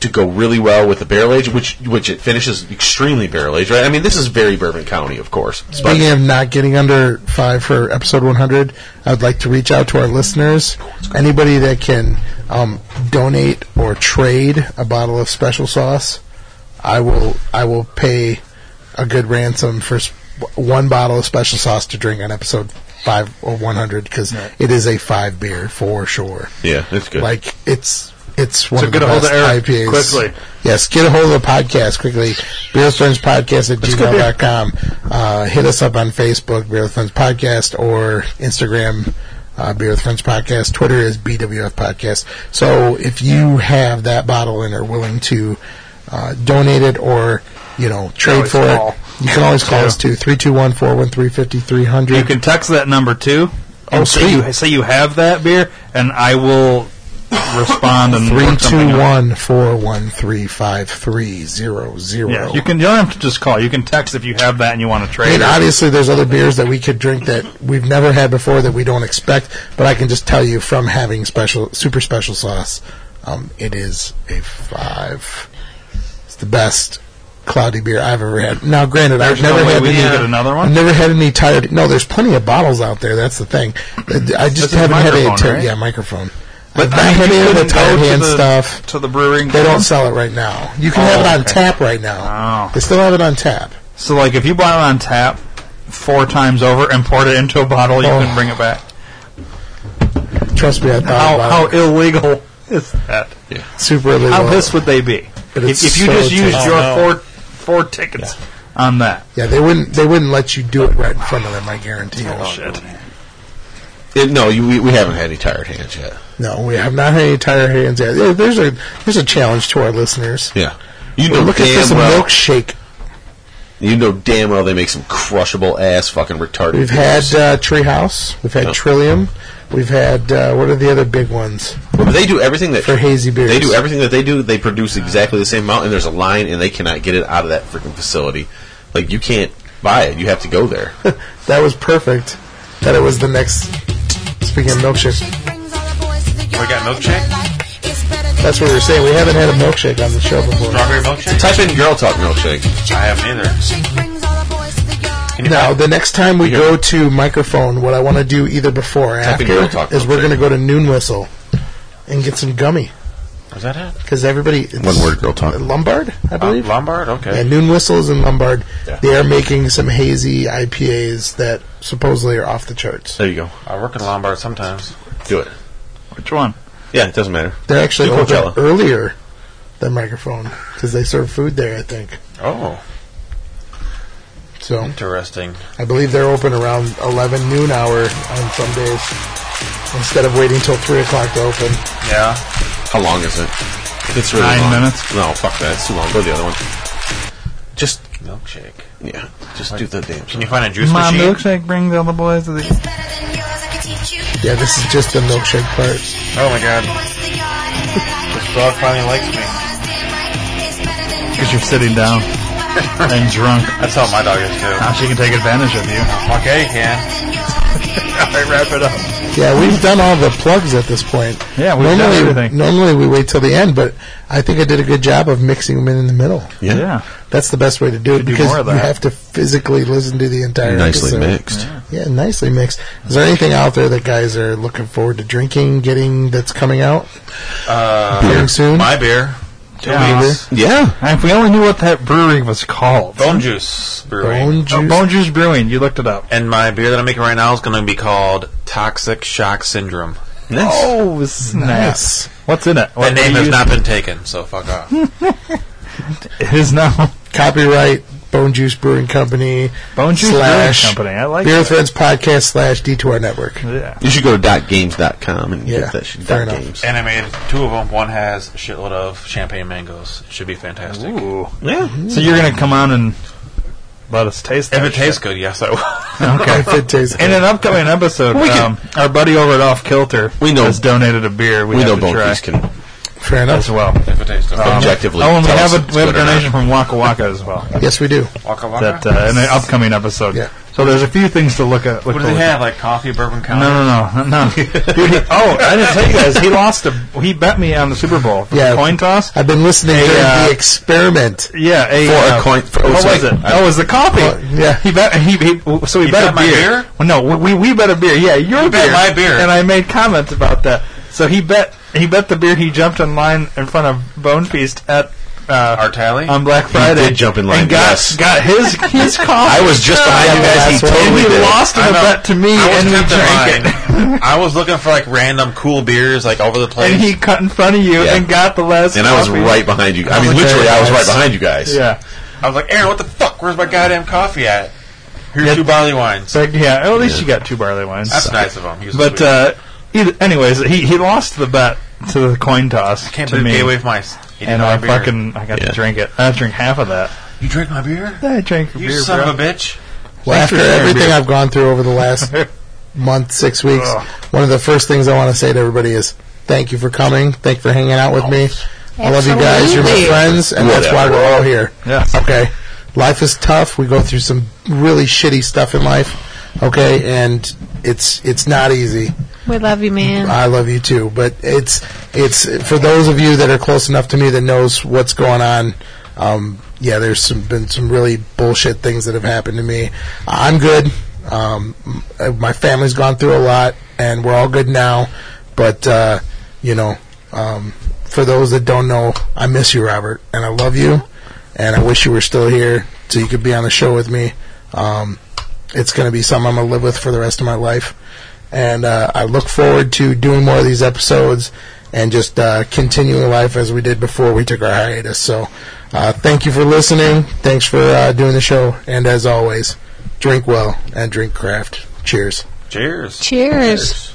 B: to go really well with the barrel age, which which it finishes extremely barrel aged. Right? I mean, this is very Bourbon County, of course. But
A: Speaking of not getting under five for episode 100, I'd like to reach out to our listeners. Anybody that can um, donate or trade a bottle of special sauce, I will. I will pay a good ransom for s- one bottle of special sauce to drink on episode five or 100 because it is a five beer for sure.
B: yeah, it's good.
A: Like it's it's one
C: So
A: of
C: get
A: the
C: a hold
A: best
C: of Eric
A: IPAs.
C: quickly.
A: Yes, get a hold of the podcast quickly. Beerthorns Podcast at gmail.com. Uh, hit us up on Facebook, Beer with Friends Podcast, or Instagram, uh, Beer with Friends Podcast. Twitter is BWF Podcast. So if you have that bottle and are willing to uh, donate it or, you know, trade
C: always
A: for
C: call.
A: it, you can always call us too. 321 413 5300.
C: You can text that number too.
A: Oh,
C: And say you,
A: sweet.
C: say you have that beer, and I will respond and
A: Three
C: work something
A: two
C: out.
A: one four one three five three zero zero.
C: Yeah, you can. You don't have to just call. You can text if you have that and you want to
A: I
C: trade.
A: mean, obviously, there's other beers that we could drink that we've never had before that we don't expect, but I can just tell you from having special, super special sauce, um, it is a five. It's the best cloudy beer I've ever had. Now, granted, I've
C: There's no
A: never
C: way
A: had
C: we
A: any,
C: can get another one?
A: I've never had any tired. No, there's plenty of bottles out there. That's the thing. I
C: This
A: just
C: is
A: haven't had any.
C: microphone,
A: tired-
C: right?
A: Yeah, microphone.
C: But
A: I've not had
C: you
A: any of the
C: couldn't go
A: tired
C: to
A: hand
C: the-
A: stuff.
C: to the brewery. and
A: They
C: get
A: don't
C: it?
A: sell it right now. You can have it on
C: okay.
A: tap right now.
C: Oh.
A: They still have it on tap.
C: So, like, if you bought it on tap four times over and poured it into a bottle, you
A: Oh.
C: can bring it back.
A: Trust me, I thought
C: How
A: about
C: how
A: it.
C: illegal is that?
A: Super illegal.
C: How pissed would they be
A: But
C: if,
A: it's
C: if you
A: so
C: just used
A: tasty.
C: your
A: Oh,
C: four four tickets on that?
A: Yeah, they wouldn't. They wouldn't let you do it right in front of them. I guarantee
B: Oh,
A: you.
C: Oh, Shit.
B: It- no, you, we, we haven't had any tired hands yet.
A: No, we have not had any tire hands yet. There- There's a there's a challenge to our listeners.
B: Yeah, you
A: We're
B: know
A: looking for
B: damn
A: some
B: well.
A: milkshake.
B: You know damn well they make some crushable ass fucking retarded.
A: We've had
B: beers.
A: uh, Treehouse. We've had
B: Oh.
A: Trillium. We've had uh, what are the other big ones?
B: Well, they do everything that
A: For hazy beers.
B: They do everything that they do. They produce exactly the same amount, and there's a line, and they cannot get it out of that freaking facility. Like you can't buy it; you have to go there.
A: That was perfect. That it was the next. Speaking of milkshake,
D: We got milkshake?
A: That's what we were saying. We haven't had a milkshake on the show before.
D: Strawberry milkshake?
B: Type in girl talk milkshake.
D: I haven't either.
A: Now, the next time we go to microphone, what I want to do either before or
B: Type in Girl Talk
A: after is we're
B: Milkshake.
A: going to go to Noon Whistle and get some gummy
D: Was that it?
A: because everybody. it's
B: One word, girl talk.
A: Lombard, I
D: Uh,
A: believe.
D: Lombard? Okay.
A: Yeah, Noon Whistle is in Lombard.
D: Yeah.
A: They are making some hazy IPAs that supposedly are off the charts.
B: There you go.
D: I work in Lombard sometimes.
B: Do it.
C: Which one?
B: Yeah, it doesn't matter.
A: They're actually
B: Do
A: open
B: Coachella.
A: earlier than microphone because they serve food there, I think.
D: Oh,
A: So
D: interesting.
A: I believe they're open around 11 noon hour on some days instead of waiting till 3 o'clock to open.
D: Yeah.
B: How long is it? It's really
C: Nine
B: long.
C: minutes.
B: No, fuck that. It's too long. Go to the other one. Just
D: Milkshake.
B: yeah. Just do the damn.
D: Can
B: Thing.
D: you find a juice
C: My
D: machine?
C: milkshake brings all the boys to the.
A: Yeah, this is just the milkshake part.
D: Oh my god. This dog finally likes me.
C: Because you're sitting down and drunk.
D: That's how my dog is too.
C: Now she can take advantage of you.
D: Okay, can.
C: Alright, wrap it up.
A: Yeah, we've done all the plugs at this point.
C: Yeah, we've done
A: normally,
C: everything.
A: Normally we wait till the end, but I think I did a good job of mixing them in in the middle.
B: Yeah.
C: Yeah.
A: That's the best way to do it
C: do
A: because
C: more of
A: you
C: that.
A: have to physically listen to the entire
B: Nicely
A: episode.
B: mixed.
A: Yeah, nicely mixed. Is there anything out there that guys are looking forward to drinking, getting that's coming out? Uh, Appearing soon?
D: My beer.
C: Yeah.
B: Yeah.
C: And if we only knew what that brewery was called.
D: Bone juice brewing.
A: Bone juice.
C: Oh, Bone Juice Brewing. You looked it up.
D: And my beer that I'm making right now is going to be called Toxic Shock Syndrome.
B: Nice.
C: Oh, snap.
A: Nice.
C: What's in it?
D: That
C: What
D: name
C: do
D: has
C: you-
D: not been taken, so fuck off.
C: It is now.
A: Copyright Bone Juice Brewing Company.
C: Bone Juice
A: slash
C: Brewing Company. I like
A: Beer
C: that.
A: Friends Podcast slash D2R Network.
C: Yeah.
B: You should go to dotgames.com and
A: Yeah,
B: get that shit.
A: fair
B: Dot
A: enough.
B: games.
D: and I made two of them. One has a shitload of champagne mangoes. Should be fantastic.
C: Ooh.
B: Yeah.
C: So you're going to come on and let us taste
D: If
C: that
D: it
C: shit.
D: tastes good, yes, I will.
C: Okay.
A: If it tastes
C: In an upcoming episode,
B: We can-
C: um, our buddy over at Off Kilter
B: We know-
C: has donated a beer. We,
B: We
C: have
B: know
C: to
B: both
C: try
B: these can
A: Fair enough.
C: as well.
D: if it tastes good.
B: objectively.
C: Oh, and we
B: tell
C: have
B: us
C: a
B: if it's
C: we have a
B: good or not.
C: donation from Waka Waka as well.
A: Yes, we do.
D: Waka Waka?
C: That uh, in an upcoming episode.
A: Yeah.
C: So there's a few things to look at. Look
D: what do
C: to
D: they
C: look
D: have? Like coffee, bourbon,
C: at.
D: counter?
C: No, no, no, no. Dude, he, oh, I didn't tell you guys. He lost a. He bet me on the Super Bowl for
A: Yeah.
C: the coin toss.
A: I've been listening
C: Hey,
A: during
C: uh,
A: the experiment.
C: Yeah, a,
B: For a
C: uh,
B: coin- for- oh,
C: what
B: sorry.
C: was it?
B: I-
C: oh, it was the coffee.
A: Oh, yeah.
C: he bet. He, he so he
D: You bet
C: bet, a
D: my
C: beer.
D: beer?
C: Well, no, we we bet a beer. Yeah, your beer.
D: bet my beer.
C: And I made comments about that. So he bet he bet the beer. He jumped in line in front of Bone Feast at uh,
D: Our tally?
C: on Black Friday.
B: did jump in line,
C: And got
B: yes.
C: got his his coffee.
B: I was just behind you guys. He
A: That's what
C: and
B: totally
C: he
B: did.
C: lost in
D: I
C: a
D: know.
C: bet to me,
D: I was
C: and we
D: tempted
C: drank it.
D: mine. I was looking for like random cool beers, like over the place.
C: And he cut in front of you
B: Yeah.
C: and got the last.
B: And I was
C: coffee.
B: right behind you. I mean,
A: Okay,
B: literally, I was right
A: guys.
B: behind you guys.
C: Yeah.
D: I was like, Aaron, what the fuck? Where's my goddamn coffee at? Here's
C: Yeah.
D: two barley wines.
C: So yeah. At least you got two barley wines.
D: That's nice of him. He was
C: But
D: sweet.
C: uh, either, anyways, he, he lost the bet to the coin toss.
D: can't
C: to
D: believe
C: me,
D: you gave away from my.
C: and I fucking I got
B: Yeah.
C: to drink it. I drink half of that.
D: You drink my beer?
C: I drank
D: You
C: beer,
D: son
C: bro.
D: of a bitch!
A: Well,
C: Thanks
A: after
C: for sharing,
A: everything
C: dude.
A: I've gone through over the last month, six weeks,
C: Ugh.
A: one of the first things I want to say to everybody is thank you for coming. Thank you for hanging out with me. I love you guys. You're my
H: Absolutely.
A: friends, and that's why we're all here.
C: Yeah.
A: Okay. Life is tough. We go through some really shitty stuff in life. Okay, and it's it's not easy.
H: We love you, man.
A: I love you too, but it's it's for those of you that are close enough to me that knows what's going on. Um, yeah, there's some, been some really bullshit things that have happened to me. I'm good. Um, m- uh, my family's gone through a lot, and we're all good now. But uh, you know, um, for those that don't know, I miss you, Robert, and I love you, and I wish you were still here so you could be on the show with me. Um, it's going to be something I'm going to live with for the rest of my life. And uh, I look forward to doing more of these episodes and just uh, continuing life as we did before we took our hiatus. So uh, thank you for listening. Thanks for uh, doing the show. And as always, drink well and drink craft. Cheers.
D: Cheers.
H: Cheers.